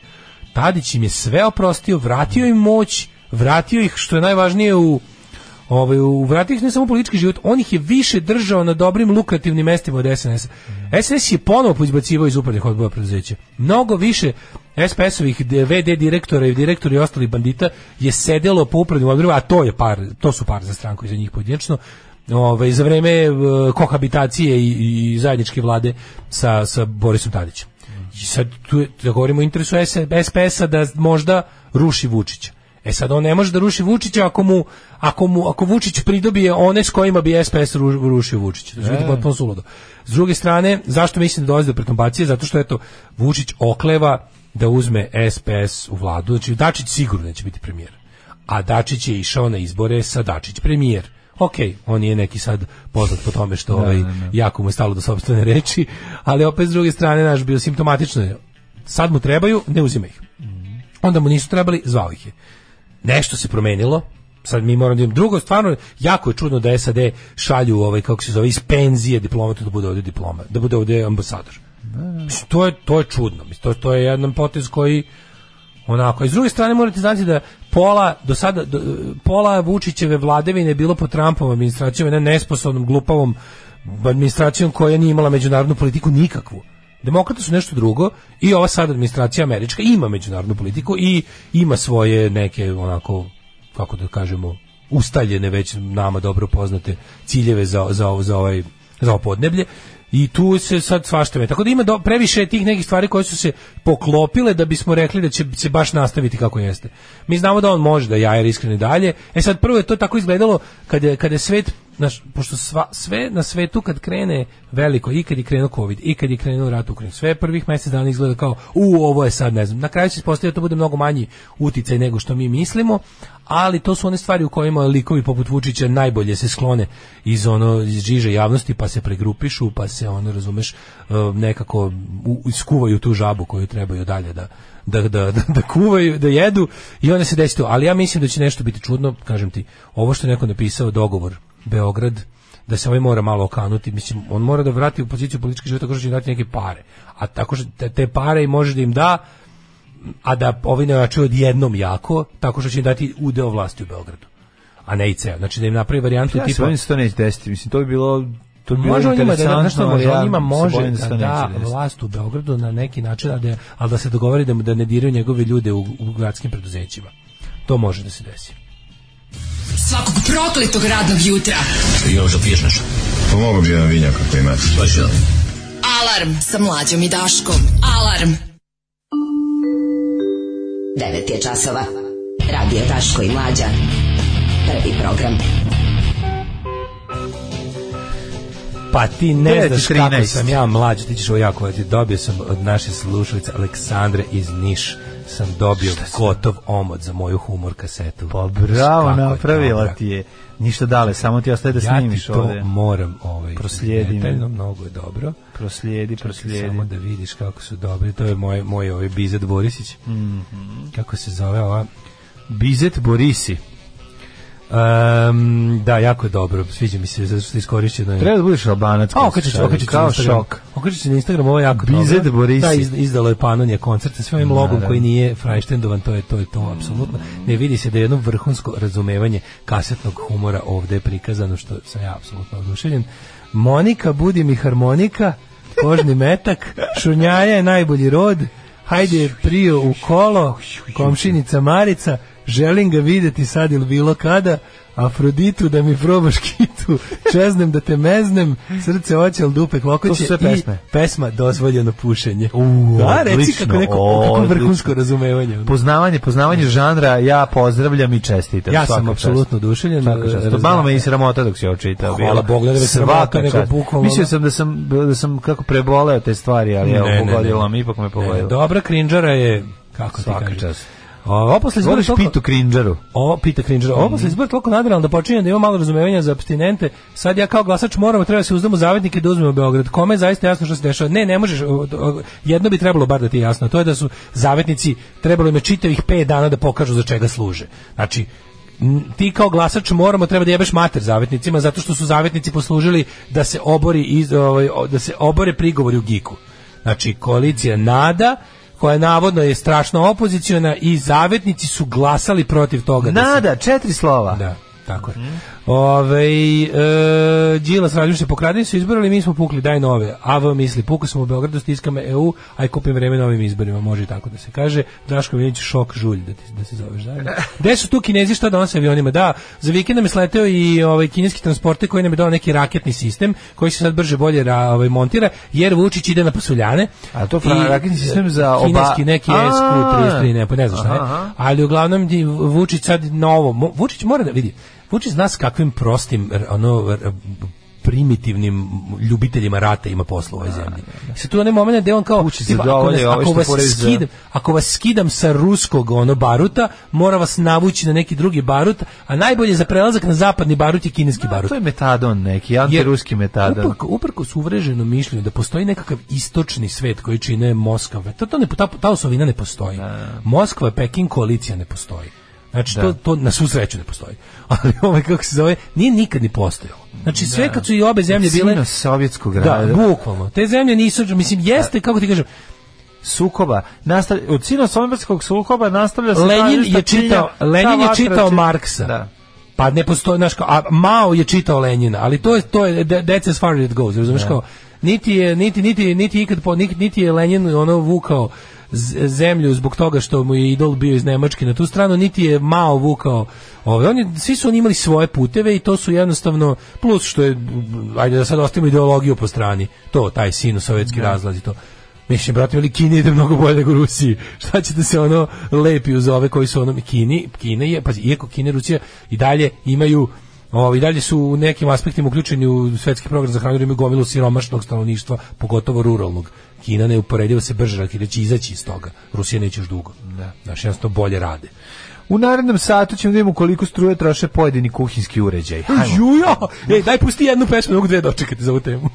Tadić im je sve oprostio, vratio im moć, vratio ih, što je najvažnije u ovaj, u- vratio ih ne samo u politički život, on ih je više držao na dobrim lukrativnim mestima od SNS. SNS je ponovo izbacivao iz upravnih odbora preduzeća. Mnogo više SPS-ovih de- VD direktora i direktori i ostalih bandita je sedelo po upravnim odborima, a to je par, to su par za stranku i za njih pojedinačno, ovaj, za vreme e, kohabitacije i, i zajedničke vlade sa, sa Borisom Tadićem. I sad tu je, da govorimo o interesu SPS-a da možda ruši Vučića. E sad on ne može da ruši Vučića ako mu ako mu ako Vučić pridobije one s kojima bi SPS ru- rušio Vučića. To će biti potpuno suludo. S druge strane, zašto mislim da dolazi do pretumbacije? Zato što eto Vučić okleva da uzme SPS u vladu. Znači Dačić sigurno neće biti premijer. A Dačić je išao na izbore sa Dačić premijer. Ok, on je neki sad poznat po tome što ovaj, jako mu je stalo do sobstvene reči, ali opet s druge strane, naš bio simptomatično je. Sad mu trebaju, ne uzima ih. Onda mu nisu trebali, zvao ih je nešto se promenilo sad mi moramo da imamo- drugo stvarno jako je čudno da SAD šalju ovaj kako se zove iz penzije diplomatu da bude ovdje diploma da bude ovdje ambasador Mislim, to je to je čudno mislim to to je jedan potez koji Onako, a s druge strane morate znati da pola do sada do, pola Vučićeve vladavine je bilo po Trumpovom administracijom, jedna nesposobnom, glupavom administracijom koja nije imala međunarodnu politiku nikakvu. Demokrate su nešto drugo i ova sada administracija američka ima međunarodnu politiku i ima svoje neke onako kako da kažemo ustaljene već nama dobro poznate ciljeve za za ovo- za ovaj za ovo podneblje i tu se sad svašta me. Tako da ima do, previše je tih nekih stvari koje su se poklopile da bismo rekli da će se baš nastaviti kako jeste. Mi znamo da on može da jajer iskreni dalje. E sad prvo je to tako izgledalo kad je, kad je svet naš, pošto sva, sve na svetu kad krene veliko, i kad je krenuo COVID, i kad je krenuo rat u Ukrajini, sve prvih mjesec dana izgleda kao, u, ovo je sad, ne znam. Na kraju se ispostavlja da to bude mnogo manji uticaj nego što mi mislimo, ali to su one stvari u kojima likovi poput Vučića najbolje se sklone iz ono iz žiže javnosti pa se pregrupišu pa se ono razumeš e, nekako u- iskuvaju tu žabu koju trebaju dalje da da, da, da, da kuvaju, da jedu i onda se desi to. Ali ja mislim da će nešto biti čudno, kažem ti, ovo što je neko napisao, dogovor Beograd, da se ovaj mora malo okanuti, mislim, on mora da vrati u poziciju politički život tako što će im dati neke pare. A tako što te- te pare i može da im da, a da ovi ne ojačaju odjednom jako, tako što će im dati udeo vlasti u Beogradu, a ne i ceo. Znači da im napravi varijantu
Ja se
tipa...
bojim da se to neće desiti, mislim, to bi bilo to bi bilo
Može on njima da,
interesantno,
znaš šta
ali
može,
ja
on njima
se
može
bojim se
da
to neće
da
desiti.
vlast u Beogradu na neki način, a da, ali da se dogovori da, mu- da ne diraju njegove ljude u, u gradskim preduzećima. To može da se desi.
Svakog prokletog radnog jutra.
Pomogu bi jedan vinjak ako imate.
Alarm sa mlađom i Daškom. Alarm.
9 je časova. Radio Daško i Mlađa. Prvi program.
Pa ti ne
9
znaš
13.
kako sam ja mlađ, ti ćeš ovo jako voleti. Dobio sam od naše slušalice Aleksandre iz Niš sam dobio gotov omot za moju humor kasetu.
Pa bravo,
Kako je
napravila
dobra.
ti je. Ništa dale, samo ti ostaje da
Ja ti
snimiš
to
ovde.
moram ovaj,
Proslijedim.
detaljno, mnogo je dobro.
Proslijedi, proslijedi.
Samo da vidiš kako su dobri. To je moj, moj ovaj Bizet Borisić.
Mhm.
Kako se zove ova?
Bizet Borisi.
Um, da, jako je dobro. Sviđa mi se zato što je iskorišćeno. je-
Treba da budeš albanac.
A,
kad
okačit
se
ću,
šalje,
okačit ću na
Kao
Instagram.
šok.
Okačit ću na Instagram, ovo je jako
Bizet
dobro.
Borisi.
Da, iz- izdalo je Panonija koncert sa svojim ovim logom koji nije frajštendovan, to je to, je to, apsolutno. Ne vidi se da je jedno vrhunsko razumevanje kasetnog humora ovdje prikazano, što sam ja apsolutno oduševljen. Monika, budi mi harmonika, kožni metak, šurnjaja je najbolji rod, hajde prio u kolo, komšinica Marica, želim ga vidjeti sad ili bilo kada, Afroditu da mi probaš kitu, čeznem da te meznem, srce oće, ali dupe klokoće.
To su sve
i
pesme.
pesma dozvoljeno pušenje.
U,
da, reci
odlično,
kako neko, kako
odlično.
vrhunsko razumevanje.
Poznavanje, poznavanje žanra, ja pozdravljam i čestitam.
Ja sam
svaka
apsolutno
čast.
oduševljen. eh,
Svaka čast. To
Razumem.
malo me i sramota dok si očitao.
Hvala Bogu da me sramota, nego bukvalno-
Mislio sam da sam, da sam kako preboleo te stvari, ali evo,
Ne, ne,
pogodilo
ne.
mi, ipak me
E,
pogodilo.
Dobra krinđara je, kako ti
Svaka
kažem.
čast.
Ovo posle izbora
Voliš
toliko-
pitu krinđaru.
Ovo pita Krinđer. Ovo posle izbora toliko nadrealno da počinjem da ima malo razumevanja za abstinente. Sad ja kao glasač moramo, treba se uzdamo zavetnike da uzmemo Beograd. Kome je zaista jasno što se dešava? Ne, ne možeš. o, o, Jedno bi trebalo bar da ti je jasno. a To je da su zavetnici trebalo im je čitavih 5 dana da pokažu za čega služe. Znači, m, ti kao glasač moramo treba da jebeš mater zavetnicima zato što su zavetnici poslužili da se obori iz, ovaj, o, da se obore prigovori u Giku. Znači, koalicija Nada koja navodno je strašno opoziciona i zavetnici su glasali protiv toga. da se-
Nada, četiri slova.
da, tako je.
Mhm.
Ove, e, Đilas Radjuš se pokradili su izbori, ali mi smo pukli, daj nove. AV misli, puku sam u Beogradu, stiskam EU, aj kupim vreme novim izborima, može i tako da se kaže. Daško Vinić, šok žulj, da, ti, da se zoveš.
(laughs)
Da, da. Gde su tu kinezi, šta danas sa avionima? Da, za vikend nam je sleteo i ovaj, kineski transporte koji nam je dao neki raketni sistem, koji se sad brže bolje ra- ovaj, montira, jer Vučić ide na pasuljane.
A to fra-
I,
raketni sistem za oba-
Kineski neki
A.
SQ-33, ne, pa ne znam šta je.
Aha, aha.
Ali uglavnom di- Vučić sad novo, mo- Vučić mora da vidi. Vučić zna s kakvim prostim r- ono r- primitivnim ljubiteljima rata ima posla u ovoj zemlji. I sad tu je onaj moment gde on kao
Da, Vučić
tipa, ako,
zadovolje
nas-
ove
ako
što
vas
pored za-
skidam, ako vas skidam sa ruskog ono baruta, mora vas navući na neki drugi barut, a najbolje za prelazak na zapadni barut je kineski barut.
To je metadon neki,
Jer
antiruski metadon.
Uprko, uprkos uvreženom mišljenju da postoji nekakav istočni svet koji čine Moskva, to, to ne, ta, ta osovina ne postoji. Moskva, Peking, koalicija ne postoji. Znači, to, to na svu sreću ne postoji. (laughs) Ali ovaj, kako se zove, nije nikad ni postojalo. Znači, sve kad su i obe zemlje bile...
Sino sovjetskog
Da,
rada.
bukvalno. Te zemlje nisu, mislim, jeste, kako ti kažem,
sukoba nastavlja od sino-somborskog sukoba nastavlja se ta
Lenin
žešta
je čitao,
činja, ta
Lenin je
vatra
čitao
činja.
Marksa.
Da.
Pa ne postoji, znaš, kao, a Mao je čitao Lenina, ali to je to je that- that's as far as it goes, razumeš kao niti je niti niti niti ikad po, niti, niti je Lenin ono vukao z- zemlju zbog toga što mu je idol bio iz Nemačke na tu stranu, niti je Mao vukao ove, on je, svi su oni imali svoje puteve i to su jednostavno, plus što je, ajde da sad ostavimo ideologiju po strani, to, taj sinu sovjetski razlaz i to. Mislim, brate, veli, Kini ide mnogo bolje nego Rusiji. Šta će da se ono lepi uz ove koji su ono... Kini, Kina je, pazi, iako Kina i Rusija i dalje imaju Ovi dalje su u nekim aspektima uključeni u svetski program za hranu, jer imaju gomilu siromašnog stanovništva, pogotovo ruralnog. Kina ne uporediva se brže, ali Kina će izaći iz toga. Rusija neće još dugo. Da. Znači, jednostavno bolje rade.
U narednom satu ćemo da vidimo koliko struje troše pojedini kuhinski
E,
uređaj. Hajmo. E,
Jujo! Ej, daj pusti jednu pesmu, ne mogu dve dočekati za ovu temu.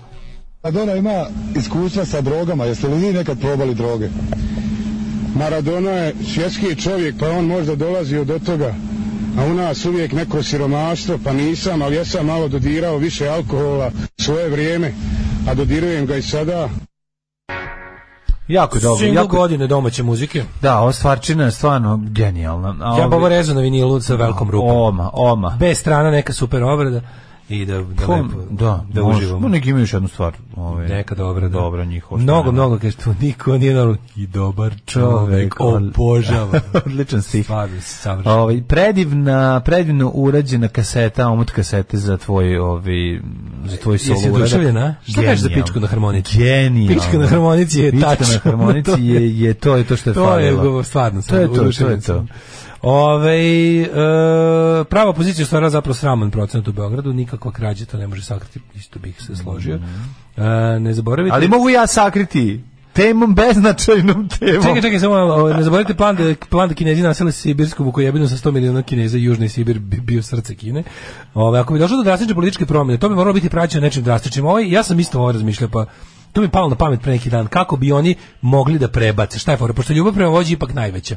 Maradona ima iskustva sa drogama, jeste li vi nekad probali droge? Maradona je svjetski čovjek, pa on možda dolazi od toga. A u nas uvijek neko siromaštvo, pa nisam, ali ja sam malo dodirao više alkohola svoje vrijeme, a dodirujem ga i sada.
Jako dobro.
Single
Jako,
godine domaće muzike.
da, ova stvarčina je stvarno genijalna. A
Ja
ovi-
bavo rezo na vinilu sa velikom rupom.
Oma, oma.
B strana neka super obrada i da, da
Pom-
lepo
da,
da
može.
uživamo.
Ma neki imaju još jednu stvar. Ove,
Neka dobra, da.
Dobra njihova.
Mnogo, mnogo, kaže tu, niko nije normalno. I dobar čovek,
Čovek, on-
obožavam.
(laughs) Odličan stih.
Stvarno, savršen.
Ovaj predivna, predivno urađena kaseta, omot kasete za tvoj ovi za tvoj solo.
Jesi
uradak.
oduševljen, a? Šta kažeš za
Genijalno.
pičku na harmonici?
Genijalno.
Pička na harmonici je
Pička na
tačno.
harmonici
(laughs) To je-
je, je to je to što je
To je
falilo.
ugovor, stvarno.
To je to, to je to.
Ove, e, prava pozicija stvara zapravo sraman procenat u Beogradu, nikakva krađa to ne može sakriti, isto bih se složio. E, ne
Mhm.
zaboravite...
Ali mogu ja sakriti temom beznačajnom temom.
Čekaj, čekaj, samo malo, ovaj, ne zaboravite plan da, plan da Kinezi nasele sibirsku vukojebinu sa 100 miliona Kineza i Južni Sibir bi bio srce Kine. Ove, ako bi došlo do drastične političke promjene, to bi moralo biti praćeno nečim drastičnim. Ovo, ja sam isto ovo razmišljao, pa to mi je palo na pamet pre neki dan, kako bi oni mogli da prebace, šta je fora, pošto je ljubav prema vođi ipak najveća.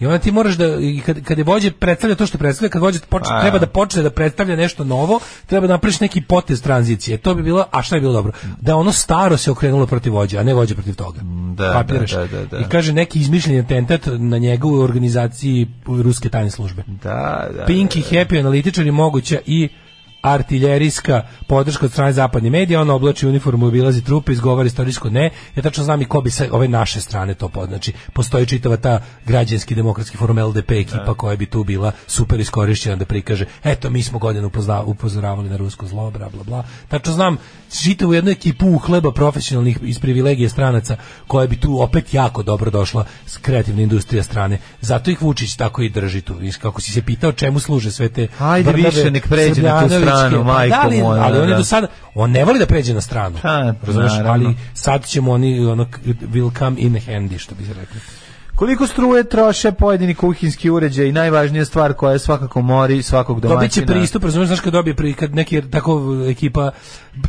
I onda ti moraš da, i kad, kad je vođe predstavlja to što predstavlja, kad vođe poč,
A.
treba da počne da predstavlja nešto novo, treba da napraviš neki potez tranzicije. To bi bilo, a šta je bilo dobro? Da ono staro se okrenulo protiv vođe, a ne vođe protiv toga.
da,
Kapiraš?
da, da, da.
I kaže neki izmišljeni atentat na njega u organizaciji ruske tajne službe.
Da, da.
Pinky, Happy, analitičari, moguća i artiljerijska podrška od strane zapadnih medija, ona oblači uniformu, obilazi trupe, izgovara istorijsko ne, ja tačno znam i ko bi sa ove naše strane to pod, znači postoji čitava ta građanski demokratski forum LDP ekipa
Da.
koja bi tu bila super iskorišćena da prikaže, eto mi smo godinu upozna- upozoravali na rusko zlo, bla bla bla, tačno znam čitavu jednu ekipu uhleba profesionalnih iz privilegije stranaca koja bi tu opet jako dobro došla s kreativne industrije strane, zato ih Vučić tako i drži tu, Viš, kako si se pitao čemu služe sve te
Ajde
Brnabe,
više, nek pređe na tu
Srbljanovićke.
stranu,
Pa
majko
da li,
moja,
Ali on je
da.
do sada, on ne voli da pređe na stranu.
Ha,
razumeš,
naravno.
ali sad ćemo oni, ono, will come in handy, što bi se rekli.
Koliko struje troše pojedini kuhinski uređaj i najvažnija stvar koja je svakako mori svakog domaćina.
Dobit će pristup, razumeš, znaš kad dobije pri, kad neki tako ekipa,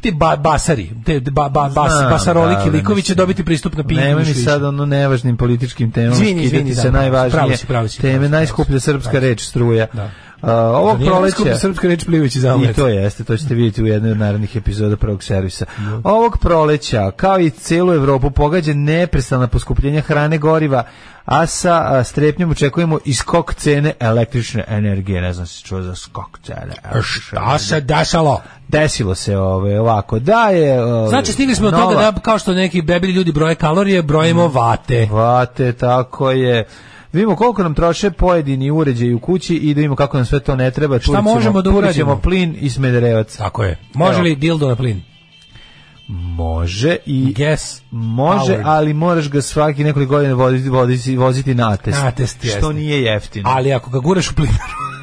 ti ba, basari, te ba, ba, bas,
Znam, da,
basaroliki
ali
likovi će
mislim,
dobiti pristup na pinku.
Nemoj mi
više.
sad ono nevažnim političkim temama
Izvini,
skidati
izvini,
se
da,
najvažnije
pravo si, pravo si, pravo
teme,
si,
najskuplja
pravo si,
srpska
pravo si.
reč struja.
Da.
A, ovog
Nije najskuplja
proleća...
srpska reč plivajući zamet.
I to jeste, to ćete vidjeti u jednoj od narednih epizoda prvog servisa.
Da.
Ovog proleća, kao i celu Evropu, pogađa neprestalna poskupljenja hrane goriva, a sa a, strepnjom očekujemo i skok cene električne energije. Ne znam se čuo za skok cene. električne
Šta se dešalo?
desilo se ovaj ovako da je ovaj,
Znači, stigli smo do toga
nova- Mm.
da, kao što neki debeli ljudi broje kalorije, brojimo vate.
vate tako je Vidimo koliko nam troše pojedini uređaji u kući i da vidimo kako nam sve to ne treba. Šta
možemo da uradimo?
plin i smederevac.
Tako je. Može
Evo.
li dildo na plin?
Može i
Yes.
može,
Powered.
ali moraš ga svaki nekoliko godina voditi, voditi, voziti na test.
Na test,
Što
jeste.
nije jeftino.
Ali ako ga guraš u plinaru,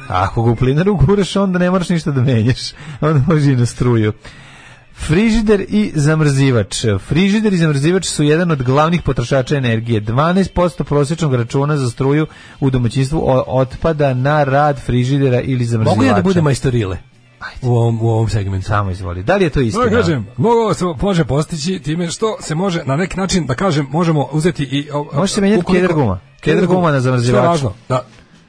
Ako ga u plinaru guraš, onda ne moraš ništa da menjaš. (laughs) Onda može i na struju. Frižider i zamrzivač. Frižider i zamrzivač su jedan od glavnih potrošača energije. 12% prosječnog računa za struju u domaćinstvu o- otpada na rad frižidera ili zamrzivača.
(laughs) mogu ja da budem majstorile u ovom, u ovom segmentu.
Samo izvoli. Da li je to
No,
istina?
ja kažem, mnogo se može postići time što se može na neki način da kažem možemo uzeti i o-
Može se menjati
ukoliko-
keder guma. Keder guma na zamrzivaču.
Što je važno, da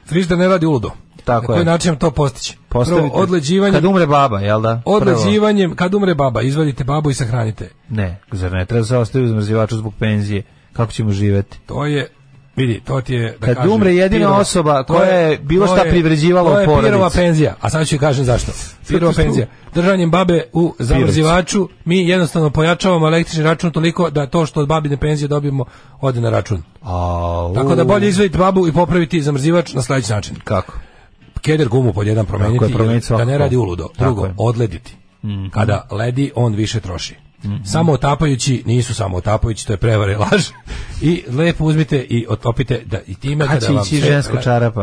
frižider ne radi uludo.
Tako
na koji
je.
način to postići?
Postavite.
Prvo, odleđivanje,
Kad umre baba, jel da? Prvo.
odleđivanjem, kad umre baba, izvadite babu i sahranite.
Ne, zar ne treba da se ostavi u zamrzivaču zbog penzije? kako ćemo živeti.
To je vidi, to ti je da
Kad
kažem,
umre jedina
pirova-
osoba
to
koja je bilo
to
šta
je-
privređivala
to
u
je pirova
porodici.
penzija. A sad ću ti kažem zašto. Pirova
što-
penzija. Držanjem babe u zamrzivaču mi jednostavno pojačavamo električni račun toliko da to što od babine penzije dobijemo ode na račun.
A,
Tako da bolje izvaditi babu i popraviti zamrzivač na sledeći način.
Kako?
Keder gumu pod jedan promeniti,
Tako je, promeniti
jer- da ne
svakako.
radi uludo.
Tako
Drugo,
je. Mhm.
odlediti. Kada ledi, on više troši. Samo otapajući, nisu samo otapajući, to je prevara i (laughs) laž. I lepo uzmite i otopite da i time
Kad će
kada vam
ići
se-
ženska čarapa?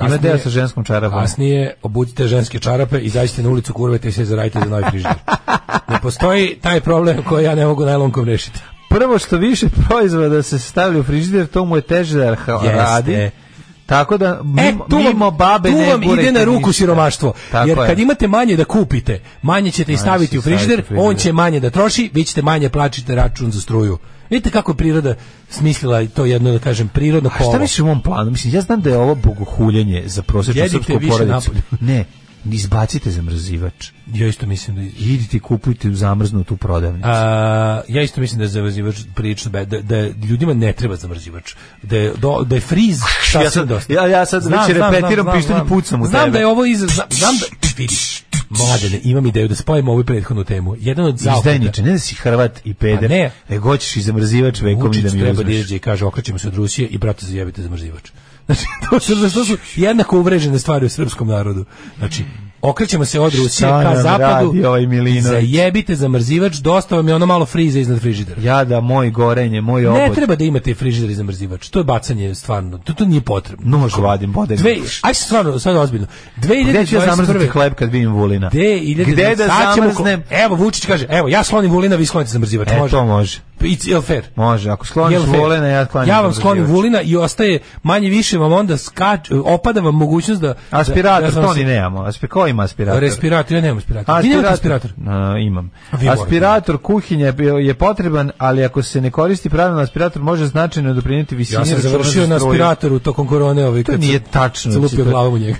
Ima
kasnije-
deo sa ženskom čarapom.
Kasnije obucite ženske čarape, izađite na ulicu, kurvajte se i zaradite za novi frižider.
(laughs)
Ne postoji taj problem koji ja ne mogu najlonkom rešiti.
Prvo što više (laughs) proizvoda se stavlja u frižider, to mu je teže da arha-
Jeste.
radi. Tako da mimo,
E, tu vam,
mimo babe
tu
ne
vam ide
gurajte
na ruku
ništa.
siromaštvo.
Tako
jer
je.
kad imate manje da kupite, manje ćete i staviti
ćete
u frižider,
staviti u frižider.
on će manje da troši, vi ćete manje plaćati račun za struju. Vidite kako je priroda smislila i to jedno, da kažem, prirodno
A
kolo.
šta misliš u mom planu? Mislim, ja znam da je ovo bogohuljenje za prosječnu
Jedite
srpsku
više
porodicu.
napolju.
Ne, izbacite zamrzivač.
Ja isto mislim da je...
Idite i kupujte zamrznutu u prodavnicu.
A, ja isto mislim da je zamrzivač prilično bed, da, da ljudima ne treba zamrzivač, da je, do, da je friz sasvim
Ja sad-
dosta.
ja- ja sad već repetiram pištolj i pucam u
znam
tebe.
da je ovo iz... Znam, znam da... Vidi, mladene, imam ideju da spojimo ovu i prethodnu temu. Jedan od zaokreta,
Izdajniče, ne da si Hrvat i peder,
A ne.
nego hoćeš i zamrzivač vekom i
Vučić
da mi
treba da
uzmeš.
izađe i kaže okrećemo se od Rusije i brate zajebite zamrzivač. (laughs) Znači, to su, to su jednako uvrežene stvari u srpskom narodu. Znači, okrećemo se od Rusije
nam
ka
radi
zapadu,
ovaj Milinović?
zajebite zamrzivač, dosta vam je ono malo frize iznad frižidera.
Ja da moj gorenje, moj
Ne
obod.
treba da imate frižider i zamrzivač, to je bacanje stvarno, to, to nije potrebno.
Nož vadim, bodem.
Dve, aj se stvarno, sad ozbiljno.
Pa Gde ću ja da zamrznuti
2021.
hleb kad vidim vulina?
Gde, iljade-
Gde da
Sad ćemo-
zamrznem?
Evo, Vučić kaže, evo, ja slonim Vulina, vi slonite zamrzivač.
E, to može.
It's ill fair.
Može, ako skloniš
Jel fair?
volena, ja sklonim
Ja vam sklonim
zamrzivač.
vulina i ostaje manje više vam onda skač, opada vam mogućnost da...
Aspirator,
sam
to
se-
ni nemamo. Aspi, ko ima aspirator?
Respirator, ja nemam aspirator. Vi nemate aspirator?
A, imam.
A vi morate.
Aspirator kuhinje je potreban, ali ako se ne koristi pravilno aspirator može značajno doprinijeti visini.
Ja sam
računa za
završio na
struju.
aspiratoru tokom korone ove.
To nije tačno.
Se lupio
znači,
glavom u njega.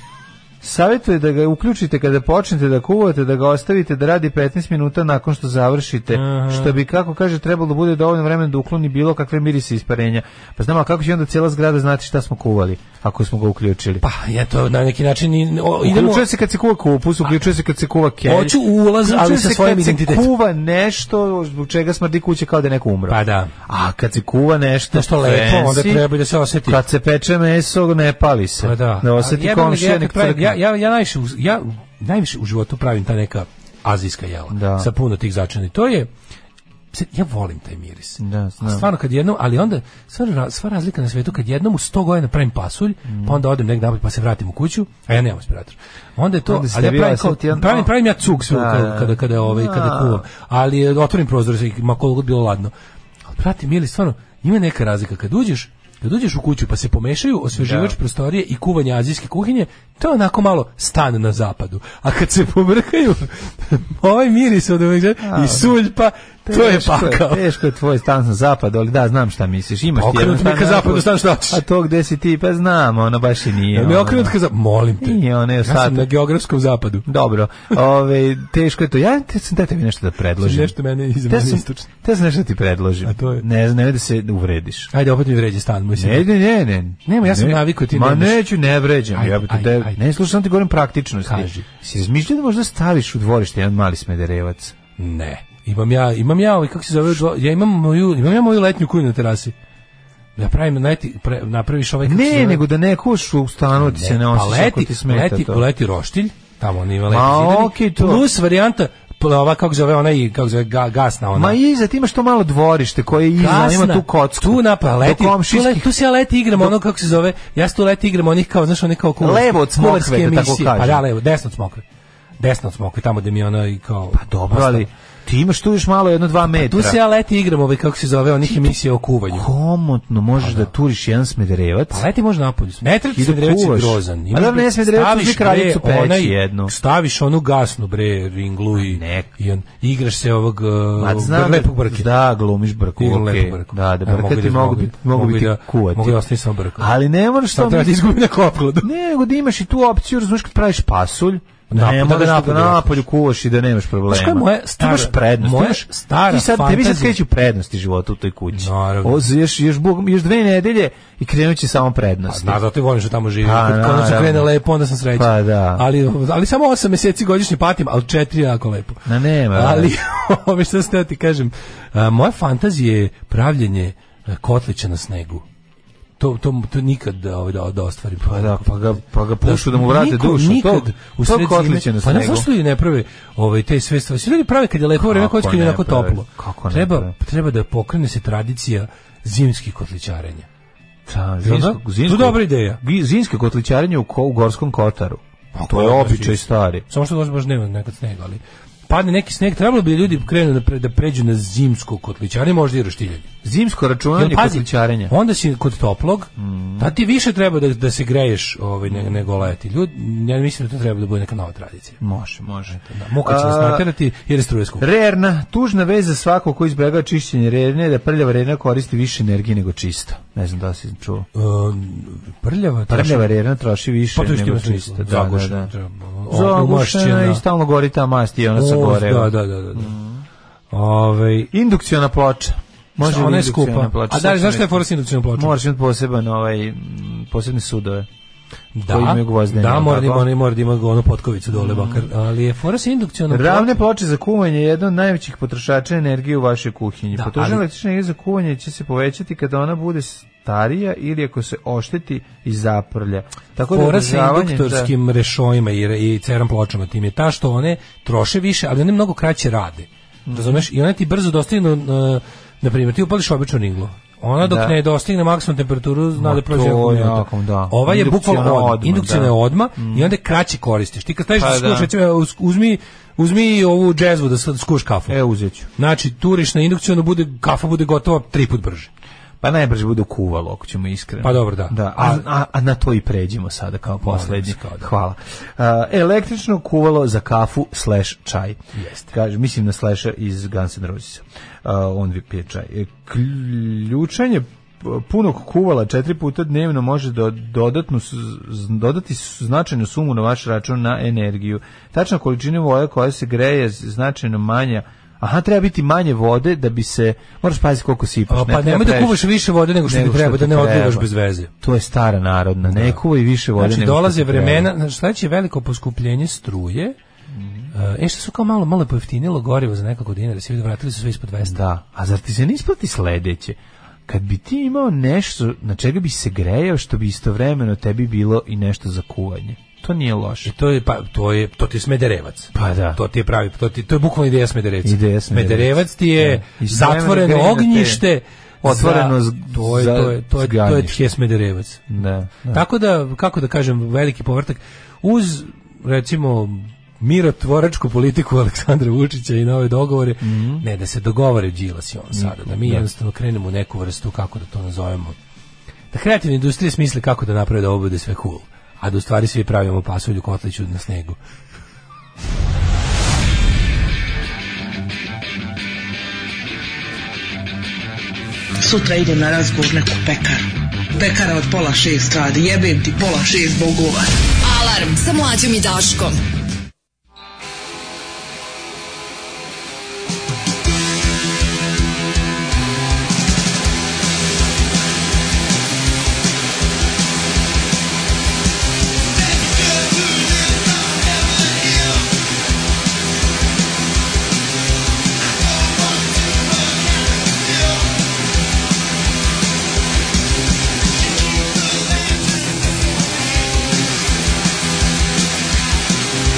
Savjetuje da ga uključite kada počnete da kuvate, da ga ostavite da radi 15 minuta nakon što završite, što bi, kako kaže, trebalo da bude dovoljno vremena da ukloni bilo kakve mirise isparenja. Pa znamo, a kako će onda cijela zgrada znati šta smo kuvali, ako smo ga uključili?
Pa, eto, na neki način i- o, idemo... Pa,
Uključuje se kad se kuva kupus, uključuje se kad se kuva kelj.
Hoću ulaz,
uključuje
ali sa
se
svojim
kad se
identitetom.
kuva nešto zbog čega smrdi kuće kao da je neko umro.
Pa da.
A kad se kuva nešto
Nešto lepo, onda
fancy,
treba i da se osjeti.
Kad se peče meso, ne pali se.
Pa da.
Da
A
osjeti
jebem ga,
komšija
ja
nek
kad pravim-
crkne.
Ja, ja, ja, najviše, uz- ja najviše u životu pravim ta neka azijska jela.
Da.
Sa puno tih začina. I To je se- ja volim taj miris.
Da, znam.
A Stvarno kad jednom, ali onda sva, ra- sva razlika na svetu kad jednom u 100 godina pravim pasulj, pa onda odem negde napolje pa se vratim u kuću, a ja nemam aspirator. Onda je to,
Onda ste
ali ja
vi
pravim, kao,
osjeti jedan-
pravim, pravim ja cuk sve
Da,
kada
da.
kada kada ovaj kada
Da.
kuvam, ali e, otvorim prozor sve ma koliko god bilo ladno. Ali prati miris stvarno ima neka razlika kad uđeš Kad uđeš u kuću pa se pomešaju osveživač
Da.
prostorije i kuvanje azijske kuhinje, to je onako malo stan na zapadu. A kad se pobrkaju, (laughs) ovaj miris od ovih
da.
i suljpa, to je
Teško
pakao.
Teško je tvoj stan na zapad, ali da, znam šta misliš. Imaš ti
Okrenut
jedan
mi
stan
ka
na
zapadu, stan šta hoćeš?
A to gde si ti, pa znam, ono baš i nije.
Jel me
ono. da.
okrenut ka zapadu? Molim te.
Nije, ono je
ja
sad.
sam na geografskom zapadu.
Dobro, ove, teško je to. Ja te sam da tebi nešto da predložim.
Nešto mene iza
Te
mene
sam,
istočno.
te sam nešto da ti predložim.
A to je?
Ne, znam, nemoj da se uvrediš.
Ajde, opet mi vređe stan, moj sin.
Ne, ne, ne, ne.
Nema, ja sam
Ne.
navikao, ti
Ma
nemaš.
neću, ne vređam.
Ajde,
ja bi te
ajde,
de-
ajde.
Ne, slušam ti govorim praktičnosti.
Kaži.
Si razmišljao da možda staviš u dvorište jedan mali smederevac?
E, Ne. Imam ja, imam ja, ovaj, kako se zove, dva- ja imam moju, imam ja moju letnju kuću na terasi. Ja pravim, leti, pre, napraviš ovaj... kako se
Ne,
zove-
nego da ne kuš u stanu da ti se ne
pa
osjeća ako
leti,
ti smeta
leti,
to.
leti roštilj, tamo on ima
Ma,
lepo zidani,
okej, to.
plus varijanta, pl- ova, kako se zove, ona i, kako se zove, ga, gasna ona.
Ma iza ti imaš to malo dvorište koje je iza,
Kasna,
ima tu kocku.
Tu na pa leti,
Do
tu, le,
komšijskih.
tu se ja leti igram ono kako se zove, ja se tu leti igram onih kao, znaš, onih kao kularske,
Levo od smokve,
kularske
da tako
emisije.
kažem.
Pa da, levo, desno od smokve. Desno od smokve, tamo gde mi je ono i kao...
Pa dobro, ali ti imaš tu još malo jedno dva metra.
Pa Tu se ja leti igram ovaj, kako se zove, onih emisija o kuvanju.
Komotno možeš da turiš jedan smederevac.
Pa leti može napolju. Ne treba
I da
smederevac je
kuvaš.
grozan.
A da ne smederevac,
staviš,
uzmi kraljicu
bre,
peći
onaj-
jednu.
Staviš onu gasnu bre ringlu i,
ne.
i on, igraš se ovog
Ma
uh,
znam da,
lepog brke.
da glumiš brku,
Igram
okej.
lepog brku.
Da, da
Evo, mogu
brka
i
ti
da-
mogu
mogu i-
biti mogu
mogu i
biti
da-
kuvati.
mogu i da ostavim samo brku.
Ali ne moraš
Sad da
to
treba ti izgubim neku opkladu.
Ne, nego da imaš i tu opciju, razumiješ kad praviš pasulj, Ne,
Napolju,
moraš da
napolju
ga napolju kuvaš i da nemaš problema.
Znaš koja je moja stara-
Ti imaš prednost.
moja
ti imaš-
stara
ti sad, Tebi sad
fantazija-
kreću prednosti života u toj kući.
Naravno.
Ovo, još, još, bog- još dve nedelje i krenut će samo prednosti.
Zna, Da, zato i volim što tamo živim.
Pa,
Kad konačno
naravno.
krene lepo, onda sam srećan.
Pa, da.
Ali, ali samo 8 meseci godišnje patim, ali 4 jako lepo.
Na, nema, da.
Ali, (laughs) ove što ste ti kažem, a, moja fantazija je pravljenje a, kotlića na snegu. To, to, to nikad da, ovaj, da, da ostvarim.
Pa da, pa ga, pa ga pušu da mu vrate
niko
dušu.
Nikad
to,
u
to
sred
kotliće
zime-
na
Pa ne,
snegu.
zašto ljudi ne prave ovaj, te sve stvari? Svi ljudi prave kad je lepo vreme,
Kako
kad je
ne
onako
prave?
toplo.
Kako ne
treba,
prave?
treba da pokrene se tradicija zimskih kotličarenja.
Da,
Pa To dobra ideja. Pa
gi- Zimsko kotličarenje u, ko, u Gorskom Kotaru. to je
kako
običaj
si-
stari.
Samo što dođe baš nema nekad sneg, ali padne neki sneg, trebalo bi da ljudi krenu da, pre, da pređu na zimsko kotličarenje, možda i roštiljanje.
Zimsko
Jer,
računanje
pazi,
kotličarenja.
onda si kod toplog,
Mm.
da ti više treba da, da se greješ ovaj, ne- nego leti. Ljudi, ja mislim da to treba da bude neka nova tradicija.
Može, može.
Da, muka će nas
A,
naterati jer je struja skupa.
Rerna, tužna vez za svako ko izbjegava čišćenje rerne je da prljava rerna koristi više energije nego čista. Ne znam da li si čuo.
Um, prljava,
Prljava rerna troši više
pa to što
nego
ima smisla.
čista. Da, da,
Zagušena,
da.
treba, o-
Zagušena
umašćena.
i stalno gori ta mast i ona se
O,
gore.
Da, da, da. da. Ovaj,
Indukciona ploča. Mm. Može
ona je
indukciona
skupa.
ploča.
A da,
Sad
zašto
sam
je fora s indukcijnom pločom?
Moraš imati poseban ovaj, m, posebne sudove.
da,
koji imaju gvozdene,
Da,
jel
mora da ima,
tako? Mm.
ona- mora da ima onu potkovicu dole, bakar. Ali je fora sa indukcijnom
Ravne ploče za kuvanje je jedan od najvećih potrošača energije u vašoj kuhinji.
Da,
Potrošnja
ali-
električne energije za kuvanje će se povećati kada ona bude starija ili ako se ošteti i zaprlja. Tako da
Fora sa
održavanje-
induktorskim rešojima i, re- i ceram pločama tim je ta što one troše više, ali one mnogo kraće rade.
Mm.
Razumeš? I one ti brzo dostignu, e, na primjer, ti upališ obično iglu. Ona dok
Da.
ne dostigne maksimum temperaturu, zna
Ma,
da prođe
to
nekoliko
je
minuta.
jako, da.
Ova je
Indukciona
bukvalno odmah.
odmah,
Indukcijna
da.
je odmah i onda je kraće koristiš. Ti kad staviš
Pa,
da skuvaš,
da.
recimo, uz- uzmi, uzmi ovu džezvu da sad skuvaš kafu.
E, uzet ću.
Znači, turiš na indukciju, ono bude, kafa bude gotova tri put brže.
Pa najbrže bude kuvalo, ako ćemo iskreno.
Pa dobro, da.
a, a, a na to i pređemo sada kao poslednji.
vas, kao da.
Hvala. Uh, električno kuvalo za kafu slash čaj.
Jeste.
Kaže, mislim na slasha iz Guns N' Roses. Uh, on vi pije čaj. E, Ključanje p- punog kuvala četiri puta dnevno može do, dodatnu, s- z- dodati s- značajnu sumu na vaš račun na energiju. Tačna količina vode koja se greje je značajno manja Aha, treba biti manje vode da bi se... Moraš paziti koliko sipaš.
A,
ne
pa
treba
nemoj da
previše.
kuvaš više vode nego što ti
Nego što
treba,
ti
da ne
treba.
odlivaš bez veze.
To je stara narodna, ne kuvaj više vode.
Znači,
nego što
dolaze
ti treba.
vremena, znači, sledeće je veliko poskupljenje struje,
Mhm.
E, što su kao malo, malo pojeftinilo gorivo za nekako dinara, se vidi, vratili su sve ispod 200.
Da, a zar ti se ne isplati sledeće? Kad bi ti imao nešto na čega bi se grejao, što bi istovremeno tebi bilo i nešto za kuvanje. To nije
I
loše.
to je, pa, to je, to ti je smederevac.
Pa da.
To ti je pravi, to, ti, to je bukvalno ideja smederevca.
Ideja Smederevca.
Smederevac ti je
Da. I spremno
zatvoreno
da grije na te-
ognjište,
Otvoreno
za-
z-
to je,
za
to je, to je, to je
zganište.
tje smederevac.
Da, da.
Tako da, kako da kažem, veliki povrtak uz, recimo, mirotvoračku politiku Aleksandra Vučića i nove dogovore,
Mhm.
ne da se dogovore Đilas i on sada, da mi jednostavno krenemo u neku vrstu, kako da to nazovemo, da kreativne industrije smisle kako da naprave da ovo bude sve cool, a da u stvari svi pravimo pasulju kotliću na snegu.
Sutra idem na razgovor neku pekaru. Pekara od pola šest radi, jebem ti pola šest bogova.
Alarm sa mlađom i Daškom.
Thank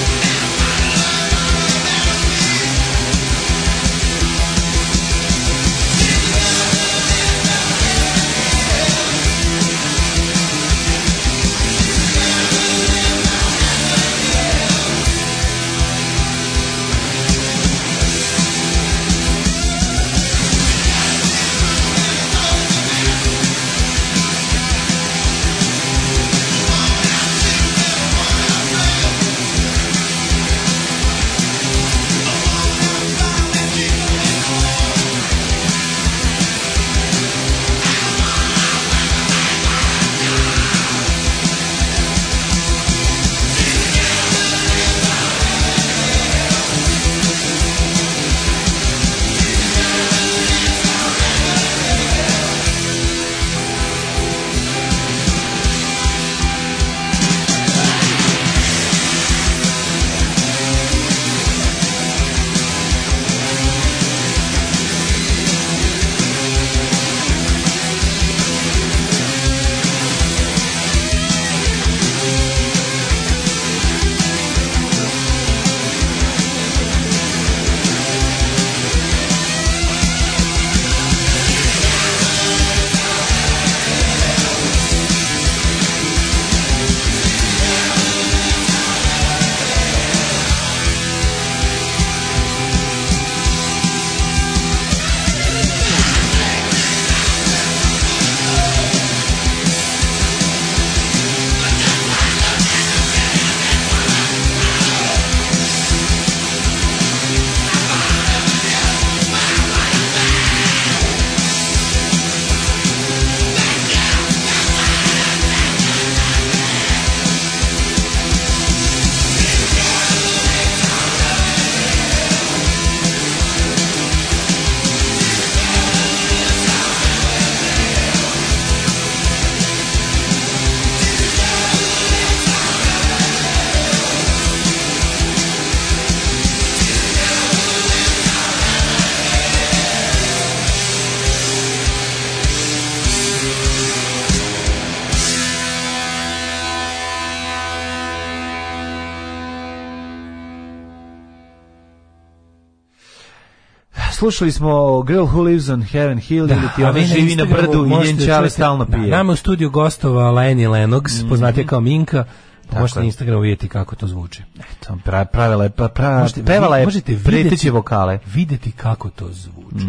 Da, slušali smo Girl Who Lives on Heaven Hill da, ili ti
a
ona
vi
živi na
Instagramu
brdu i
možete
njen
da
čale
čujete-
stalno
da,
pije. Mhm.
Nama je u studiju gostovala Lenny Lennox, poznatija kao Minka. Pa možete
je.
na Instagramu vidjeti kako to zvuči.
Eto, pra, pravila je, pra, pra,
Možete-
pevala je
možete vidjeti-
preteće vokale.
videti kako to zvuči.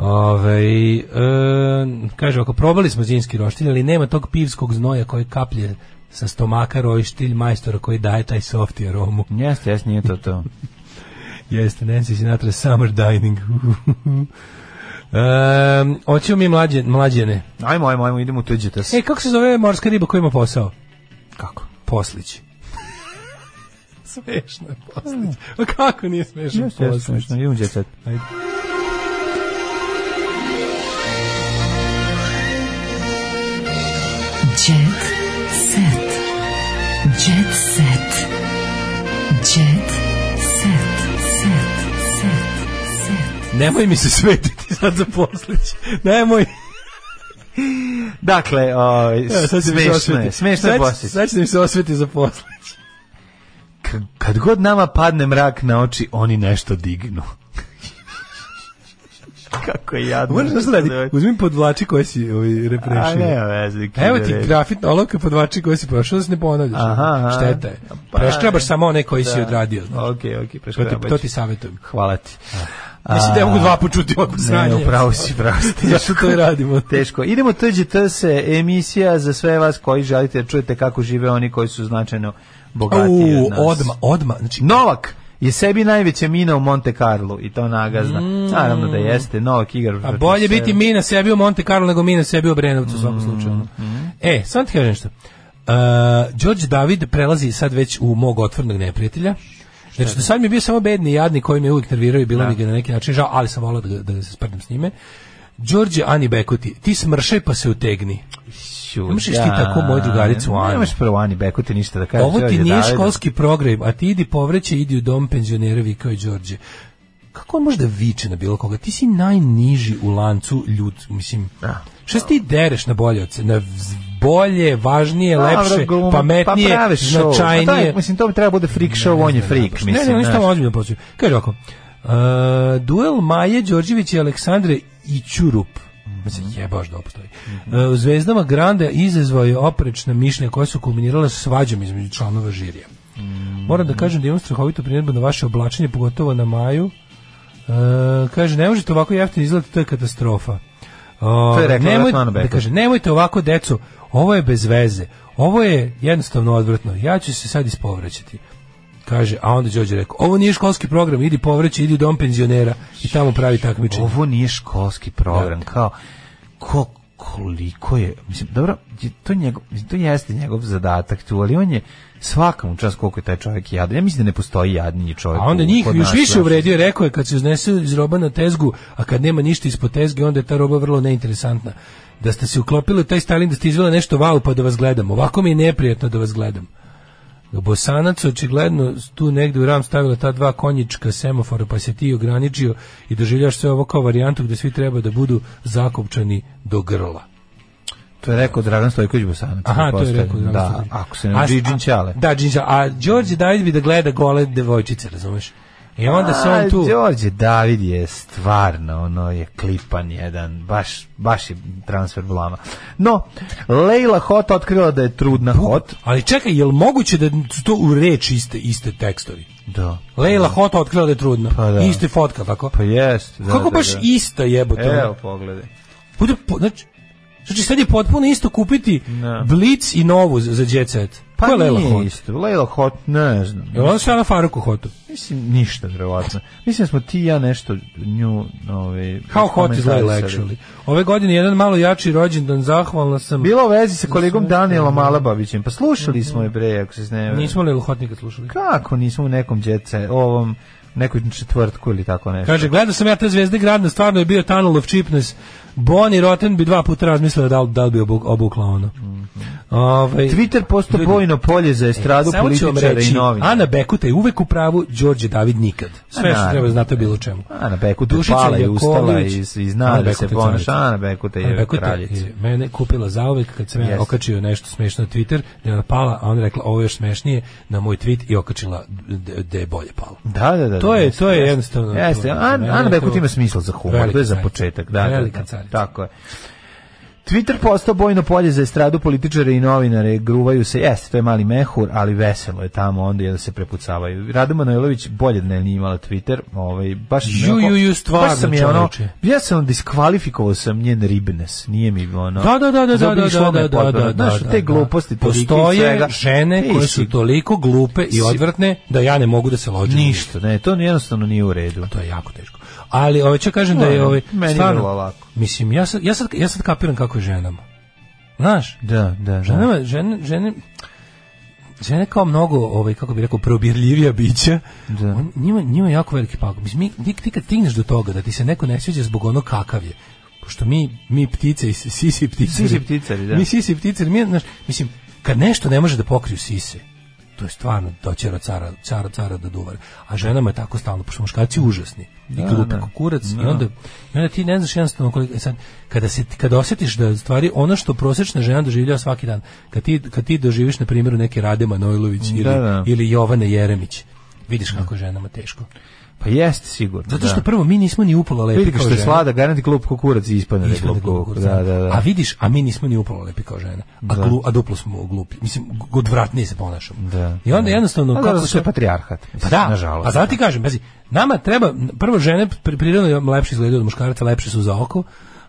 Ovaj, e, kaže, ako probali smo zimski roštilj, ali nema tog pivskog znoja koji kaplje sa stomaka roštilj majstora koji daje taj softi aromu.
Jeste, jeste, nije to to.
Jeste, Nancy Sinatra, Summer Dining. (laughs) Um, oćemo mi mlađe, mlađene.
Ajmo, ajmo, ajmo, idemo u tuđe tas.
E, kako se zove morska riba koja ima posao?
kako? (laughs)
Poslić. smešno je poslić. A kako nije smešno
Jeste, jeste,
poslić?
smešno, idemo u jet set.
Ajde.
Jet set. Jet set. Jet set. Set. Set. Set.
Nemoj mi se svetiti sad za poslić. Nemoj.
Dakle, oj,
Evo, sad će mi se
smešno je,
osvetiti.
smešno je
Sad će-
posjeć.
Sad će mi se osveti za
(laughs)
poslić.
K- kad god nama padne mrak na oči, oni nešto dignu. (laughs) Kako je jadno. da
Moraš nešto da radi. Uzmi podvlači koje si ovaj,
A
reprešio. Pa
ne, vezi.
Evo ti grafit olovka podvlači koji si prošao da se ne ponavljaš.
Aha, aha.
Šteta je.
Pa, Da.
Preškrabaš samo one koji si odradio. znaš.
Ok, ok,
To ti,
preškrabaću.
to ti savjetujem.
Hvala
(laughs)
ti.
Mislim da ja mogu dva put čuti ovako
Ne,
sranje.
upravo si, upravo
(laughs)
si.
Zašto to i radimo?
Teško. Idemo tuđe se emisija za sve vas koji želite da čujete kako žive oni koji su značajno bogatiji
U,
od nas.
odma, odma. Znači,
Novak je sebi najveća mina u Monte Carlo i to nagazna. Naravno da jeste, Novak igra.
Mm. A
protiv
bolje
sebe.
biti mi na sebi u Monte Carlo nego mi na sebi u Brenovcu u svakom slučaju. E, sam ti kažem nešto. Uh, George David prelazi sad već u mog otvornog neprijatelja. Znači, do sad mi je bio samo bedni i jadni koji me uvijek nervirao i bilo mi ga na neki način žao, ali sam volao da, ga- da ga se sprdim s njime. Đorđe Ani Bekuti, ti smršaj pa se utegni.
Ću,
Ne možeš ti tako moju drugaricu Anu.
da, Nemaš prvo Ani Beku ti ništa da kažeš.
Ovo ti
Đorđe
nije
Davidu.
školski program, a ti idi povreće, idi u dom penzionera, vikao je Đorđe. Kako on može da viče na bilo koga? Ti si najniži u lancu ljud, mislim.
Da.
Šta se ti dereš na bolje od se- Na z- bolje, važnije,
Dobro,
lepše,
glum-
pametnije,
pa praviš show. Pa
značajnije.
taj, mislim, to bi treba bude freak show, on je freak. Mislim,
Ne, ne, oni
znaš.
tamo ozbiljno posluju. Kaže ovako, uh, duel Maje Đorđević i Aleksandre Ićurup. Mislim,
Mhm.
jebaš da postoji. Uh, u zvezdama Granda izazvao je oprečna mišljenja koja su kulminirala svađom između članova žirija.
Mm.
Moram da kažem da imam strahovitu primjedbu na vaše oblačenje, pogotovo na Maju. E, kaže, ne možete ovako jeftino izgledati, to je katastrofa. O,
To je rekla
nemoj-
Svetlana Beković.
da kaže, nemojte ovako, decu, ovo je bez veze. Ovo je jednostavno odvratno. Ja ću se sad ispovraćati. Kaže, a onda Đorđe rekao, ovo nije školski program, idi povreći, idi u dom penzionera i tamo pravi takmičenje.
Ovo nije školski
Da.
program, kao ko koliko je, mislim, dobro, je to, njegov, mislim, to jeste njegov zadatak tu, ali on je svakom čas koliko je taj čovjek jadan. Ja mislim da ne postoji jadniji čovjek.
A Pa onda
u-
njih
kod
još
nas,
više
znaš.
uvredio, rekao je kad se uznese iz roba na tezgu, a kad nema ništa ispod tezge, onda je ta roba vrlo neinteresantna. Da ste se uklopili u taj styling, da ste izvela nešto wow, pa da vas gledam. Ovako mi je neprijatno da vas gledam. Bosanac očigledno tu negde u ram stavila ta dva konjička semafora pa se ti ograničio i doživljaš sve ovo kao varijantu gde svi treba da budu zakopčani do grla.
To je rekao Dragan Stojković Bosanac.
Aha, to je
pretpostavljam.
rekao. znam
Da,
što je.
ako se
A-
ne uđi Đinćale.
a- Da, Džinđale. A Đorđe David bi da gleda gole devojčice, razumeš? I onda Da, se on tu...
A, Đorđe David je stvarno, ono je klipan jedan, baš, baš je transfer blama. No, Leila Hot otkrila da je trudna Hot.
Ali čekaj, je li moguće da su to u reči iste, iste tekstovi?
Da.
Leila Hot otkrila da je trudna.
Pa da.
Iste fotka, tako?
Pa jest. Da, da,
Kako baš
da.
ista jebote?
Evo, pogledaj.
Bude, po- znači, znači sad je potpuno isto kupiti
Ne.
Blitz i Novu za, za Jet Set.
Pa
Ko je Leila
nije
Hot?
isto. Leila Hot, ne znam.
Je li ona sve na Faruku Hotu?
Mislim, ništa, vjerovatno. Mislim da smo ti i ja nešto nju... Ove,
How hot is Leila
komentarisali.
actually? Ove godine jedan malo jači rođendan, zahvalna sam.
Bila Mm. u vezi sa kolegom Danielom Alabavićem. Pa slušali smo je bre, ako se ne... varam.
Nismo Leila Hot nikad slušali.
Kako nismo u nekom djece, ovom nekoj četvrtku ili tako nešto.
Kaže, gledao sam ja te zvezde gradne, stvarno je bio tunnel of cheapness. Bonnie Rotten bi dva puta razmislila da li, da li bi obuk, obukla ono.
Mhm.
Ovaj,
Twitter postao
ljudi,
bojno polje za estradu
samo ću vam
političara i
reći,
novina.
Ana Bekuta je uvek u pravu, Đorđe David nikad. Sve što
naravno.
treba znati o bilo čemu.
Ana Bekuta je
Dušica
pala i ustala i,
Jakovljević-
i zna
Ana
da se
Bekuta je
ponaša.
crnica.
Ana Bekuta
Ana
je
Bekuta
kraljica.
je mene kupila zauvek kad sam ja
Jeste.
okačio nešto smešno na Twitter, da je ona pala, a ona je rekla ovo je još smešnije na moj tweet i okačila da- da je bolje pala.
Da, da, da.
To
da,
je-
jeste,
to je
jeste.
jednostavno to.
Jeste, An-
Meni je
Ana
to-
Bekut ima smisla za humor, to
Velika
je za
carica.
početak. Da, da,
Velika
da,
carica.
Tako je. Twitter postao bojno polje za estradu, političare i novinare, gruvaju se, jeste, to je mali mehur, ali veselo je tamo, onda jel se prepucavaju. Radimo Nojlović bolje da nije imala Twitter, ovaj, baš,
Ju,
onako-
ju, ju, stvarno,
baš sam je ono,
čoveče.
ja sam diskvalifikovao sam njen ribnes, nije mi ono,
Da, da, da, da, da, da,
zaobišlo
da,
me
da, da,
potpuno.
da,
Znaš,
da,
te
da.
gluposti, tolike i svega.
Postoje žene
Ti
koje
si
su toliko glupe i odvratne da ja ne mogu da se lođim.
Ništa, ne, to jednostavno nije u redu.
To je jako teško. Ali ovaj će kažem da je
Ne,
ovaj
meni je
stvarno
vrlo lako.
Mislim ja sad ja sad ja sad kapiram kako je ženama. Znaš,
Da, da, da.
ženama žene žene žene kao mnogo ovaj kako bi rekao probirljivija bića.
Da.
On, njima njima je jako veliki pakao. Mislim mi, ti, ti kad stigneš do toga da ti se neko ne sviđa zbog onog kakav je pošto mi mi ptice i si- sisi pticari.
Sisi pticari, da.
Mi sisi pticari, mi znaš, mislim kad nešto ne može da pokriju sise to je stvarno doćera od cara, cara, cara do duvara. A ženama je tako stalno, pošto muškarci užasni. I glupi
da.
kako kurac. I, onda, I onda ti ne znaš jednostavno koliko... e Sad, kada, se, kada osjetiš da stvari, ono što prosječna žena doživljava svaki dan, kad ti, kad ti doživiš na primjeru neke Rade Manojlović ili,
da.
ili Jovane Jeremić, vidiš kako je ženama teško.
Pa jeste sigurno.
Zato što
da.
prvo mi nismo ni upalo lepi
vidi
kao
što je
žene.
slada, garanti klub kukurac i ispadne da je
Ispod
klub
nekog
kukurac.
kukurca.
Da, da, da.
A vidiš, a mi nismo ni upalo lepi kao žena. A,
Da.
glu, a duplo smo glupi. Mislim, g- odvratnije se ponašamo.
Da,
I onda jednostavno...
A
kako
zato što je
to-
patrijarhat.
Pa da,
nažalost.
a zato ti kažem, pazi, nama treba, prvo žene pri- prirodno lepše izgledaju od muškaraca, lepše su za oko,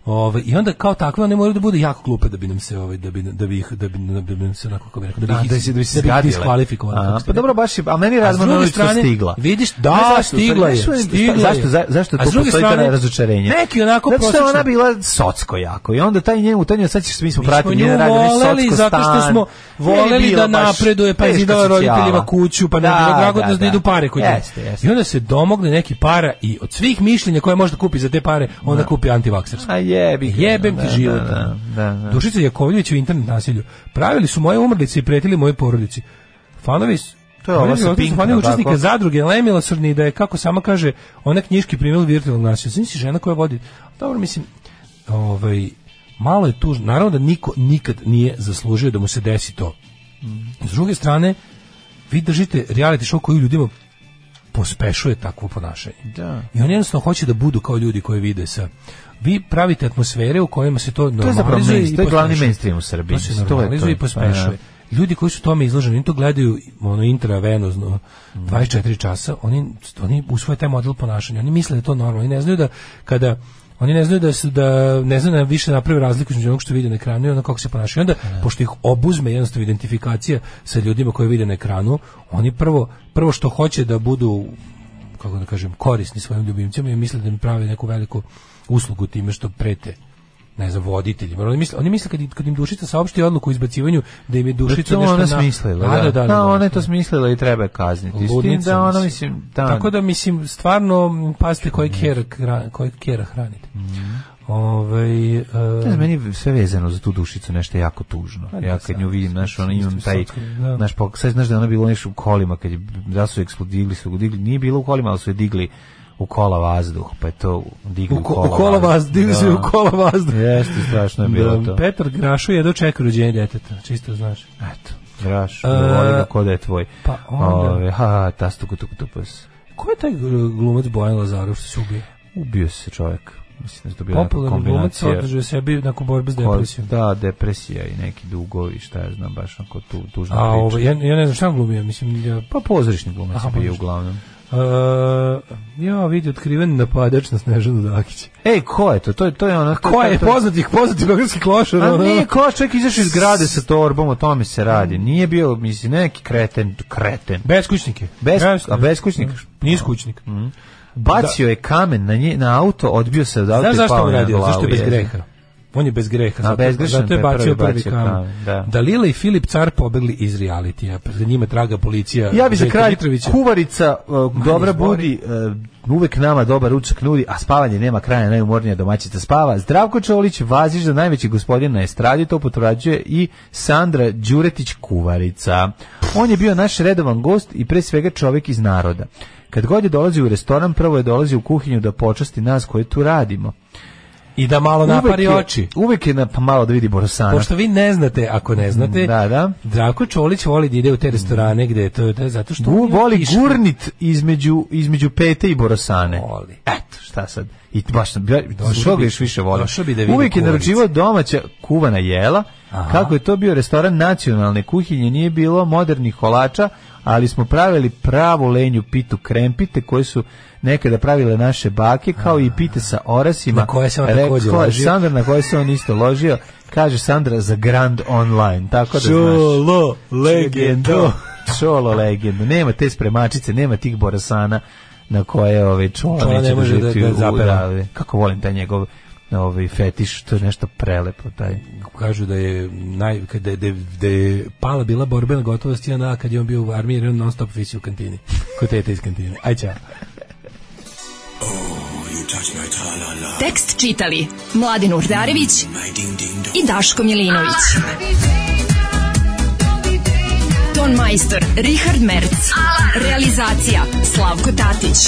Ove, I onda kao takve one moraju da budu jako glupe da bi nam se ovaj da bi da bi ih da bi da bi nam se onako kako bi rekao da bi
Da,
ih
da se da se
da bi ih
zgadile.
diskvalifikovali.
Aha,
kako ste
Pa dobro
rekli.
baš je, a meni
A s druge
razmano što
strane,
stigla.
vidiš, da,
Ne, zašto?
stigla je,
Zašto-
stigla je.
Zašto za- zašto
A
tu
s druge
postoji
strane,
to razočarenje?
neki onako
Zato što je
prosječni-
ona bila socko jako i onda taj njen u tanju sad ćeš mi smo
Mi smo
pratili
nju
njen rad, ona je
voleli
socko
zato što
stan.
smo voleli
Meni je bilo
da
baš
napreduje, pa je
teška
zidala
socijala.
roditeljima kuću, pa nam je bilo drago da, da idu pare kod nje.
Jeste, jeste.
I onda se domogne neki para i od svih mišljenja koje može da kupi za te pare, onda kupi antivaksersko.
A jebi ga,
Jebem ti
da,
život.
Da, da, da.
Dušica Jakovljević u internet nasilju. Pravili su moje umrlice i pretili moje porodici. Fanovi su
To je ova sa
Fanovi su
Pink,
fanovi
jel'
učesnika
tako?
zadruge Lemila Sorni da je, kako sama kaže, ona knjiški primjer virtualnog nasilja. Znači žena koja vodi... Dobro, mislim, ovaj, malo je tužno. Naravno da niko nikad nije zaslužio da mu se desi to.
Mm.
S druge strane, vi držite reality show koji ljudima pospešuje takvo ponašanje.
Da.
I oni jednostavno hoće da budu kao ljudi koji vide sa vi pravite atmosfere u kojima se to
To je zapravo
normalizuje
mainstream,
i
to je glavni
pospešuje.
mainstream u Srbiji.
To se normalizuje i
to, pa,
pospešuje. Ljudi koji su tome izloženi, oni to gledaju ono intravenozno 24 časa, oni oni usvoje taj model ponašanja. Oni misle da je to normalno, oni ne znaju da kada Oni ne znaju da su da ne znaju da više naprave razliku između onog što vide na ekranu i ono kako se ponašaju. I Onda pošto ih obuzme jednostavno identifikacija sa ljudima koje vide na ekranu, oni prvo prvo što hoće da budu kako da kažem korisni svojim ljubimcima i misle da im prave neku veliku uslugu time što prete ne znam, voditeljima. Oni misle, oni misle kad, im- kad im dušica saopšti odluku o izbacivanju, da im je dušica
Da to
nešto
ona
na-
smislila.
Da, da, da. da,
ona je to smislila i treba je kazniti. S tim
Ludnica,
da ona,
mislim.
mislim, da,
Tako da, mislim, stvarno, m, pazite koji kjer, koji kjera hranite. Ovaj e,
Mhm. Pa Ne znam, meni je sve vezano za tu dušicu nešto jako
Pa
tužno. Ja kad nju vidim, znaš, ono, imam taj,
da.
znaš, pa, sad znaš da je ona bila nešto u kolima, kad je, da su eksplodirali, su digli, nije bilo u kolima, ali su je digli u kola vazduh, pa je to digli u,
u, ko, u kola vazduh, digli se
Da.
u kola vazduh.
Jeste, strašno je bilo
Da,
to.
Petar Grašo je dočekao rođenje deteta, čisto znaš.
Eto, draš,
E,
voli ga ko da je tvoj.
pa onda-
Ove, ha, ha, tastu kutuk tupas.
Ko je taj gl- glumac Bojan Lazarov što se ubije?
Ubio se čovjek. Mislim da je to bila neka
Popularni glumac
kombinacija.
održuje sebi nakon borbe s
Ko-
depresijom.
Da, depresija i neki dugovi, šta ja znam, baš onako tu, tužna
A
priča.
ovo, ja, ja ne znam šta on glumio, mislim, ja
Pa pozorišni glumac
Aha,
je bio
pozorišni.
uglavnom.
Uh, ja vidi otkriven napadač na Snežanu Dakić.
Ej, ko je to? To je, to je ono...
Ko je
to-
poznatih, poznati beogradski klošar?
A
ono?
nije ko, čovjek izašao iz grade sa torbom, o tome se radi. Nije bio, mislim, neki kreten, kreten.
Beskućnik je.
Bez-
Beskućnik. Mm.
a beskućnik? Mm.
Nije skućnik.
Bacio je kamen na, nje, na auto, odbio se od auta
da. Znaš
i
zašto
pao
on
je na
radio?
glavu,
Zašto je bez
jezivo.
greha? on je bez
A,
greha, zato,
bezgrešan,
zato je
pa je
bacio
prvi
prvi
bacio
kamen.
kamen, da.
Dalila i Filip Car pobegli iz realitija, pa za njima traga policija
Ja bi za
Željka
kraj
Mitrovića.
kuvarica uh, dobra
izbori.
budi, uh, uvek nama dobar ručak nudi, a spavanje nema kraja, najumornija domaćica spava. Zdravko Čolić vaziš za najveći gospodin na estradi, to potvrđuje i Sandra Đuretić kuvarica. On je bio naš redovan gost i pre svega čovjek iz naroda. Kad god je dolazio u restoran, prvo je dolazio u kuhinju da počasti nas koji tu radimo.
i da malo
Uvek
napari
je-
oči.
Uvek je na, pa malo da vidi Borosana.
Pošto vi ne znate, ako ne znate,
Da, da.
Drako Čolić voli da ide u te restorane gde je to, da, zato što
Gu-
on ima
voli
kišku.
gurnit između, između pete i borosane.
Voli.
Eto, šta sad? I baš sam, ja,
Došao
što ga
bi-
još više volim.
došao bi da vidi
Uvijek je
kuvarice.
naručivao domaća kuvana jela.
Aha.
Kako je to bio restoran nacionalne kuhinje, nije bilo modernih kolača, ali smo pravili pravu lenju pitu krempite koje su nekada pravile naše bake, kao i pite sa orasima.
Na koje se on
Rekla
također
je
ložio.
Sandra na koje se on isto ložio. Kaže Sandra za Grand Online, tako da znaš.
Čolo, legendo.
Čolo legendu. Nema te spremačice, nema tih borasana na koje ove čola,
Čola
neće
ne može da-
doživjeti
da
u-
zapeva.
da, kako volim taj njegov ovaj fetiš, to je nešto prelepo taj.
Kažu da je, naj, da, je- da, je- da je pala bila borbena gotovost jedan dan kad je on bio u armiji jer je on non stop visi u kantini. Kod tete iz kantine. Aj čao.
Tekst čitali Mladin Urdarević i Daško Milinović. Ton majstor Richard Merc. Realizacija Slavko Tatić.